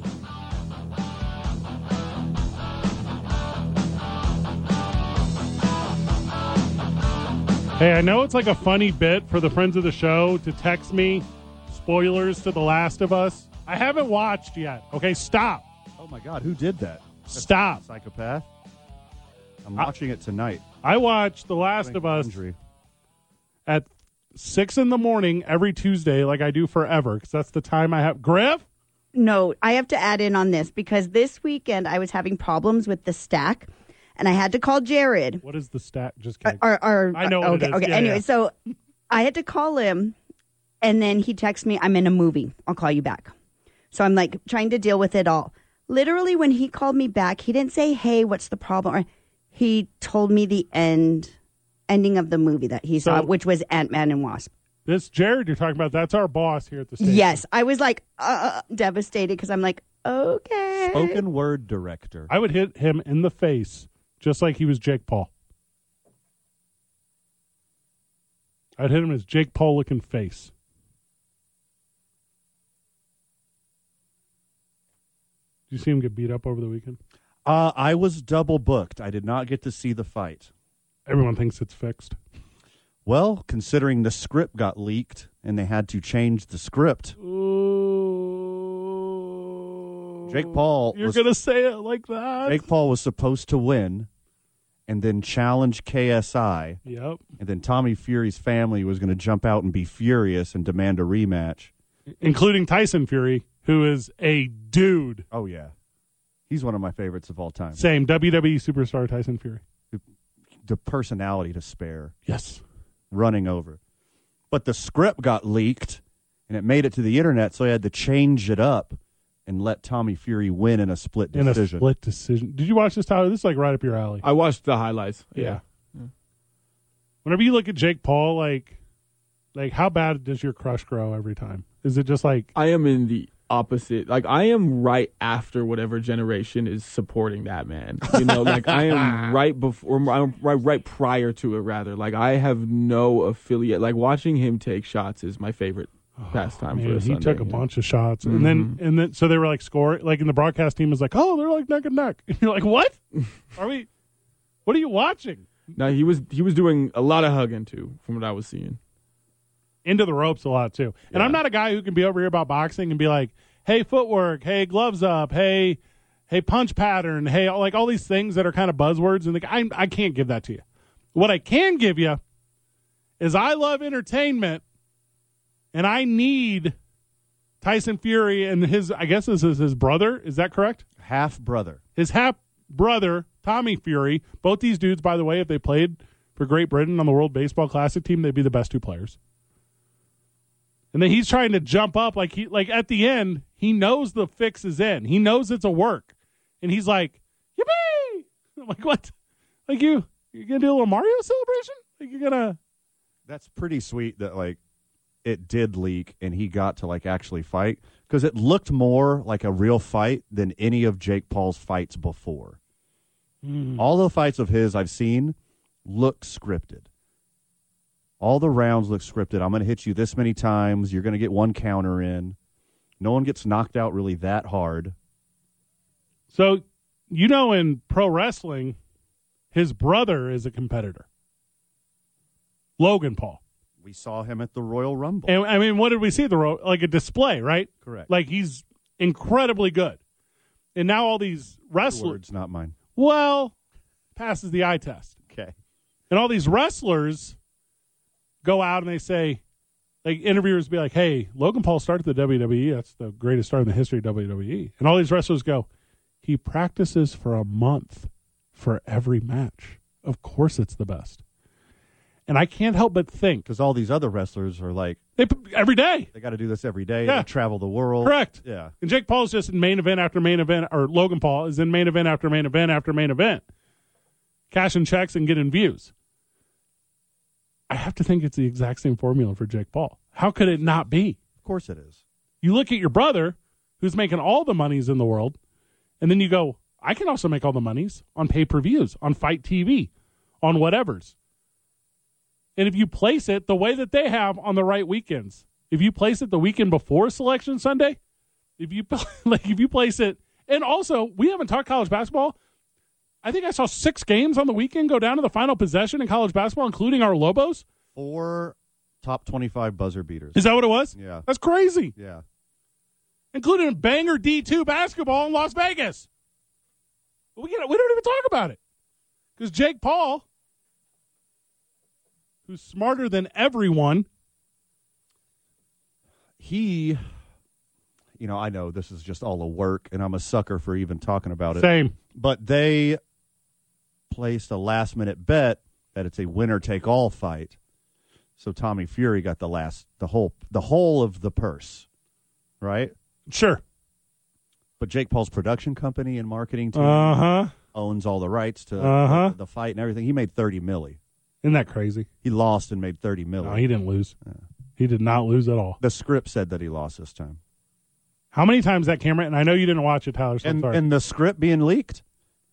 [SPEAKER 1] Hey, I know it's like a funny bit for the friends of the show to text me spoilers to The Last of Us. I haven't watched yet. Okay, stop.
[SPEAKER 2] Oh my God, who did that?
[SPEAKER 1] Stop.
[SPEAKER 2] Psychopath. I'm watching it tonight.
[SPEAKER 1] I watched The Last
[SPEAKER 2] Frank
[SPEAKER 1] of Us
[SPEAKER 2] Landry.
[SPEAKER 1] at six in the morning every Tuesday, like I do forever, because that's the time I have. Griff,
[SPEAKER 12] No, I have to add in on this because this weekend I was having problems with the stack and I had to call Jared.
[SPEAKER 1] what is the stat? Just kidding.
[SPEAKER 12] Uh, Or, or,
[SPEAKER 1] I know what
[SPEAKER 12] okay,
[SPEAKER 1] it is.
[SPEAKER 12] okay.
[SPEAKER 1] Yeah,
[SPEAKER 12] anyway,
[SPEAKER 1] yeah.
[SPEAKER 12] so I had to call him and then he texts me, I'm in a movie. I'll call you back. So I'm like trying to deal with it all. Literally, when he called me back, he didn't say, Hey, what's the problem? Or he told me the end ending of the movie that he saw,
[SPEAKER 1] So-
[SPEAKER 12] which was Ant Man and Wasp.
[SPEAKER 1] This Jared you're talking about, that's our boss here at the station.
[SPEAKER 12] Yes, I was like uh, devastated because I'm like, okay.
[SPEAKER 1] Spoken
[SPEAKER 2] word director.
[SPEAKER 1] I would hit him in the face just like he was Jake Paul. I'd hit him in his Jake Paul looking face. Did you see him get beat up over the weekend?
[SPEAKER 2] Uh, I was double booked. I did not get to see the fight.
[SPEAKER 1] Everyone thinks it's fixed.
[SPEAKER 2] Well, considering the script got leaked and they had to change the script, Jake Paul
[SPEAKER 1] You're
[SPEAKER 2] was,
[SPEAKER 1] going to say it like that?
[SPEAKER 2] Jake Paul was supposed to win and then challenge KSI.
[SPEAKER 1] Yep.
[SPEAKER 2] And then Tommy Fury's family was going to jump out and be furious and demand a rematch.
[SPEAKER 1] Including Tyson Fury, who is a dude.
[SPEAKER 2] Oh yeah. He's one of my favorites of all time.
[SPEAKER 1] Same WWE superstar Tyson Fury.
[SPEAKER 2] the personality to spare.
[SPEAKER 1] Yes.
[SPEAKER 2] Running over. But the script got leaked and it made it to the internet, so I had to change it up and let Tommy Fury win in a split
[SPEAKER 1] In a
[SPEAKER 2] decision.
[SPEAKER 1] split decision. Did you watch this, Tyler? This is like right up your alley.
[SPEAKER 10] I watched the highlights.
[SPEAKER 1] Yeah. Whenever you look at Jake Paul, like, like how bad does your crush grow every time? Is it just like
[SPEAKER 10] I am in the opposite. Like I am right after whatever generation is supporting that man. You know, like I am right before, I'm right right prior to it. Rather, like I have no affiliate. Like watching him take shots is my favorite pastime for
[SPEAKER 1] Oh, Man, he
[SPEAKER 10] a Sunday, Mm-hmm.
[SPEAKER 1] took a
[SPEAKER 10] you know?
[SPEAKER 1] bunch of shots, and then and then so they were like score like and the broadcast team was like, oh, they're like neck and neck, and you're like, what? Are we? What are you watching?
[SPEAKER 10] No, he was he was doing a lot of hugging too, from what I was seeing.
[SPEAKER 1] Into the ropes a lot too, and I'm not a guy who can be over here about boxing and be like, hey, footwork, hey, gloves up, hey, hey, punch pattern, hey, all- like all these things that are kind of buzzwords, and like I I can't give that to you. What I can give you is I love entertainment, and I need. Tyson Fury and his, I guess this is his brother. Is that correct?
[SPEAKER 2] Half brother.
[SPEAKER 1] his half brother Tommy Fury. Both these dudes, by the way, if they played for Great Britain on the World Baseball Classic team, they'd be the best two players. And then he's trying to jump up like he like at the end, he knows the fix is in. He knows it's a work. And he's like, Yippee! I'm like, what? Like you you're gonna do a little Mario celebration? Like you're gonna
[SPEAKER 2] That's pretty sweet that like it did leak and he got to like actually fight because it looked more like a real fight than any of Jake Paul's fights before.
[SPEAKER 1] Hmm.
[SPEAKER 2] All the fights of his I've seen look scripted. All the rounds look scripted. I'm going to hit you this many times. You're going to get one counter in. No one gets knocked out really that hard.
[SPEAKER 1] So, you know, in pro wrestling, his brother is a competitor, Logan Paul.
[SPEAKER 2] We saw him at the Royal Rumble.
[SPEAKER 1] And I mean, what did we see at the Royal? Like a display, right?
[SPEAKER 2] Correct.
[SPEAKER 1] Like he's incredibly good. And now all these wrestlers,
[SPEAKER 2] Words, not mine.
[SPEAKER 1] well, passes the eye test.
[SPEAKER 2] Okay.
[SPEAKER 1] And all these wrestlers go out and they say, like interviewers be like, "Hey, Logan Paul started the WWE. That's the greatest start in the history of WWE." And all these wrestlers go, "He practices for a month for every match. Of course, it's the best." And I can't help but think
[SPEAKER 2] Because all these other wrestlers are like,
[SPEAKER 1] they, every day
[SPEAKER 2] they got to do this every day.
[SPEAKER 1] Yeah.
[SPEAKER 2] They travel the world.
[SPEAKER 1] Correct.
[SPEAKER 2] Yeah.
[SPEAKER 1] And Jake Paul's just in main event after main event, or Logan Paul is in main event after main event after main event, cashing checks and getting views. I have to think it's the exact same formula for Jake Paul. How could it not be?
[SPEAKER 2] Of course it is.
[SPEAKER 1] You look at your brother, who's making all the monies in the world, and then you go, I can also make all the monies on pay per views, on Fight TV, on whatever's. And if you place it the way that they have on the right weekends, if you place it the weekend before Selection Sunday, if you like, if you place it, and also we haven't talked college basketball. I think I saw six games on the weekend go down to the final possession in college basketball, including our Lobos.
[SPEAKER 2] Four top 25 buzzer beaters.
[SPEAKER 1] Is that what it was?
[SPEAKER 2] Yeah.
[SPEAKER 1] That's crazy.
[SPEAKER 2] Yeah.
[SPEAKER 1] including a banger D2 basketball in Las Vegas. But We, get, we don't even talk about it because Jake Paul, who's smarter than everyone,
[SPEAKER 2] he, you know, I know this is just all a work, and I'm a sucker for even talking about it.
[SPEAKER 1] Same.
[SPEAKER 2] But they placed a last minute bet that it's a winner take all fight. So Tommy Fury got the last, the whole, the whole of the purse, right?
[SPEAKER 1] Sure.
[SPEAKER 2] But Jake Paul's production company and marketing team
[SPEAKER 1] Uh-huh.
[SPEAKER 2] owns all the rights to
[SPEAKER 1] Uh-huh.
[SPEAKER 2] the, the fight and everything. He made thirty milli.
[SPEAKER 1] Isn't that crazy?
[SPEAKER 2] He lost and made thirty milli.
[SPEAKER 1] No, he didn't lose. He did not lose at all.
[SPEAKER 2] The script said that he lost this time.
[SPEAKER 1] How many times that camera? And I know you didn't watch it, Tyler. So I'm
[SPEAKER 2] and
[SPEAKER 1] sorry.
[SPEAKER 2] and the script being leaked,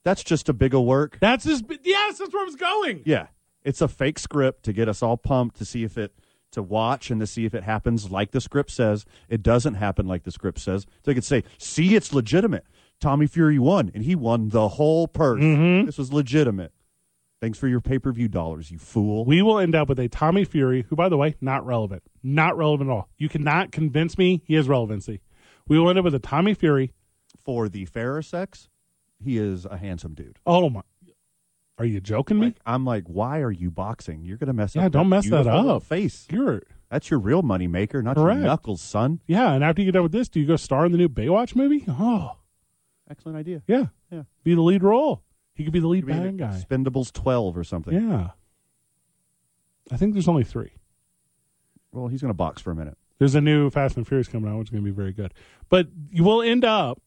[SPEAKER 2] that's just a big of work.
[SPEAKER 1] That's his. Yes, that's where I was going.
[SPEAKER 2] Yeah, it's a fake script to get us all pumped to see if it to watch and to see if it happens like the script says. It doesn't happen like the script says. So they could say, "See, it's legitimate." Tommy Fury won, and he won the whole purse.
[SPEAKER 1] Mm-hmm.
[SPEAKER 2] This was legitimate. Thanks for your pay per view dollars, you fool.
[SPEAKER 1] We will end up with a Tommy Fury, who, by the way, not relevant. Not relevant at all. You cannot convince me he has relevancy. We will end up with a Tommy Fury.
[SPEAKER 2] For the fairer sex, he is a handsome dude.
[SPEAKER 1] Oh, my. Are you joking me?
[SPEAKER 2] I'm like, why are you boxing? You're gonna mess
[SPEAKER 1] Yeah,
[SPEAKER 2] up.
[SPEAKER 1] don't mess that
[SPEAKER 2] beautiful
[SPEAKER 1] up.
[SPEAKER 2] Face.
[SPEAKER 1] You're
[SPEAKER 2] that's your real money maker, not
[SPEAKER 1] Correct.
[SPEAKER 2] your knuckles, son.
[SPEAKER 1] Yeah, and after you get done with this, do you go star in the new Baywatch movie? Oh,
[SPEAKER 2] Excellent idea.
[SPEAKER 1] yeah.
[SPEAKER 2] Yeah.
[SPEAKER 1] Be the lead role. He could be the lead
[SPEAKER 2] Could be
[SPEAKER 1] bad
[SPEAKER 2] in
[SPEAKER 1] guy.
[SPEAKER 2] Expendables 12 or something.
[SPEAKER 1] Yeah. I think there's only three.
[SPEAKER 2] Well, he's going to box for a minute.
[SPEAKER 1] There's a new Fast and Furious coming out, which is going to be very good. But you will end up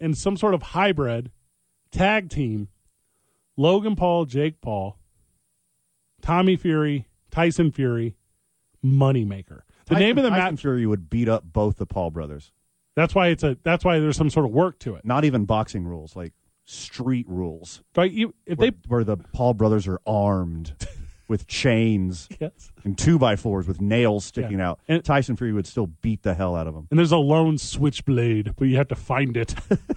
[SPEAKER 1] in some sort of hybrid tag team Logan Paul, Jake Paul, Tommy Fury, Tyson Fury, Moneymaker. The name of the
[SPEAKER 2] Tyson
[SPEAKER 1] match.
[SPEAKER 2] Fury would beat up both the Paul brothers.
[SPEAKER 1] That's why it's a. That's why there's some sort of work to it.
[SPEAKER 2] Not even boxing rules, like street rules.
[SPEAKER 1] Right? You, if
[SPEAKER 2] where,
[SPEAKER 1] they
[SPEAKER 2] where the Paul brothers are armed with chains
[SPEAKER 1] Yes.
[SPEAKER 2] and two by fours with nails sticking
[SPEAKER 1] Yeah.
[SPEAKER 2] out, Tyson Fury would still beat the hell out of him.
[SPEAKER 1] and there's a lone switchblade, but you have to find it.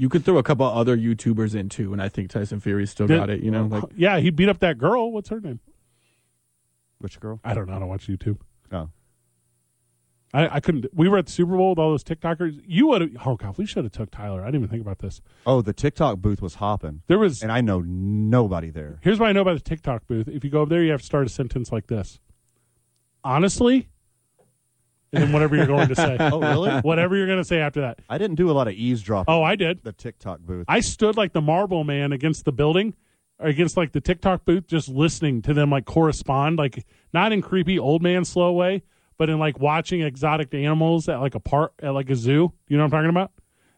[SPEAKER 10] You could throw a couple other YouTubers in too, and I think Tyson Fury's still got it. You
[SPEAKER 1] Oh,
[SPEAKER 10] know, like
[SPEAKER 1] yeah, he beat up that girl. What's her name?
[SPEAKER 2] Which girl?
[SPEAKER 1] I don't know. I don't watch YouTube.
[SPEAKER 2] Oh.
[SPEAKER 1] I, I couldn't. We were at the Super Bowl with all those TikTokers. You would. have Oh God, we should have took Tyler. I didn't even think about this.
[SPEAKER 2] Oh, the TikTok booth was hopping.
[SPEAKER 1] There was.
[SPEAKER 2] And I know nobody there.
[SPEAKER 1] Here's what I know about the TikTok booth. If you go up there, you have to start a sentence like this. Honestly, and then whatever you're going to say.
[SPEAKER 2] Oh, really?
[SPEAKER 1] Whatever you're going to say after that.
[SPEAKER 2] I didn't do a lot of eavesdropping.
[SPEAKER 1] Oh, I did.
[SPEAKER 2] The TikTok booth.
[SPEAKER 1] I stood like the marble man against the building, or against like the TikTok booth, just listening to them like correspond, like not in creepy old man slow way, but in like watching exotic animals at like a park, at like a zoo. You know what I'm talking about?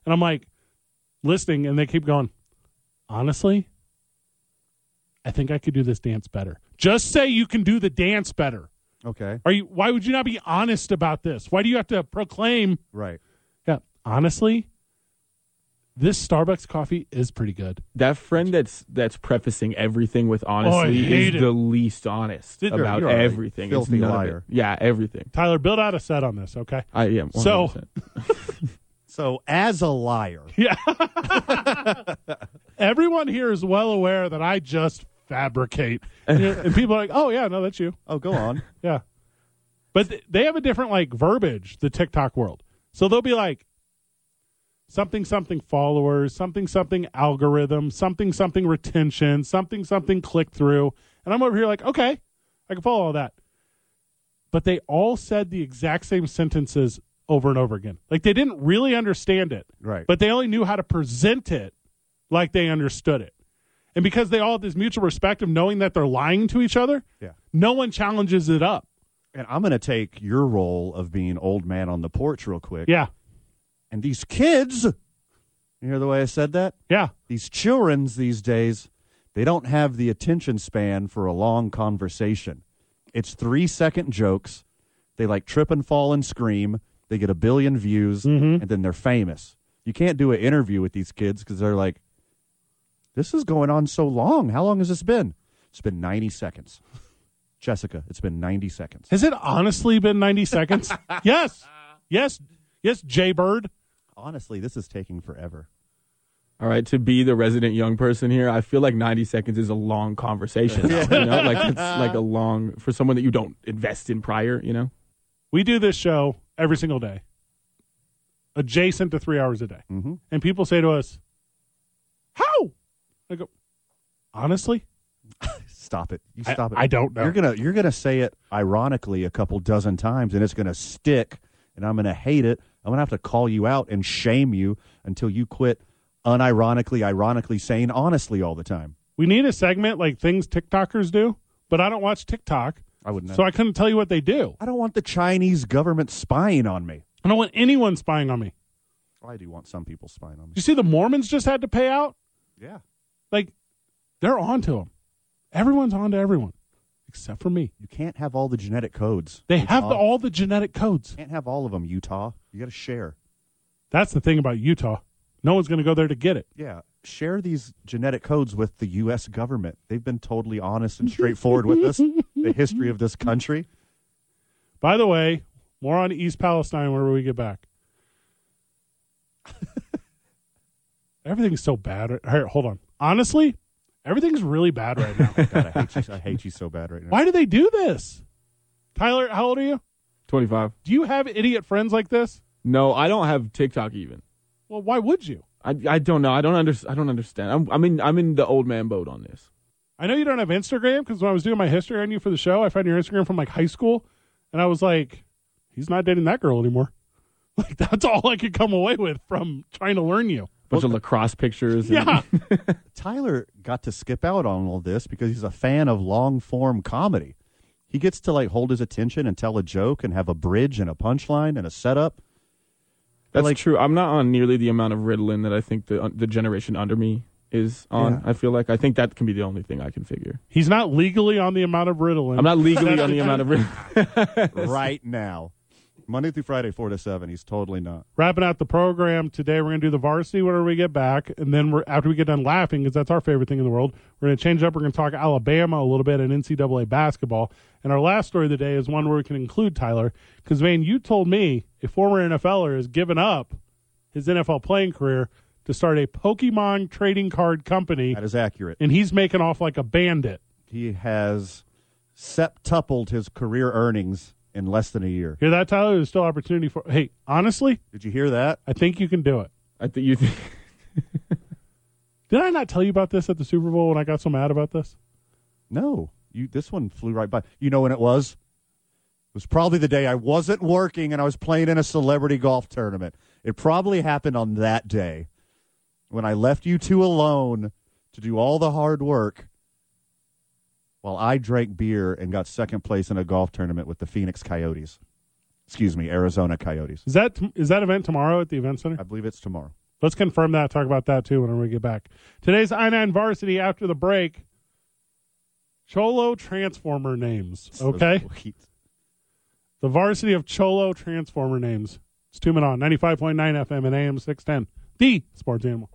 [SPEAKER 1] And I'm like listening, and they keep going. Honestly, I think I could do this dance better. Just say you can do the dance better.
[SPEAKER 2] Okay.
[SPEAKER 1] Are you? Why would you not be honest about this? Why do you have to proclaim?
[SPEAKER 2] Right.
[SPEAKER 1] Yeah, honestly, this Starbucks coffee is pretty good.
[SPEAKER 10] that friend that's that's prefacing everything with
[SPEAKER 2] Oh,
[SPEAKER 10] honestly
[SPEAKER 1] hate
[SPEAKER 10] is
[SPEAKER 1] it.
[SPEAKER 10] the least honest
[SPEAKER 1] Did-
[SPEAKER 10] about
[SPEAKER 2] you're a
[SPEAKER 10] everything. It's
[SPEAKER 2] filthy
[SPEAKER 10] none of
[SPEAKER 2] liar.
[SPEAKER 10] it. Yeah, everything.
[SPEAKER 1] Tyler, build out a set on this, okay?
[SPEAKER 10] I am.
[SPEAKER 1] So-
[SPEAKER 10] 100%.
[SPEAKER 2] So, as a liar,
[SPEAKER 1] Everyone here is well aware that I just fabricate. and you- and people are like, oh, yeah, no, that's you.
[SPEAKER 2] oh, go on.
[SPEAKER 1] Yeah. But th- they have a different, like, verbiage, the TikTok world. So they'll be like, something, something followers, something, something algorithm, something, something retention, something, something click through. And I'm over here like, okay, I can follow all that. But they all said the exact same sentences over and over again. Like, they didn't really understand it.
[SPEAKER 2] Right.
[SPEAKER 1] but they only knew how to present it like they understood it. And because they all have this mutual respect of knowing that they're lying to each other,
[SPEAKER 2] Yeah.
[SPEAKER 1] no one challenges it up.
[SPEAKER 2] And I'm going to take your role of being old man on the porch real quick.
[SPEAKER 1] Yeah.
[SPEAKER 2] And these kids, you hear the way I said that?
[SPEAKER 1] Yeah.
[SPEAKER 2] These childrens these days, they don't have the attention span for a long conversation. It's three second jokes. They like trip and fall and scream. They get a billion views and then they're famous. You can't do an interview with these kids because they're like, this is going on so long. How long has this been? It's been 90 seconds. Jessica, it's been 90 seconds.
[SPEAKER 1] Has it honestly been 90 seconds? yes. Yes. Yes, Jay Bird.
[SPEAKER 2] Honestly, this is taking forever.
[SPEAKER 10] All right, to be the resident young person here, I feel like 90 seconds is a long conversation. You know, like it's like a long for someone that you don't invest in prior, you know?
[SPEAKER 1] We do this show every single day, adjacent to three hours a day.
[SPEAKER 2] Mhm.
[SPEAKER 1] And people say to us, How? I go, Honestly?
[SPEAKER 2] Stop it. You
[SPEAKER 1] I-
[SPEAKER 2] stop it.
[SPEAKER 1] I don't know.
[SPEAKER 2] You're gonna you're gonna say it ironically a couple dozen times, and it's gonna stick. And I'm gonna hate it. I'm gonna have to call you out and shame you until you quit unironically, ironically saying honestly all the time.
[SPEAKER 1] We need a segment like things TikTokers do, but I don't watch TikTok.
[SPEAKER 2] I wouldn't.
[SPEAKER 1] So I couldn't tell you what they do.
[SPEAKER 2] I don't want the Chinese government spying on me.
[SPEAKER 1] I don't want anyone spying on me.
[SPEAKER 2] I do want some people spying on me.
[SPEAKER 1] You see, the Mormons just had to pay out.
[SPEAKER 2] Yeah.
[SPEAKER 1] Like, they're onto them. Everyone's onto everyone, except for me.
[SPEAKER 2] You can't have all the genetic codes.
[SPEAKER 1] They
[SPEAKER 2] It's
[SPEAKER 1] have
[SPEAKER 2] odd.
[SPEAKER 1] the, all the genetic codes.
[SPEAKER 2] Can't have all of them, Utah. You got to share.
[SPEAKER 1] That's the thing about Utah. No one's going to go there to get it.
[SPEAKER 2] Yeah, share these genetic codes with the U.S. government. They've been totally honest and straightforward with us, the history of this country.
[SPEAKER 1] By the way, more on East Palestine whenever we get back. Everything's so bad. right- Here, hold on. Honestly, everything's really bad right now.
[SPEAKER 2] God, I hate you, I hate you so bad right now.
[SPEAKER 1] Why do they do this? Tyler, how old are you?
[SPEAKER 10] 25.
[SPEAKER 1] Do you have idiot friends like this?
[SPEAKER 10] No, I don't have TikTok even.
[SPEAKER 1] Well, why would you?
[SPEAKER 10] I, I don't know. I don't under, I don't understand. I'm I'm in I'm in the old man boat on this.
[SPEAKER 1] I know you don't have Instagram because when I was doing my history on you for the show, I found your Instagram from like high school, and I was like, he's not dating that girl anymore. Like that's all I could come away with from trying to learn you.
[SPEAKER 10] Bunch of lacrosse pictures. and-
[SPEAKER 1] Yeah.
[SPEAKER 2] Tyler got to skip out on all this because he's a fan of long form comedy. He gets to like hold his attention and tell a joke and have a bridge and a punchline and a setup.
[SPEAKER 10] That's
[SPEAKER 2] Like-
[SPEAKER 10] true. I'm not on nearly the amount of Ritalin that I think the uh, the generation under me is on.
[SPEAKER 2] Yeah.
[SPEAKER 10] I feel like I think that can be the only thing I can figure.
[SPEAKER 1] He's not legally on the amount of Ritalin.
[SPEAKER 10] I'm not legally on the amount of Ritalin.
[SPEAKER 2] right now, Monday through Friday, four to seven. He's totally not.
[SPEAKER 1] Wrapping out the program today, we're gonna do the varsity whenever we get back, and then we're after we get done laughing because that's our favorite thing in the world. We're gonna change it up. We're gonna talk Alabama a little bit and NCAA basketball. And our last story of the day is one where we can include Tyler because man, you told me a former NFLer er has given up his NFL playing career to start a Pokemon trading card company,
[SPEAKER 2] That is accurate.
[SPEAKER 1] and he's making off like a bandit.
[SPEAKER 2] He has septupled his career earnings in less than a year.
[SPEAKER 1] Hear that, Tyler? There's still opportunity for. Hey, honestly,
[SPEAKER 2] Did you hear that?
[SPEAKER 1] I think you can do it.
[SPEAKER 10] I think you think
[SPEAKER 1] Did I not tell you about this at the Super Bowl when I got so mad about this?
[SPEAKER 2] No, you. This one flew right by. You know when it was? It was probably the day I wasn't working and I was playing in a celebrity golf tournament. It probably happened on that day when I left you two alone to do all the hard work while I drank beer and got second place in a golf tournament with the Phoenix Coyotes. Excuse me, Arizona Coyotes.
[SPEAKER 1] Is that is that event tomorrow at the event center?
[SPEAKER 2] I believe it's tomorrow.
[SPEAKER 1] Let's confirm that. Talk about that too whenever we get back. Today's I nine varsity after the break. Cholo Transformer names. Okay, the varsity of Cholo Transformer names. It's two men on ninety five point nine FM and AM six ten. The Sports Animal.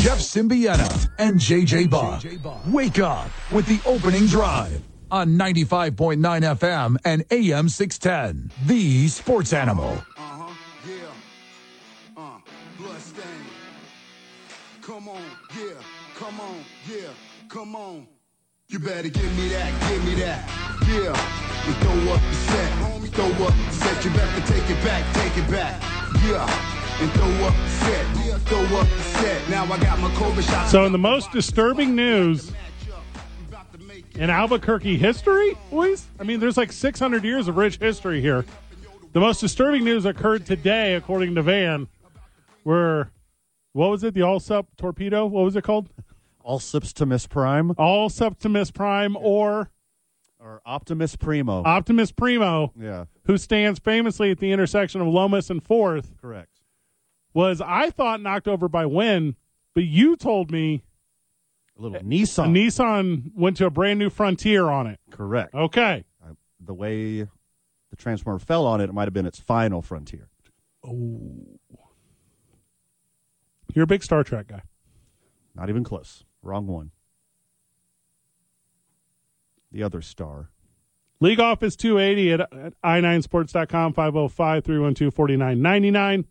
[SPEAKER 4] Jeff Symbieta and JJ Bach. Wake up with the opening drive on 95.9 FM and AM 610. The Sports Animal.
[SPEAKER 5] Uh-huh, Uh,
[SPEAKER 13] Come on, yeah, come on, yeah, come on. You better give me that, give me that, yeah. We throw up the set, homie, throw up the set. You better take it back, take it back, yeah. And throw up the set, yeah, throw up the set. Now I got my Cobra shot.
[SPEAKER 1] So, in the most disturbing news in Albuquerque history, boys, I mean, there's like 600 years of rich history here. The most disturbing news occurred today, according to Van, where, what was it? The Allsup torpedo? What was it called?
[SPEAKER 2] All sips to Miss Prime
[SPEAKER 1] All Septimus Prime or
[SPEAKER 2] or Optimus Primo.
[SPEAKER 1] Optimus Primo,
[SPEAKER 2] yeah,
[SPEAKER 1] who stands famously at the intersection of Lomas and Fourth,
[SPEAKER 2] correct.
[SPEAKER 1] was, I thought, knocked over by wind, but you told me
[SPEAKER 2] A little
[SPEAKER 1] a
[SPEAKER 2] Nissan.
[SPEAKER 1] Nissan went to a brand new frontier on it.
[SPEAKER 2] correct.
[SPEAKER 1] Okay.
[SPEAKER 2] the way the Transformer fell on it, it might have been its final frontier.
[SPEAKER 1] You're a big Star Trek guy.
[SPEAKER 2] Not even close. Wrong one. The other star.
[SPEAKER 1] League Office 280 at, at i9sports.com, 505 312 4999.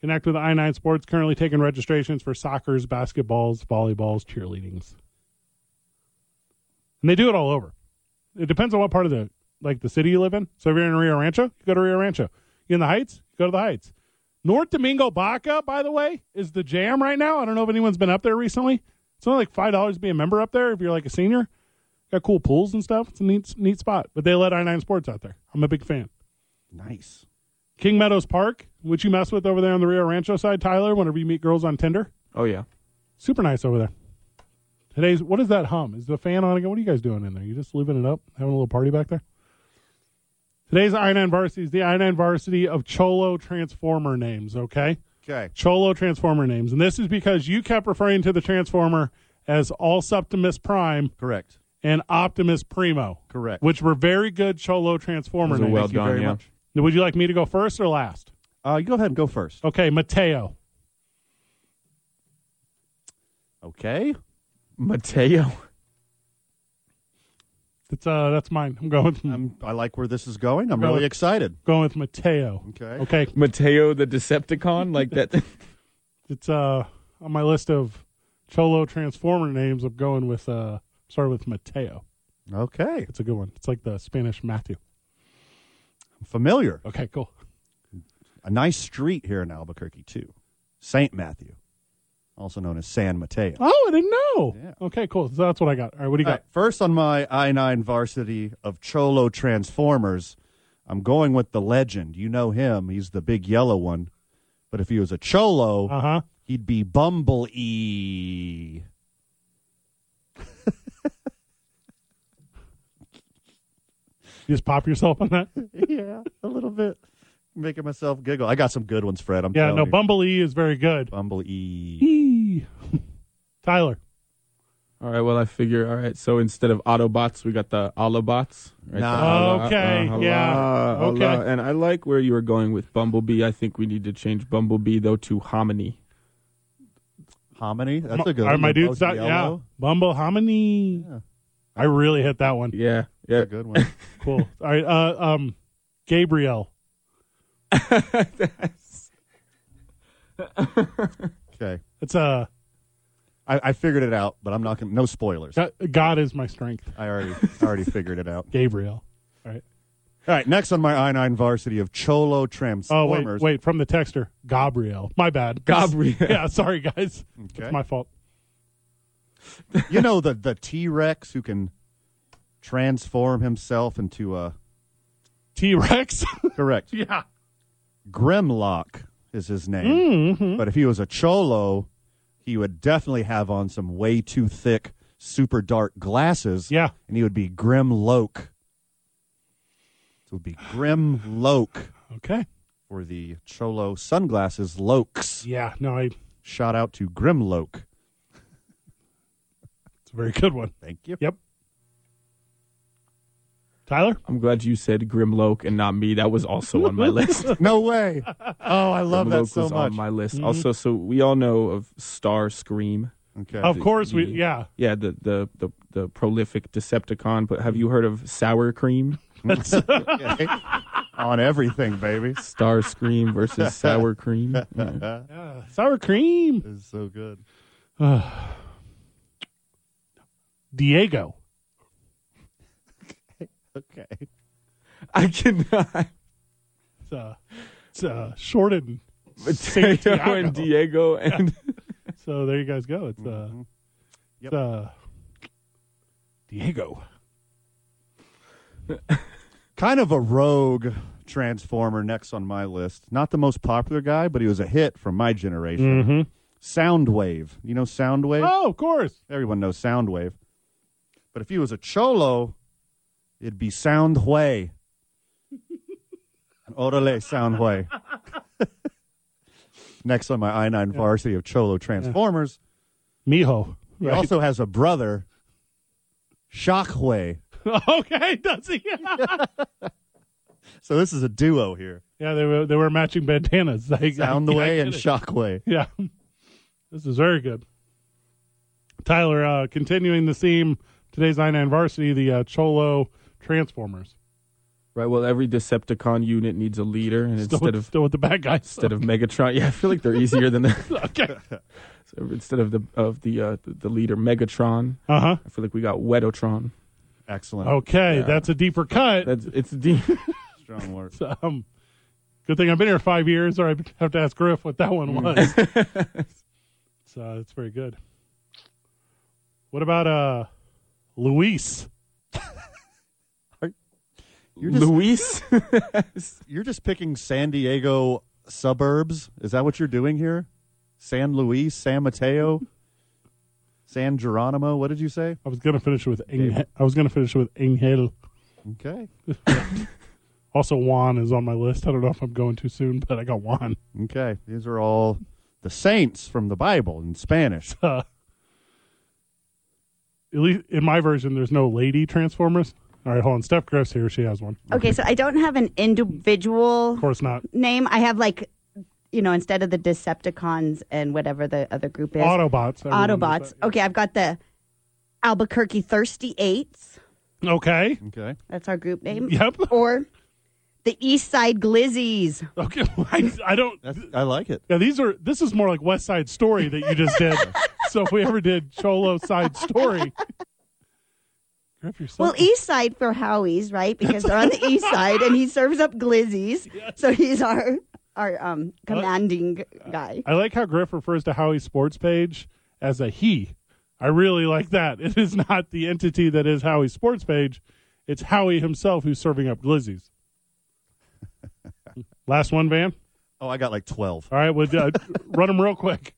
[SPEAKER 1] Connect with I9 Sports, currently taking registrations for soccer's, basketballs, volleyballs, cheerleadings. And they do it all over. It depends on what part of the like the city you live in. So if you're in Rio Rancho, you go to Rio Rancho. You in the Heights, you go to the Heights. North Domingo Baca, by the way, is the jam right now. I don't know if anyone's been up there recently. It's only like five dollars to be a member up there if you're like a senior. Got cool pools and stuff. It's a neat neat spot. But they let I nine sports out there. I'm a big fan.
[SPEAKER 2] Nice.
[SPEAKER 1] King Meadows Park, which you mess with over there on the Rio Rancho side, Tyler, whenever you meet girls on Tinder.
[SPEAKER 10] Oh yeah.
[SPEAKER 1] Super nice over there. Today's what is that hum? Is the fan on again? What are you guys doing in there? You just living it up, having a little party back there? Today's I9 varsity is the I9 varsity of Cholo Transformer names, okay?
[SPEAKER 2] Okay.
[SPEAKER 1] Cholo Transformer names. And this is because you kept referring to the Transformer as All Septimus Prime.
[SPEAKER 2] Correct.
[SPEAKER 1] And Optimus Primo.
[SPEAKER 2] Correct.
[SPEAKER 1] Which were very good Cholo Transformer
[SPEAKER 10] Those are
[SPEAKER 1] names.
[SPEAKER 10] well Thank you done, very yeah. much.
[SPEAKER 1] Now, Would you like me to go first or last?
[SPEAKER 2] Uh, you go ahead and go first.
[SPEAKER 1] Okay, Mateo.
[SPEAKER 2] Okay.
[SPEAKER 10] Mateo.
[SPEAKER 1] That's uh, that's mine. I'm going. With, I'm
[SPEAKER 2] I like where this is going. I'm
[SPEAKER 1] Go
[SPEAKER 2] really
[SPEAKER 1] with-
[SPEAKER 2] excited.
[SPEAKER 1] going with Mateo.
[SPEAKER 2] Okay.
[SPEAKER 1] Okay.
[SPEAKER 10] Mateo the Decepticon, like that.
[SPEAKER 1] It's uh on my list of Cholo Transformer names. I'm going with uh start with Mateo.
[SPEAKER 2] Okay.
[SPEAKER 1] It's a good one. It's like the Spanish Matthew.
[SPEAKER 2] Familiar.
[SPEAKER 1] Okay, cool.
[SPEAKER 2] A nice street here in Albuquerque too. Saint Matthew, also known as San Mateo.
[SPEAKER 1] Oh, I didn't know. Okay, cool. So that's what I got. All right, what do you
[SPEAKER 2] All right,
[SPEAKER 1] got?
[SPEAKER 2] first on my I9 varsity of Cholo Transformers, I'm going with the legend. You know him. He's the big yellow one. But if he was a Cholo,
[SPEAKER 1] Uh-huh.
[SPEAKER 2] he'd be Bumblebee.
[SPEAKER 1] You just pop yourself on that.
[SPEAKER 2] yeah, a little bit. Making myself giggle. I got some good ones, Fred. I'm
[SPEAKER 1] yeah,
[SPEAKER 2] telling
[SPEAKER 1] no,
[SPEAKER 2] you.
[SPEAKER 1] Bumblebee is very good.
[SPEAKER 2] Bumblebee. E.
[SPEAKER 1] Eee. Tyler.
[SPEAKER 10] all right. Well, I figure. All right. So instead of Autobots, we got the Allobots. Right? The uh,
[SPEAKER 2] Nah.
[SPEAKER 10] Alla-
[SPEAKER 1] Okay,
[SPEAKER 10] Alla-
[SPEAKER 1] yeah,
[SPEAKER 10] Alla-
[SPEAKER 1] okay.
[SPEAKER 10] And I like where you were going with Bumblebee. I think we need to change Bumblebee though to Hominy.
[SPEAKER 2] Hominy. That's
[SPEAKER 1] My-
[SPEAKER 2] a good
[SPEAKER 1] all right,
[SPEAKER 2] one.
[SPEAKER 1] my
[SPEAKER 2] They're
[SPEAKER 1] dude's
[SPEAKER 2] both
[SPEAKER 1] out. Yeah.
[SPEAKER 2] yellow.
[SPEAKER 1] Bumble Hominy. I really hit that one.
[SPEAKER 10] Yeah. Yeah.
[SPEAKER 2] That's a good one.
[SPEAKER 1] Cool. All right. Uh, um, Gabriel.
[SPEAKER 2] Okay.
[SPEAKER 1] It's uh,
[SPEAKER 2] I, I figured it out, but I'm not going to. No spoilers.
[SPEAKER 1] God- God is my strength.
[SPEAKER 2] I already, I already figured it out.
[SPEAKER 1] Gabriel. All right.
[SPEAKER 2] All right, next on my I9 varsity of Cholo
[SPEAKER 1] Oh
[SPEAKER 2] Transformers.
[SPEAKER 1] wait, wait. From the texter, Gabriel. My bad.
[SPEAKER 10] Gabriel.
[SPEAKER 1] yeah. Sorry, guys.
[SPEAKER 2] Okay.
[SPEAKER 1] It's my fault.
[SPEAKER 2] you know the the T Rex who can transform himself into a
[SPEAKER 1] T Rex.
[SPEAKER 2] correct
[SPEAKER 1] yeah.
[SPEAKER 2] Grimlock is his name.
[SPEAKER 1] Mm-hmm.
[SPEAKER 2] But if he was a Cholo, he would definitely have on some way too thick, super dark glasses.
[SPEAKER 1] Yeah.
[SPEAKER 2] and he would be Grimloke. It would be Grimloke
[SPEAKER 1] Okay.
[SPEAKER 2] for the Cholo sunglasses. Lokes.
[SPEAKER 1] Yeah. No, I.
[SPEAKER 2] Shout out to Grimloke.
[SPEAKER 1] It's a very good one.
[SPEAKER 2] Thank you.
[SPEAKER 1] Yep. Tyler.
[SPEAKER 10] I'm glad you said Grimloke and not me. That was also on my list.
[SPEAKER 2] No way. Oh, I love that
[SPEAKER 10] Grimloke
[SPEAKER 2] so
[SPEAKER 10] was
[SPEAKER 2] much. Mm-hmm.
[SPEAKER 10] on my list. Also, so we all know of Star Scream.
[SPEAKER 2] okay.
[SPEAKER 1] Of course we. Yeah.
[SPEAKER 10] Yeah, the, the the the prolific Decepticon. But have you heard of Sour Cream?
[SPEAKER 2] Okay. on everything, baby.
[SPEAKER 10] Star Scream versus Sour Cream. Yeah.
[SPEAKER 1] yeah. Sour cream.
[SPEAKER 2] It's so good.
[SPEAKER 1] Diego.
[SPEAKER 2] Okay.
[SPEAKER 10] I cannot.
[SPEAKER 1] It's uh, it's uh, shortened.
[SPEAKER 10] Mateo and Diego and
[SPEAKER 1] So there you guys go. It's uh,
[SPEAKER 2] Yep.
[SPEAKER 1] it's, uh Diego.
[SPEAKER 2] Kind of a rogue transformer next on my list. Not the most popular guy, but he was a hit from my generation.
[SPEAKER 1] Mm-hmm.
[SPEAKER 2] Soundwave. You know Soundwave?
[SPEAKER 1] Oh, of course.
[SPEAKER 2] Everyone knows Soundwave. But if he was a cholo, it'd be Soundway. Orale Soundway. next on my I9 varsity of Cholo Transformers.
[SPEAKER 1] Mijo.
[SPEAKER 2] He also has a brother, Shockwave.
[SPEAKER 1] okay, does he?
[SPEAKER 2] So this is a duo here.
[SPEAKER 1] yeah, they were they were matching bandanas. Like, I- I
[SPEAKER 2] Soundway
[SPEAKER 1] get
[SPEAKER 2] and
[SPEAKER 1] it.
[SPEAKER 2] Shockwave.
[SPEAKER 1] Yeah. This is very good. Tyler, uh, continuing the theme, today's I-9 Varsity, the uh, Cholo Transformers.
[SPEAKER 10] Right. Well, every Decepticon unit needs a leader, and
[SPEAKER 1] Still-
[SPEAKER 10] instead of
[SPEAKER 1] still with the bad guys.
[SPEAKER 10] instead of Megatron, yeah, I feel like they're easier than the okay. So instead of the of the uh, the, the leader Megatron,
[SPEAKER 1] Uh-huh.
[SPEAKER 10] I feel like we got Wedotron.
[SPEAKER 2] Excellent.
[SPEAKER 1] Okay, that's a deeper cut.
[SPEAKER 10] That's it's deep.
[SPEAKER 2] Strong word.
[SPEAKER 1] um, good thing I've been here five years, or I would have to ask Griff what that one was.
[SPEAKER 10] Mm.
[SPEAKER 1] so it's very good. What about uh, Luis?
[SPEAKER 2] You're
[SPEAKER 10] Luis?
[SPEAKER 2] you're just picking San Diego suburbs. Is that what you're doing here? San Luis, San Mateo, San Geronimo. What did you say?
[SPEAKER 1] I was gonna finish with Inge- I was gonna finish with Angel.
[SPEAKER 2] Okay.
[SPEAKER 1] Also, Juan is on my list. I don't know if I'm going too soon, but I got Juan.
[SPEAKER 2] Okay. These are all the saints from the Bible in Spanish.
[SPEAKER 1] At least in my version, there's no lady Transformers. All right, hold on. Steph Griff's here. She has one.
[SPEAKER 12] Okay, so I don't have an individual
[SPEAKER 1] Of course not.
[SPEAKER 12] name. I have like, you know, instead of the Decepticons and whatever the other group is,
[SPEAKER 1] Autobots. Everyone knows
[SPEAKER 12] Autobots. Okay, I've got the Albuquerque Thirsty Eights. Oh.
[SPEAKER 1] Okay.
[SPEAKER 2] Okay.
[SPEAKER 12] That's our group name.
[SPEAKER 1] Yep.
[SPEAKER 12] Or the East Side Glizzies.
[SPEAKER 1] Okay, I, I don't.
[SPEAKER 2] I like it.
[SPEAKER 1] Yeah, these are. This is more like West Side Story that you just did. so if we ever did Cholo Side Story, Griff, you're so-
[SPEAKER 12] Well, East Side for Howie's, right? Because they're on the East Side, and he serves up glizzies. So he's our our um, commanding guy.
[SPEAKER 1] I like how Griff refers to Howie's sports page as a he. I really like that. It is not the entity that is Howie's sports page. It's Howie himself who's serving up glizzies. Last one, Van.
[SPEAKER 2] Oh, I got like twelve.
[SPEAKER 1] All right, well, uh, run them real quick.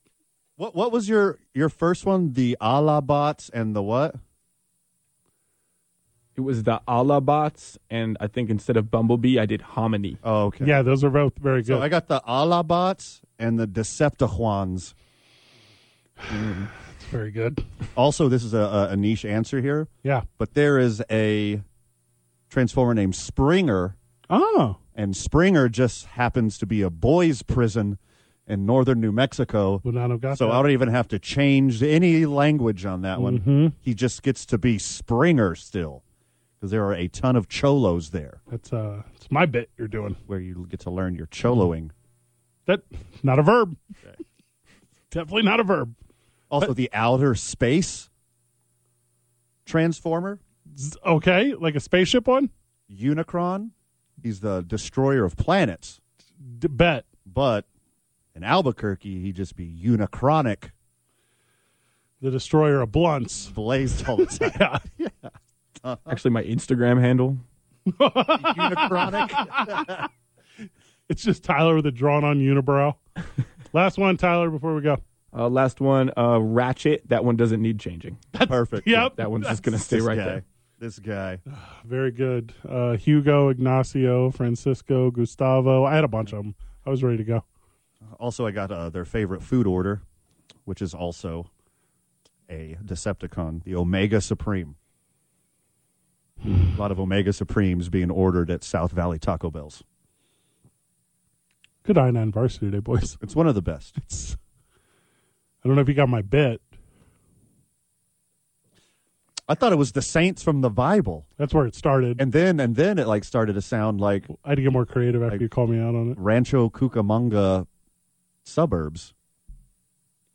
[SPEAKER 2] What What was your your first one? The Alabots and the what?
[SPEAKER 10] It was the Alabots, and I think instead of Bumblebee, I did Hominy.
[SPEAKER 2] Oh, okay.
[SPEAKER 1] Yeah, those are both very
[SPEAKER 2] So I got the Alabots and the Decepticons.
[SPEAKER 1] It's very good.
[SPEAKER 2] Also, this is a- a, a niche answer here.
[SPEAKER 1] Yeah.
[SPEAKER 2] But there is a transformer named Springer.
[SPEAKER 1] Oh.
[SPEAKER 2] And Springer just happens to be a boys' prison in northern New Mexico.
[SPEAKER 1] Would not have got
[SPEAKER 2] so
[SPEAKER 1] that.
[SPEAKER 2] I don't even have to change any language on that one.
[SPEAKER 1] Mhm.
[SPEAKER 2] He just gets to be Springer still because there are a ton of cholos there
[SPEAKER 1] That's uh, it's my bit you're doing.
[SPEAKER 2] where you get to learn your choloing.
[SPEAKER 1] That not a verb. Definitely not a verb.
[SPEAKER 2] Also, the outer space transformer.
[SPEAKER 1] Z- Okay, like a spaceship one.
[SPEAKER 2] Unicron. He's the destroyer of planets.
[SPEAKER 1] D- bet.
[SPEAKER 2] But in Albuquerque, he'd just be unicronic,
[SPEAKER 1] The destroyer of blunts.
[SPEAKER 2] blazed all the time.
[SPEAKER 1] yeah.
[SPEAKER 10] Actually, my Instagram handle.
[SPEAKER 2] Unicronic.
[SPEAKER 1] It's just Tyler with a drawn on unibrow. Last one, Tyler, before we go.
[SPEAKER 10] Uh, last one, uh, Ratchet. That one doesn't need changing.
[SPEAKER 2] Perfect.
[SPEAKER 1] Yep.
[SPEAKER 10] That one's just gonna
[SPEAKER 2] That's
[SPEAKER 10] stay
[SPEAKER 2] this
[SPEAKER 10] right
[SPEAKER 2] guy.
[SPEAKER 10] there.
[SPEAKER 2] This guy.
[SPEAKER 1] Very good. Uh, Hugo, Ignacio, Francisco, Gustavo. I had a bunch of them. I was ready to go.
[SPEAKER 2] Also, I got uh, their favorite food order, which is also a Decepticon, the Omega Supreme. a lot of Omega Supremes being ordered at South Valley Taco Bell's.
[SPEAKER 1] Good I 9 varsity today, boys.
[SPEAKER 2] It's one of the best.
[SPEAKER 1] It's, I don't know if you got my bet.
[SPEAKER 2] I thought it was the Saints from the Bible,
[SPEAKER 1] That's where it started.
[SPEAKER 2] and then and then it like started to sound like
[SPEAKER 1] I had to get more creative after you called me out on it.
[SPEAKER 2] Rancho Cucamonga suburbs.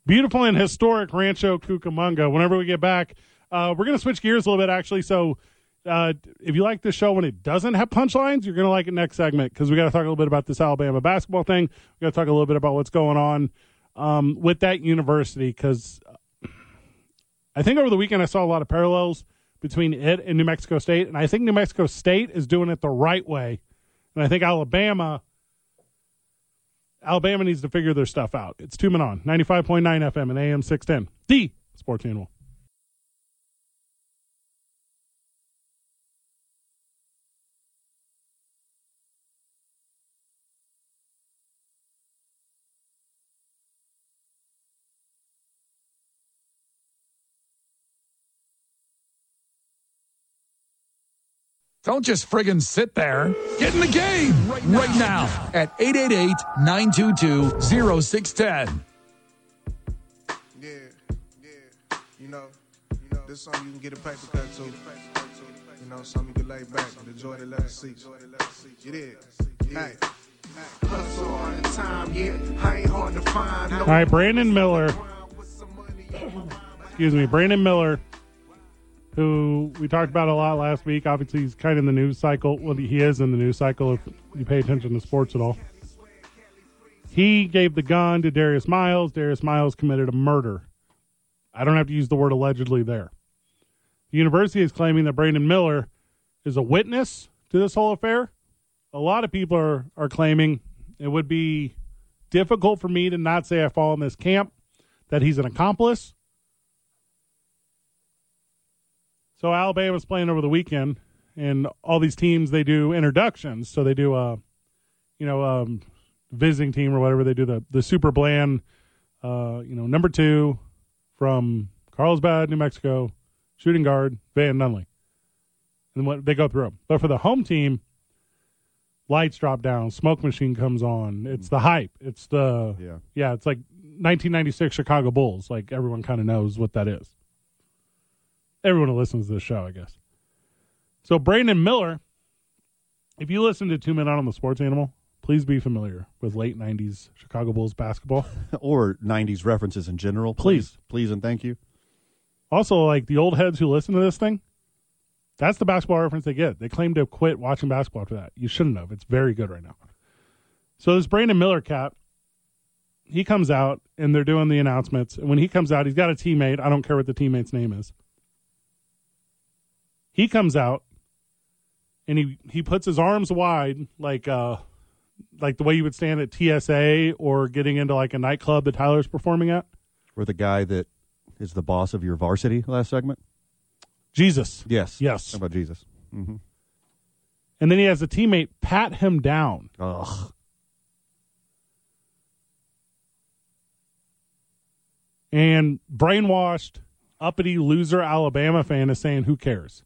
[SPEAKER 1] beautiful and historic Rancho Cucamonga. Whenever we get back, uh, we're going to switch gears a little bit, actually. So uh, if you like this show when it doesn't have punchlines, you're going to like it next segment because we got to talk a little bit about this Alabama basketball thing. We got to talk a little bit about what's going on um, with that university because I think over the weekend I saw a lot of parallels between it and New Mexico State, and I think New Mexico State is doing it the right way, and I think Alabama. Alabama needs to figure their stuff out. It's two men on 95.9 FM and AM 610. The Sports Animal.
[SPEAKER 4] Don't just friggin' sit there. Get in the game right now, at 888 922 0610.
[SPEAKER 14] Yeah, yeah. You know, you know, this song you can get a paper cut to. You know, something you can lay back and enjoy the last seat. You did. Hey. Hustle all the time, yeah. I ain't hard to find.
[SPEAKER 1] All right, Brandon Miller. Excuse me, Brandon Miller, who we talked about a lot last week. Obviously, he's kind of in the news cycle. Well, he is in the news cycle if you pay attention to sports at all. He gave the gun to Darius Miles. Darius Miles committed a murder. I don't have to use the word allegedly there. The university is claiming that Brandon Miller is a witness to this whole affair. A lot of people are, are claiming it would be difficult for me to not say I fall in this camp, that he's an accomplice. So Alabama's playing over the weekend, and all these teams they do introductions. So they do a, you know, um, visiting team or whatever. They do the the super bland, uh, you know, number two from Carlsbad, New Mexico, shooting guard Van Nunley, and what they go through 'em. But for the home team, lights drop down, smoke machine comes on. It's the hype. It's the yeah, yeah. It's like 1996 Chicago Bulls. Like everyone kind of knows what that is. Everyone who listens to this show, I guess. So Brandon Miller, if you listen to Two Men Out on the Sports Animal, please be familiar with late 90s Chicago Bulls basketball.
[SPEAKER 2] or 90s references in general. Please. Please and thank you.
[SPEAKER 1] Also, like the old heads who listen to this thing, that's the basketball reference they get. They claim to have quit watching basketball after that. You shouldn't have. It's very good right now. So this Brandon Miller cat, he comes out and they're doing the announcements. And when he comes out, he's got a teammate. I don't care what the teammate's name is. He comes out and he he puts his arms wide like uh like the way you would stand at TSA or getting into like a nightclub that Tyler's performing at.
[SPEAKER 2] Or the guy that is the boss of your varsity last segment.
[SPEAKER 1] Jesus.
[SPEAKER 2] Yes.
[SPEAKER 1] Yes.
[SPEAKER 2] How about Jesus? Mm-hmm.
[SPEAKER 1] And then he has a teammate pat him down.
[SPEAKER 2] Ugh.
[SPEAKER 1] And brainwashed, uppity loser Alabama fan is saying, Who cares?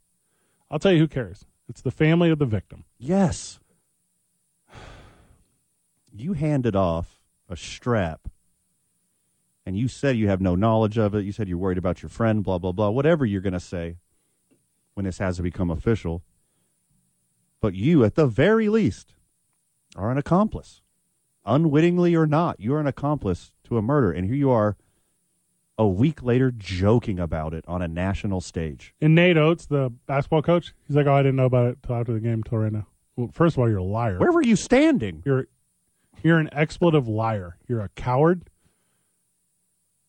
[SPEAKER 1] I'll tell you who cares. It's the family of the victim.
[SPEAKER 2] Yes. You handed off a strap and you said you have no knowledge of it. You said you're worried about your friend, blah, blah, blah, whatever you're going to say when this has to become official. But you, at the very least, are an accomplice. Unwittingly or not, you're an accomplice to a murder. And here you are a week later joking about it on a national stage.
[SPEAKER 1] And Nate Oates, the basketball coach, he's like, "Oh, I didn't know about it till after the game, till right now." Well, first of all, you're a liar.
[SPEAKER 2] Where were you standing?
[SPEAKER 1] You're you're an expletive liar. You're a coward.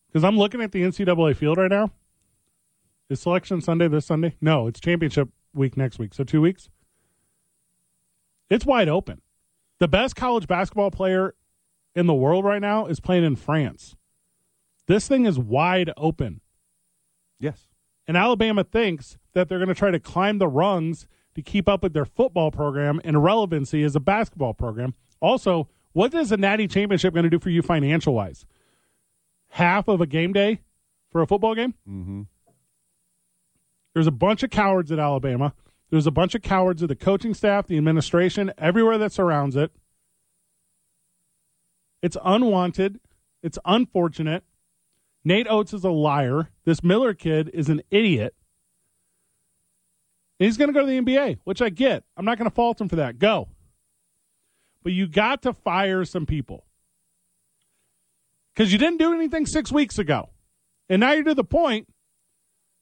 [SPEAKER 1] Because I'm looking at the NCAA field right now. Is selection Sunday this Sunday? No, it's championship week next week. So two weeks. It's wide open. The best college basketball player in the world right now is playing in France. This thing is wide open.
[SPEAKER 2] Yes.
[SPEAKER 1] And Alabama thinks that they're going to try to climb the rungs to keep up with their football program and relevancy as a basketball program. Also, what is a natty championship going to do for you financial wise? Half of a game day for a football game?
[SPEAKER 2] Mm-hmm.
[SPEAKER 1] There's a bunch of cowards at Alabama. There's a bunch of cowards at the coaching staff, the administration, everywhere that surrounds it. It's unwanted. It's unfortunate. Nate Oates is a liar. This Miller kid is an idiot. And he's going to go to the NBA, which I get. I'm not going to fault him for that. Go. But you got to fire some people because you didn't do anything six weeks ago. And now you're to the point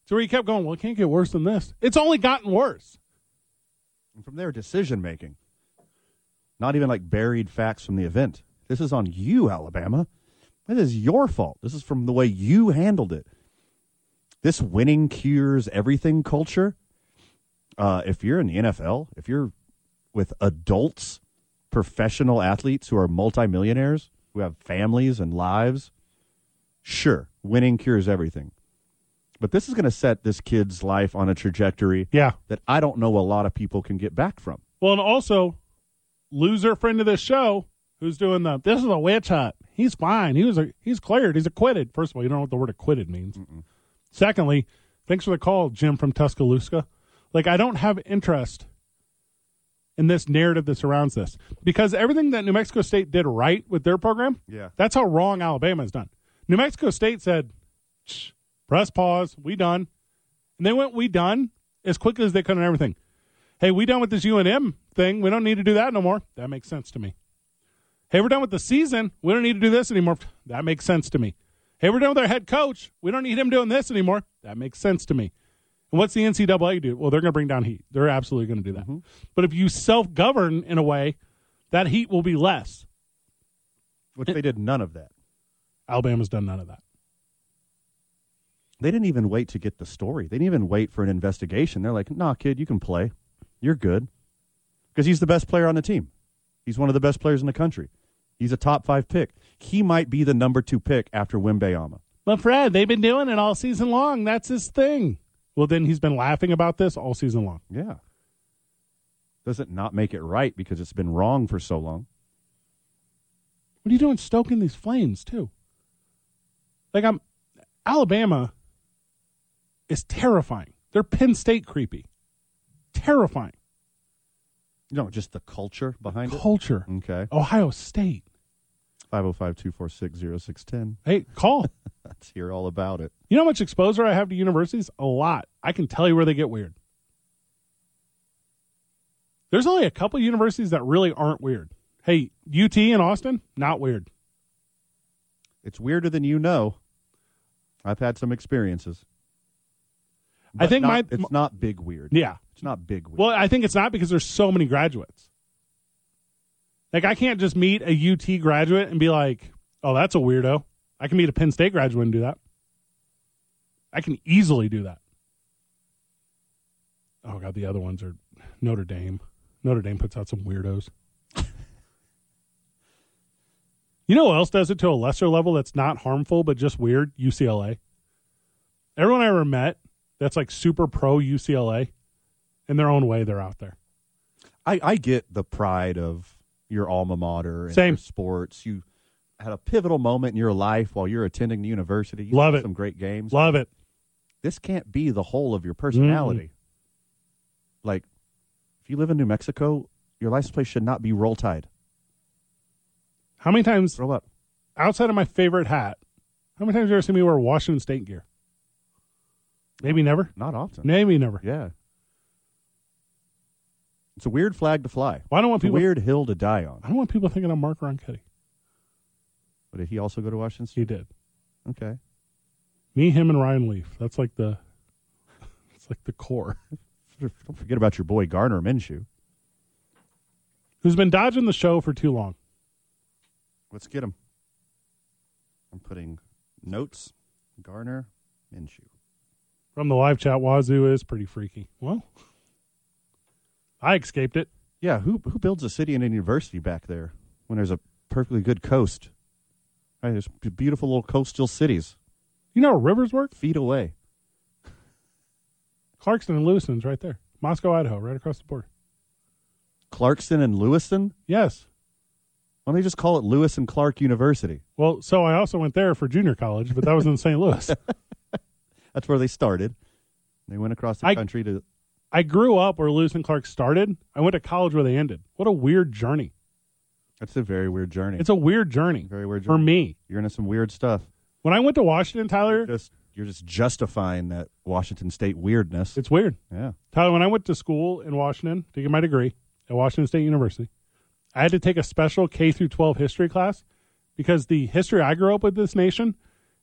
[SPEAKER 1] to where you kept going, well, it can't get worse than this. It's only gotten worse.
[SPEAKER 2] And from their decision making, not even like buried facts from the event. This is on you, Alabama. This is your fault. This is from the way you handled it. This winning cures everything culture. Uh, if you're in the NFL, if you're with adults, professional athletes who are multimillionaires, who have families and lives, sure, winning cures everything. But this is going to set this kid's life on a trajectory
[SPEAKER 1] Yeah.
[SPEAKER 2] that I don't know a lot of people can get back from.
[SPEAKER 1] Well, and also, loser friend of this show who's doing the this is a witch hunt. He's fine. He was a, he's cleared. He's acquitted. First of all, you don't know what the word acquitted means. Secondly, thanks for the call, Jim from Tuscaloosa. Like I don't have interest in this narrative that surrounds this because everything that New Mexico State did right with their program,
[SPEAKER 2] Yeah.
[SPEAKER 1] that's how wrong Alabama has done. New Mexico State said, "Shh, press pause, we done. And they went, we done, as quickly as they could on everything. hey, we done with this UNM thing. We don't need to do that no more. That makes sense to me. Hey, we're done with the season. We don't need to do this anymore. That makes sense to me. Hey, we're done with our head coach. We don't need him doing this anymore. That makes sense to me. And what's the NCAA do? Well, they're going to bring down heat. They're absolutely going to do that. But if you self govern in a way, that heat will be less.
[SPEAKER 2] Which they did none of that.
[SPEAKER 1] Alabama's done none of that.
[SPEAKER 2] They didn't even wait to get the story. They didn't even wait for an investigation. They're like, nah, kid, you can play. You're good. Because he's the best player on the team. He's one of the best players in the country. He's a top five pick. He might be the number two pick after Wimbayama.
[SPEAKER 1] But Fred, they've been doing it all season long. That's his thing. Well, then he's been laughing about this all season long.
[SPEAKER 2] Yeah. Does it not make it right because it's been wrong for so long?
[SPEAKER 1] What are you doing stoking these flames too? Like I'm Alabama is terrifying. They're Penn State creepy. Terrifying.
[SPEAKER 2] You know, just the culture behind
[SPEAKER 1] Culture.
[SPEAKER 2] it. Okay.
[SPEAKER 1] Ohio State.
[SPEAKER 2] 505 246 0610.
[SPEAKER 1] Hey, call.
[SPEAKER 2] Let's hear all about it.
[SPEAKER 1] You know how much exposure I have to universities? A lot. I can tell you where they get weird. There's only a couple universities that really aren't weird. Hey, UT in Austin, not weird.
[SPEAKER 2] It's weirder than you know. I've had some experiences.
[SPEAKER 1] I
[SPEAKER 2] But
[SPEAKER 1] think
[SPEAKER 2] not-
[SPEAKER 1] my
[SPEAKER 2] It's not big weird.
[SPEAKER 1] Yeah.
[SPEAKER 2] It's not big weird.
[SPEAKER 1] Well, I think it's not because there's so many graduates. Like I can't just meet a UT graduate and be like, "Oh, that's a weirdo." I can meet a Penn State graduate and do that. I can easily do that. Oh god, the other ones are Notre Dame. Notre Dame puts out some weirdos. you know who else does it to a lesser level that's not harmful but just weird? UCLA. Everyone I ever met that's like super pro UCLA, in their own way, they're out there.
[SPEAKER 2] I, I get the pride of your alma mater and
[SPEAKER 1] Same.
[SPEAKER 2] your sports. You had a pivotal moment in your life while you're attending the university. You
[SPEAKER 1] Love
[SPEAKER 2] had
[SPEAKER 1] it.
[SPEAKER 2] Some great games.
[SPEAKER 1] Love it.
[SPEAKER 2] This can't be the whole of your personality.
[SPEAKER 1] Mm-hmm.
[SPEAKER 2] Like, if you live in New Mexico, your license plate should not be roll tide.
[SPEAKER 1] How many times
[SPEAKER 2] Roll up.
[SPEAKER 1] outside of my favorite hat? How many times have you ever seen me wear Washington State gear? Maybe never.
[SPEAKER 2] Not often.
[SPEAKER 1] Maybe never.
[SPEAKER 2] Yeah. It's a weird flag to fly.
[SPEAKER 1] Well, I don't want
[SPEAKER 2] It's a
[SPEAKER 1] people-
[SPEAKER 2] weird hill to die on.
[SPEAKER 1] I don't want people thinking I'm Mark Ronchetti.
[SPEAKER 2] But did he also go to Washington State?
[SPEAKER 1] He did.
[SPEAKER 2] Okay.
[SPEAKER 1] Me, him, and Ryan Leaf. That's like the, it's like the core.
[SPEAKER 2] Don't forget about your boy Garner Minshew.
[SPEAKER 1] Who's been dodging the show for too long?
[SPEAKER 2] Let's get him. I'm putting notes, Garner, Minshew.
[SPEAKER 1] From the live chat, Wazoo is pretty freaky. Well, I escaped it.
[SPEAKER 2] Yeah, who who builds a city and a university back there when there's a perfectly good coast? Right, there's b- beautiful little coastal cities
[SPEAKER 1] You know how rivers work?
[SPEAKER 2] feet away.
[SPEAKER 1] Clarkston and Lewiston's right there. Moscow, Idaho, right across the border.
[SPEAKER 2] Clarkson and Lewiston.
[SPEAKER 1] Yes.
[SPEAKER 2] Why don't they just call it Lewis and Clark University?
[SPEAKER 1] Well, so I also went there for junior college, but that was in St. Louis.
[SPEAKER 2] That's where they started. They went across the country to
[SPEAKER 1] I grew up where Lewis and Clark started. I went to college where they ended. What a weird journey.
[SPEAKER 2] That's a very weird journey.
[SPEAKER 1] It's a weird journey.
[SPEAKER 2] very weird
[SPEAKER 1] For
[SPEAKER 2] journey.
[SPEAKER 1] me.
[SPEAKER 2] You're into some weird stuff.
[SPEAKER 1] When I went to Washington, Tyler,
[SPEAKER 2] Just you're just justifying that Washington State weirdness.
[SPEAKER 1] it's weird.
[SPEAKER 2] Yeah.
[SPEAKER 1] Tyler, when I went to school in Washington to get my degree at Washington State University, I had to take a special K through 12 history class because the history I grew up with this nation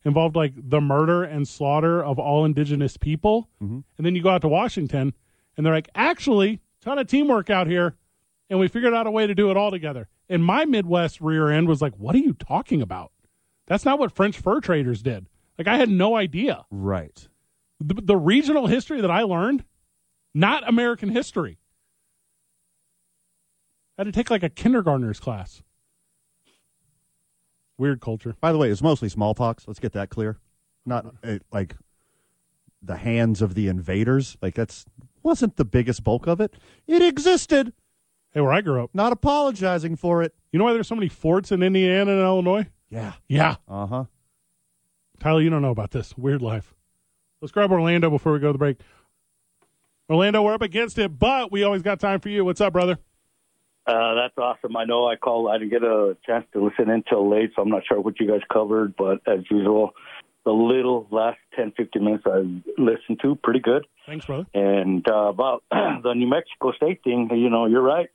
[SPEAKER 1] involved like the murder and slaughter of all indigenous people. And then you go out to Washington and they're like, actually, ton of teamwork out here. And we figured out a way to do it all together. And my Midwest rear end was like, what are you talking about? That's not what French fur traders did. Like, I had no idea
[SPEAKER 2] Right.
[SPEAKER 1] the, the regional history that I learned, not American history. I had to take like a kindergartner's class. Weird culture.
[SPEAKER 2] By the way, it's mostly smallpox. Let's get that clear. Not uh, like the hands of the invaders. Like that's wasn't the biggest bulk of it. It existed.
[SPEAKER 1] Hey, where I grew up,
[SPEAKER 2] Not apologizing for it.
[SPEAKER 1] you know why there's so many forts in Indiana and Illinois?
[SPEAKER 2] Yeah.
[SPEAKER 1] Yeah.
[SPEAKER 2] Uh huh.
[SPEAKER 1] Tyler, you don't know about this. Weird life. Let's grab Orlando before we go to the break. Orlando, we're up against it, but we always got time for you. What's up, brother?
[SPEAKER 15] Uh, that's awesome. I know I called. I didn't get a chance to listen in till late, so I'm not sure what you guys covered. But as usual, the little last 10, 15 minutes I listened to, pretty good.
[SPEAKER 1] Thanks, brother.
[SPEAKER 15] And uh, about the New Mexico State thing, you know, you're right.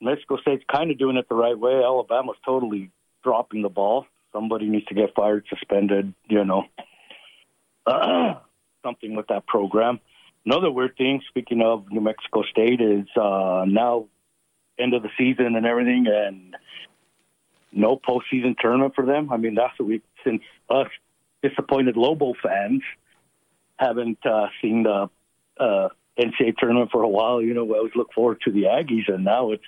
[SPEAKER 15] Mexico State's kind of doing it the right way. Alabama's totally dropping the ball. Somebody needs to get fired, suspended, you know, something with that program. Another weird thing, speaking of New Mexico State, is uh, now end of the season and everything, and no postseason tournament for them. I mean, that's what we, since us disappointed Lobo fans haven't uh, seen the uh, NCAA tournament for a while. You know, we always look forward to the Aggies, and now it's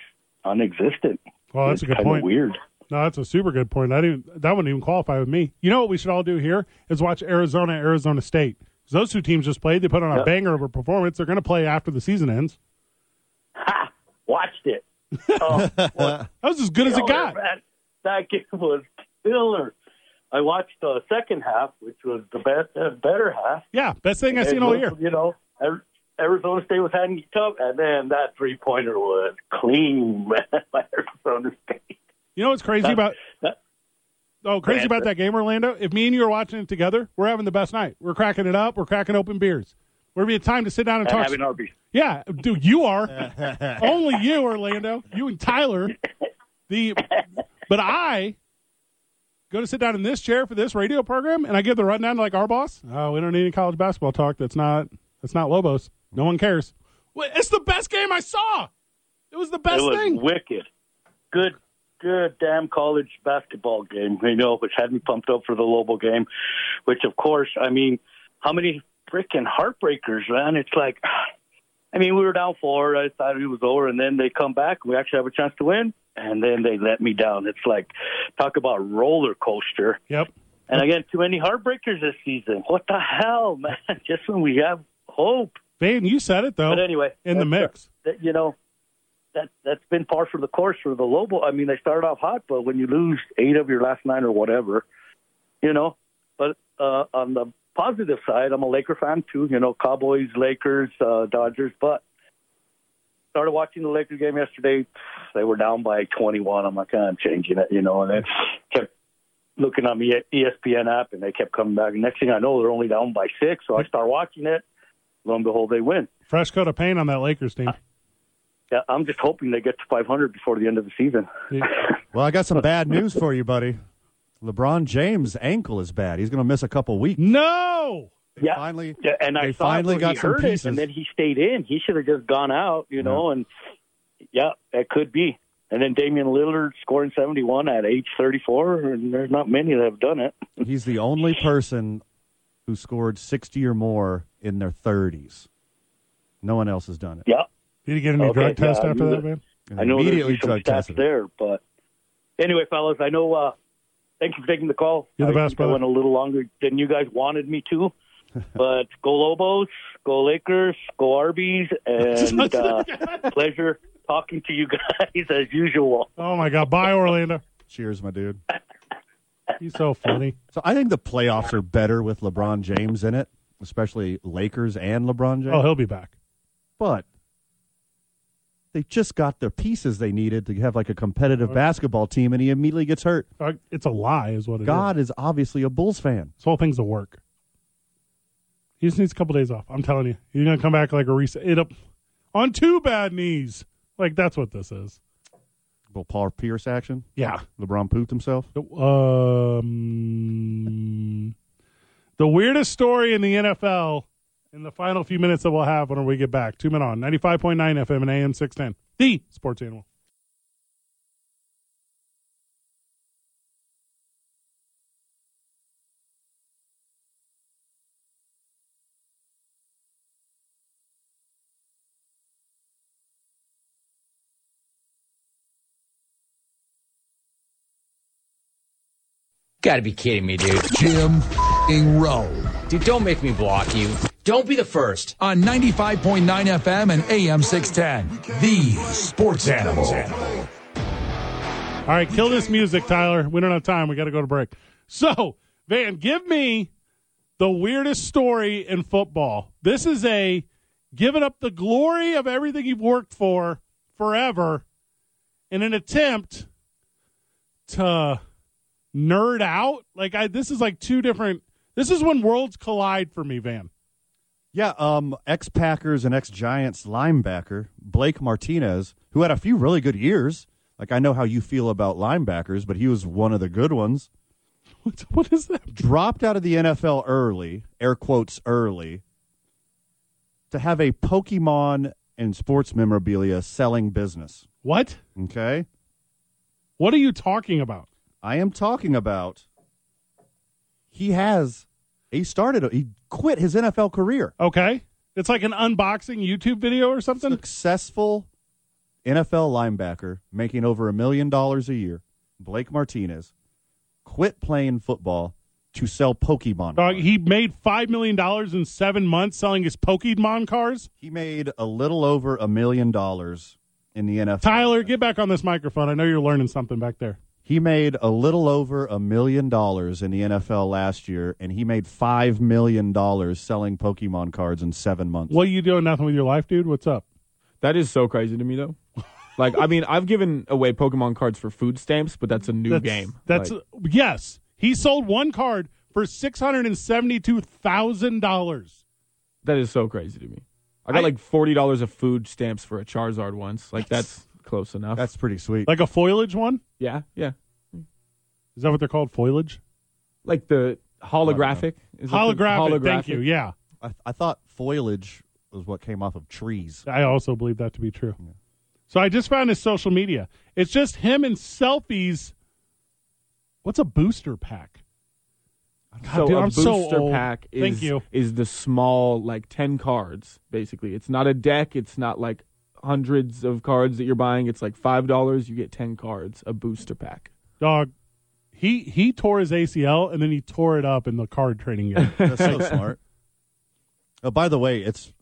[SPEAKER 15] non-existent.
[SPEAKER 1] Well, Oh, that's
[SPEAKER 15] it's
[SPEAKER 1] a good
[SPEAKER 15] kinda
[SPEAKER 1] point.
[SPEAKER 15] Weird.
[SPEAKER 1] No, that's a super good point. I didn't. That wouldn't even qualify with me. You know what we should all do here is watch Arizona, Arizona State. 'Cause Those two teams just played. They put on a
[SPEAKER 15] Yep.
[SPEAKER 1] banger of a performance. They're going to play after the season ends.
[SPEAKER 15] Watched it.
[SPEAKER 1] that was as good as it
[SPEAKER 15] Oh,
[SPEAKER 1] got.
[SPEAKER 15] man, that game was killer. I watched the second half, which was the best, uh, better half.
[SPEAKER 1] Yeah, best thing I've
[SPEAKER 15] And,
[SPEAKER 1] seen all year.
[SPEAKER 15] You know, Ari- Arizona State was having it tough, and then that three pointer was clean man, by Arizona State.
[SPEAKER 1] You know what's crazy about oh crazy
[SPEAKER 15] Go ahead,
[SPEAKER 1] about
[SPEAKER 15] sir.
[SPEAKER 1] that game, Orlando? If me and you are watching it together, we're having the best night. We're cracking it up. We're cracking open beers. We're be a time to sit down and,
[SPEAKER 15] And
[SPEAKER 1] talk.
[SPEAKER 15] having Arby's.
[SPEAKER 1] Yeah, dude, you are only you, Orlando. You and Tyler. The but I go to sit down in this chair for this radio program, and I give the rundown to like our boss. Oh, we don't need any college basketball talk. That's not that's not Lobos. No one cares. Well, it's the best game I saw. It was the best
[SPEAKER 15] it was
[SPEAKER 1] thing.
[SPEAKER 15] wicked. Good, good damn college basketball game, you know, which had me pumped up for the Lobo game, which, of course, I mean, how many freaking heartbreakers, man? It's like, I mean, we were down four. I thought it was over, and then they come back. We actually have a chance to win, and then they let me down. It's like, talk about roller coaster.
[SPEAKER 1] Yep.
[SPEAKER 15] And again, too many heartbreakers this season. What the hell, man? Just when we have hope.
[SPEAKER 1] Van, you said it though.
[SPEAKER 15] But anyway,
[SPEAKER 1] in the
[SPEAKER 15] that's-
[SPEAKER 1] mix.
[SPEAKER 15] that, you know, that that's been par for the course for the Lobo. I mean, they started off hot, but when you lose eight of your last nine or whatever, you know. But uh, on the positive side, I'm a Laker fan too. You know, Cowboys, Lakers, uh, Dodgers. But started watching the Lakers game yesterday. They were down by 21. I'm like, "Ah, I'm changing it, you know, and then kept looking on the E ESPN app, and they kept coming back. Next thing I know, they're only down by six. So I start watching it. Lo and behold, they win.
[SPEAKER 1] Fresh coat of paint on that Lakers team.
[SPEAKER 15] Yeah, I'm just hoping they get to 500 before the end of the season.
[SPEAKER 2] Well, I got some bad news for you, buddy. LeBron James' ankle is bad. He's going to miss a couple weeks.
[SPEAKER 1] No.
[SPEAKER 15] yeah,
[SPEAKER 2] finally,
[SPEAKER 15] yeah, and I
[SPEAKER 2] they
[SPEAKER 15] saw it
[SPEAKER 2] finally
[SPEAKER 15] when
[SPEAKER 2] got
[SPEAKER 15] he
[SPEAKER 2] some
[SPEAKER 15] heard
[SPEAKER 2] pieces.
[SPEAKER 15] It, and then he stayed in. He should have just gone out, you know. And yeah, that could be. And then Damian Lillard scoring 71 at age 34, and there's not many that have done it.
[SPEAKER 2] He's the only person who scored 60 or more in their 30s. No one else has done it.
[SPEAKER 15] Yeah.
[SPEAKER 1] Did he get any drug test
[SPEAKER 15] yeah, I
[SPEAKER 1] after
[SPEAKER 15] knew
[SPEAKER 1] that, man?
[SPEAKER 2] And
[SPEAKER 15] I know
[SPEAKER 2] immediately drug
[SPEAKER 15] immediately some stats
[SPEAKER 2] tested.
[SPEAKER 15] there, but anyway, fellas, I know. Uh, thank you for taking the call.
[SPEAKER 1] You're the
[SPEAKER 15] I
[SPEAKER 1] best,
[SPEAKER 15] think I
[SPEAKER 1] brother.
[SPEAKER 15] went a little longer than you guys wanted me to, but go Lobos, go Lakers, go Arby's, and uh, pleasure talking to you guys as usual.
[SPEAKER 1] Oh my God! Bye, Orlando.
[SPEAKER 2] Cheers, my dude.
[SPEAKER 1] He's so funny.
[SPEAKER 2] So I think the playoffs are better with LeBron James in it, especially Lakers and LeBron James.
[SPEAKER 1] Oh, he'll be back.
[SPEAKER 2] But they just got the pieces they needed to have like a competitive
[SPEAKER 1] Oh.
[SPEAKER 2] basketball team, and he immediately gets hurt.
[SPEAKER 1] Uh, It's a lie, is what it is.
[SPEAKER 2] God is obviously a Bulls fan.
[SPEAKER 1] This whole thing's a work. He just needs a couple days off. I'm telling you, he's gonna come back like a reset. It up on two bad knees. Like that's what this is.
[SPEAKER 2] Well, Paul Pierce action.
[SPEAKER 1] Yeah.
[SPEAKER 2] LeBron pooped himself.
[SPEAKER 1] Um, the weirdest story in the NFL in the final few minutes that we'll have when we get back. Two men on 95.9 FM and AM 610. The Sports Animal.
[SPEAKER 7] Gotta be kidding me, dude. Jim f***ing Rowe. Dude, don't make me block you. Don't be the first.
[SPEAKER 4] On 95.9 FM and AM 610, the sports animal.
[SPEAKER 1] All right, kill this music, Tyler. We don't have time. We got to go to break. So, Van, give me the weirdest story in football. This is a giving up the glory of everything you've worked for forever in an attempt to nerd out. Like I this is like two different This is when worlds collide for me, Van.
[SPEAKER 2] Yeah, um, ex Packers and ex Giants linebacker Blake Martinez, who had a few really good years. Like I know how you feel about linebackers, but he was one of the good ones.
[SPEAKER 1] What, what is that?
[SPEAKER 2] Dropped out of the NFL early, air quotes early, to have a Pokemon and sports memorabilia selling business.
[SPEAKER 1] What?
[SPEAKER 2] Okay.
[SPEAKER 1] What are you talking about?
[SPEAKER 2] I am talking about he has he started he quit his NFL career.
[SPEAKER 1] Okay. It's like an unboxing YouTube video or something.
[SPEAKER 2] Successful NFL linebacker making over a million dollars a year, Blake Martinez, quit playing football to sell Pokemon.
[SPEAKER 1] Dog, he made five million dollars in seven months selling his Pokemon cars.
[SPEAKER 2] He made a little over a million dollars in the NFL.
[SPEAKER 1] Tyler, get back on this microphone. I know you're learning something back there.
[SPEAKER 2] He made a little over a million dollars in the NFL last year, and he made five million dollars selling Pokemon cards in seven months.
[SPEAKER 1] What are you doing? Nothing with your life, dude. What's up?
[SPEAKER 10] That is so crazy to me, though. like, I mean, I've given away Pokemon cards for food stamps, but that's a new
[SPEAKER 1] That's-
[SPEAKER 10] game.
[SPEAKER 1] That's
[SPEAKER 10] Like,
[SPEAKER 1] yes. He sold one card for six hundred and seventy-two thousand dollars.
[SPEAKER 10] that is so crazy to me. I got
[SPEAKER 1] I-
[SPEAKER 10] like forty dollars of food stamps for a Charizard once. Like that's close enough.
[SPEAKER 2] That's pretty sweet.
[SPEAKER 1] Like a foliage one?
[SPEAKER 10] yeah, yeah.
[SPEAKER 1] Is that what they're called? Foliage?
[SPEAKER 10] Like the holographic. Is that the-
[SPEAKER 1] Holographic. Thank you. Yeah.
[SPEAKER 2] I, I thought foliage was what came off of trees.
[SPEAKER 1] I also believe that to be true. So I just found his social media. It's just him and selfies. What's a booster pack? God,
[SPEAKER 10] so
[SPEAKER 1] dude,
[SPEAKER 10] a
[SPEAKER 1] I'm
[SPEAKER 10] booster
[SPEAKER 1] so old.
[SPEAKER 10] pack is
[SPEAKER 1] Thank you.
[SPEAKER 10] is the small like ten cards basically. It's not a deck. It's not like hundreds of cards that you're buying. It's like five dollars. You get ten cards. A booster pack.
[SPEAKER 1] Dog. He he tore his ACL and then he tore it up in the card trading game.
[SPEAKER 2] That's so smart. Oh, by the way, it's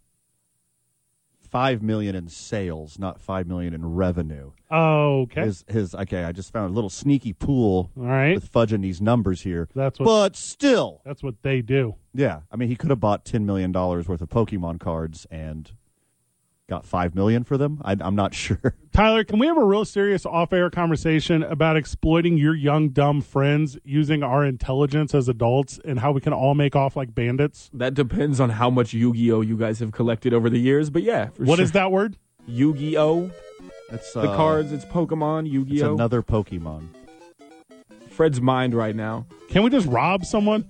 [SPEAKER 2] five million in sales, not five million in revenue.
[SPEAKER 1] okay.
[SPEAKER 2] His, his okay. I just found a little sneaky pool.
[SPEAKER 1] All right.
[SPEAKER 2] with fudging these numbers here.
[SPEAKER 1] That's what
[SPEAKER 2] but still,
[SPEAKER 1] that's what they do.
[SPEAKER 2] yeah. I mean, he could have bought ten million dollars worth of Pokemon cards and got five million for them. I, I'm not sure.
[SPEAKER 1] Tyler, can we have a real serious off-air conversation about exploiting your young dumb friends using our intelligence as adults and how we can all make off like bandits?
[SPEAKER 10] That depends on how much Yu-Gi-Oh you guys have collected over the years. But yeah,
[SPEAKER 1] What
[SPEAKER 10] for
[SPEAKER 1] is
[SPEAKER 10] sure.
[SPEAKER 1] that word?
[SPEAKER 10] Yu-Gi-Oh.
[SPEAKER 2] That's
[SPEAKER 10] the cards. It's
[SPEAKER 2] Uh,
[SPEAKER 10] Pokemon.
[SPEAKER 2] It's
[SPEAKER 10] Yu-Gi-Oh.
[SPEAKER 2] another Pokemon.
[SPEAKER 10] Fred's mind right now.
[SPEAKER 1] Can we just rob someone?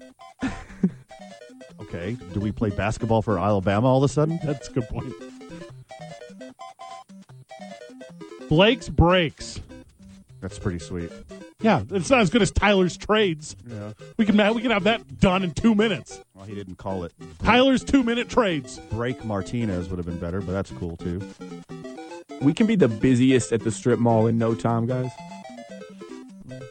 [SPEAKER 2] Okay. Do we play basketball for Alabama all of a sudden?
[SPEAKER 1] That's a good point. Blake's breaks.
[SPEAKER 2] That's pretty sweet.
[SPEAKER 1] Yeah, it's not as good as Tyler's trades.
[SPEAKER 2] Yeah.
[SPEAKER 1] We can we can have that done in two minutes.
[SPEAKER 2] Well, he didn't call it
[SPEAKER 1] Tyler's two minute trades.
[SPEAKER 2] break Martinez would have been better, but that's cool too.
[SPEAKER 10] We can be the busiest at the strip mall in no time, guys.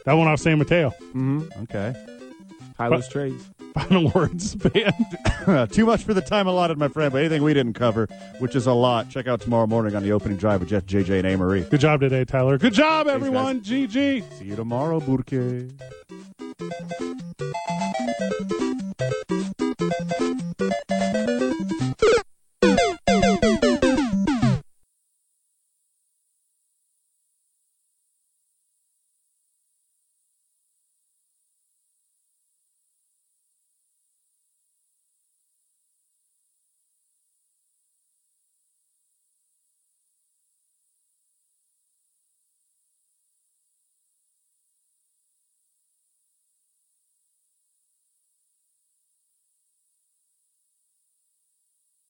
[SPEAKER 1] That one off San Mateo.
[SPEAKER 10] Mm-hmm.
[SPEAKER 2] Okay.
[SPEAKER 10] Tyler's trades.
[SPEAKER 1] Final words, band.
[SPEAKER 2] Too much for the time allotted, my friend, but anything we didn't cover, which is a lot, check out tomorrow morning on the opening drive with Jeff, JJ, and Amory.
[SPEAKER 1] Good job today, Tyler. Good job,
[SPEAKER 2] Thanks,
[SPEAKER 1] everyone. GG.
[SPEAKER 2] See you tomorrow, Burke.
[SPEAKER 13] Thank you.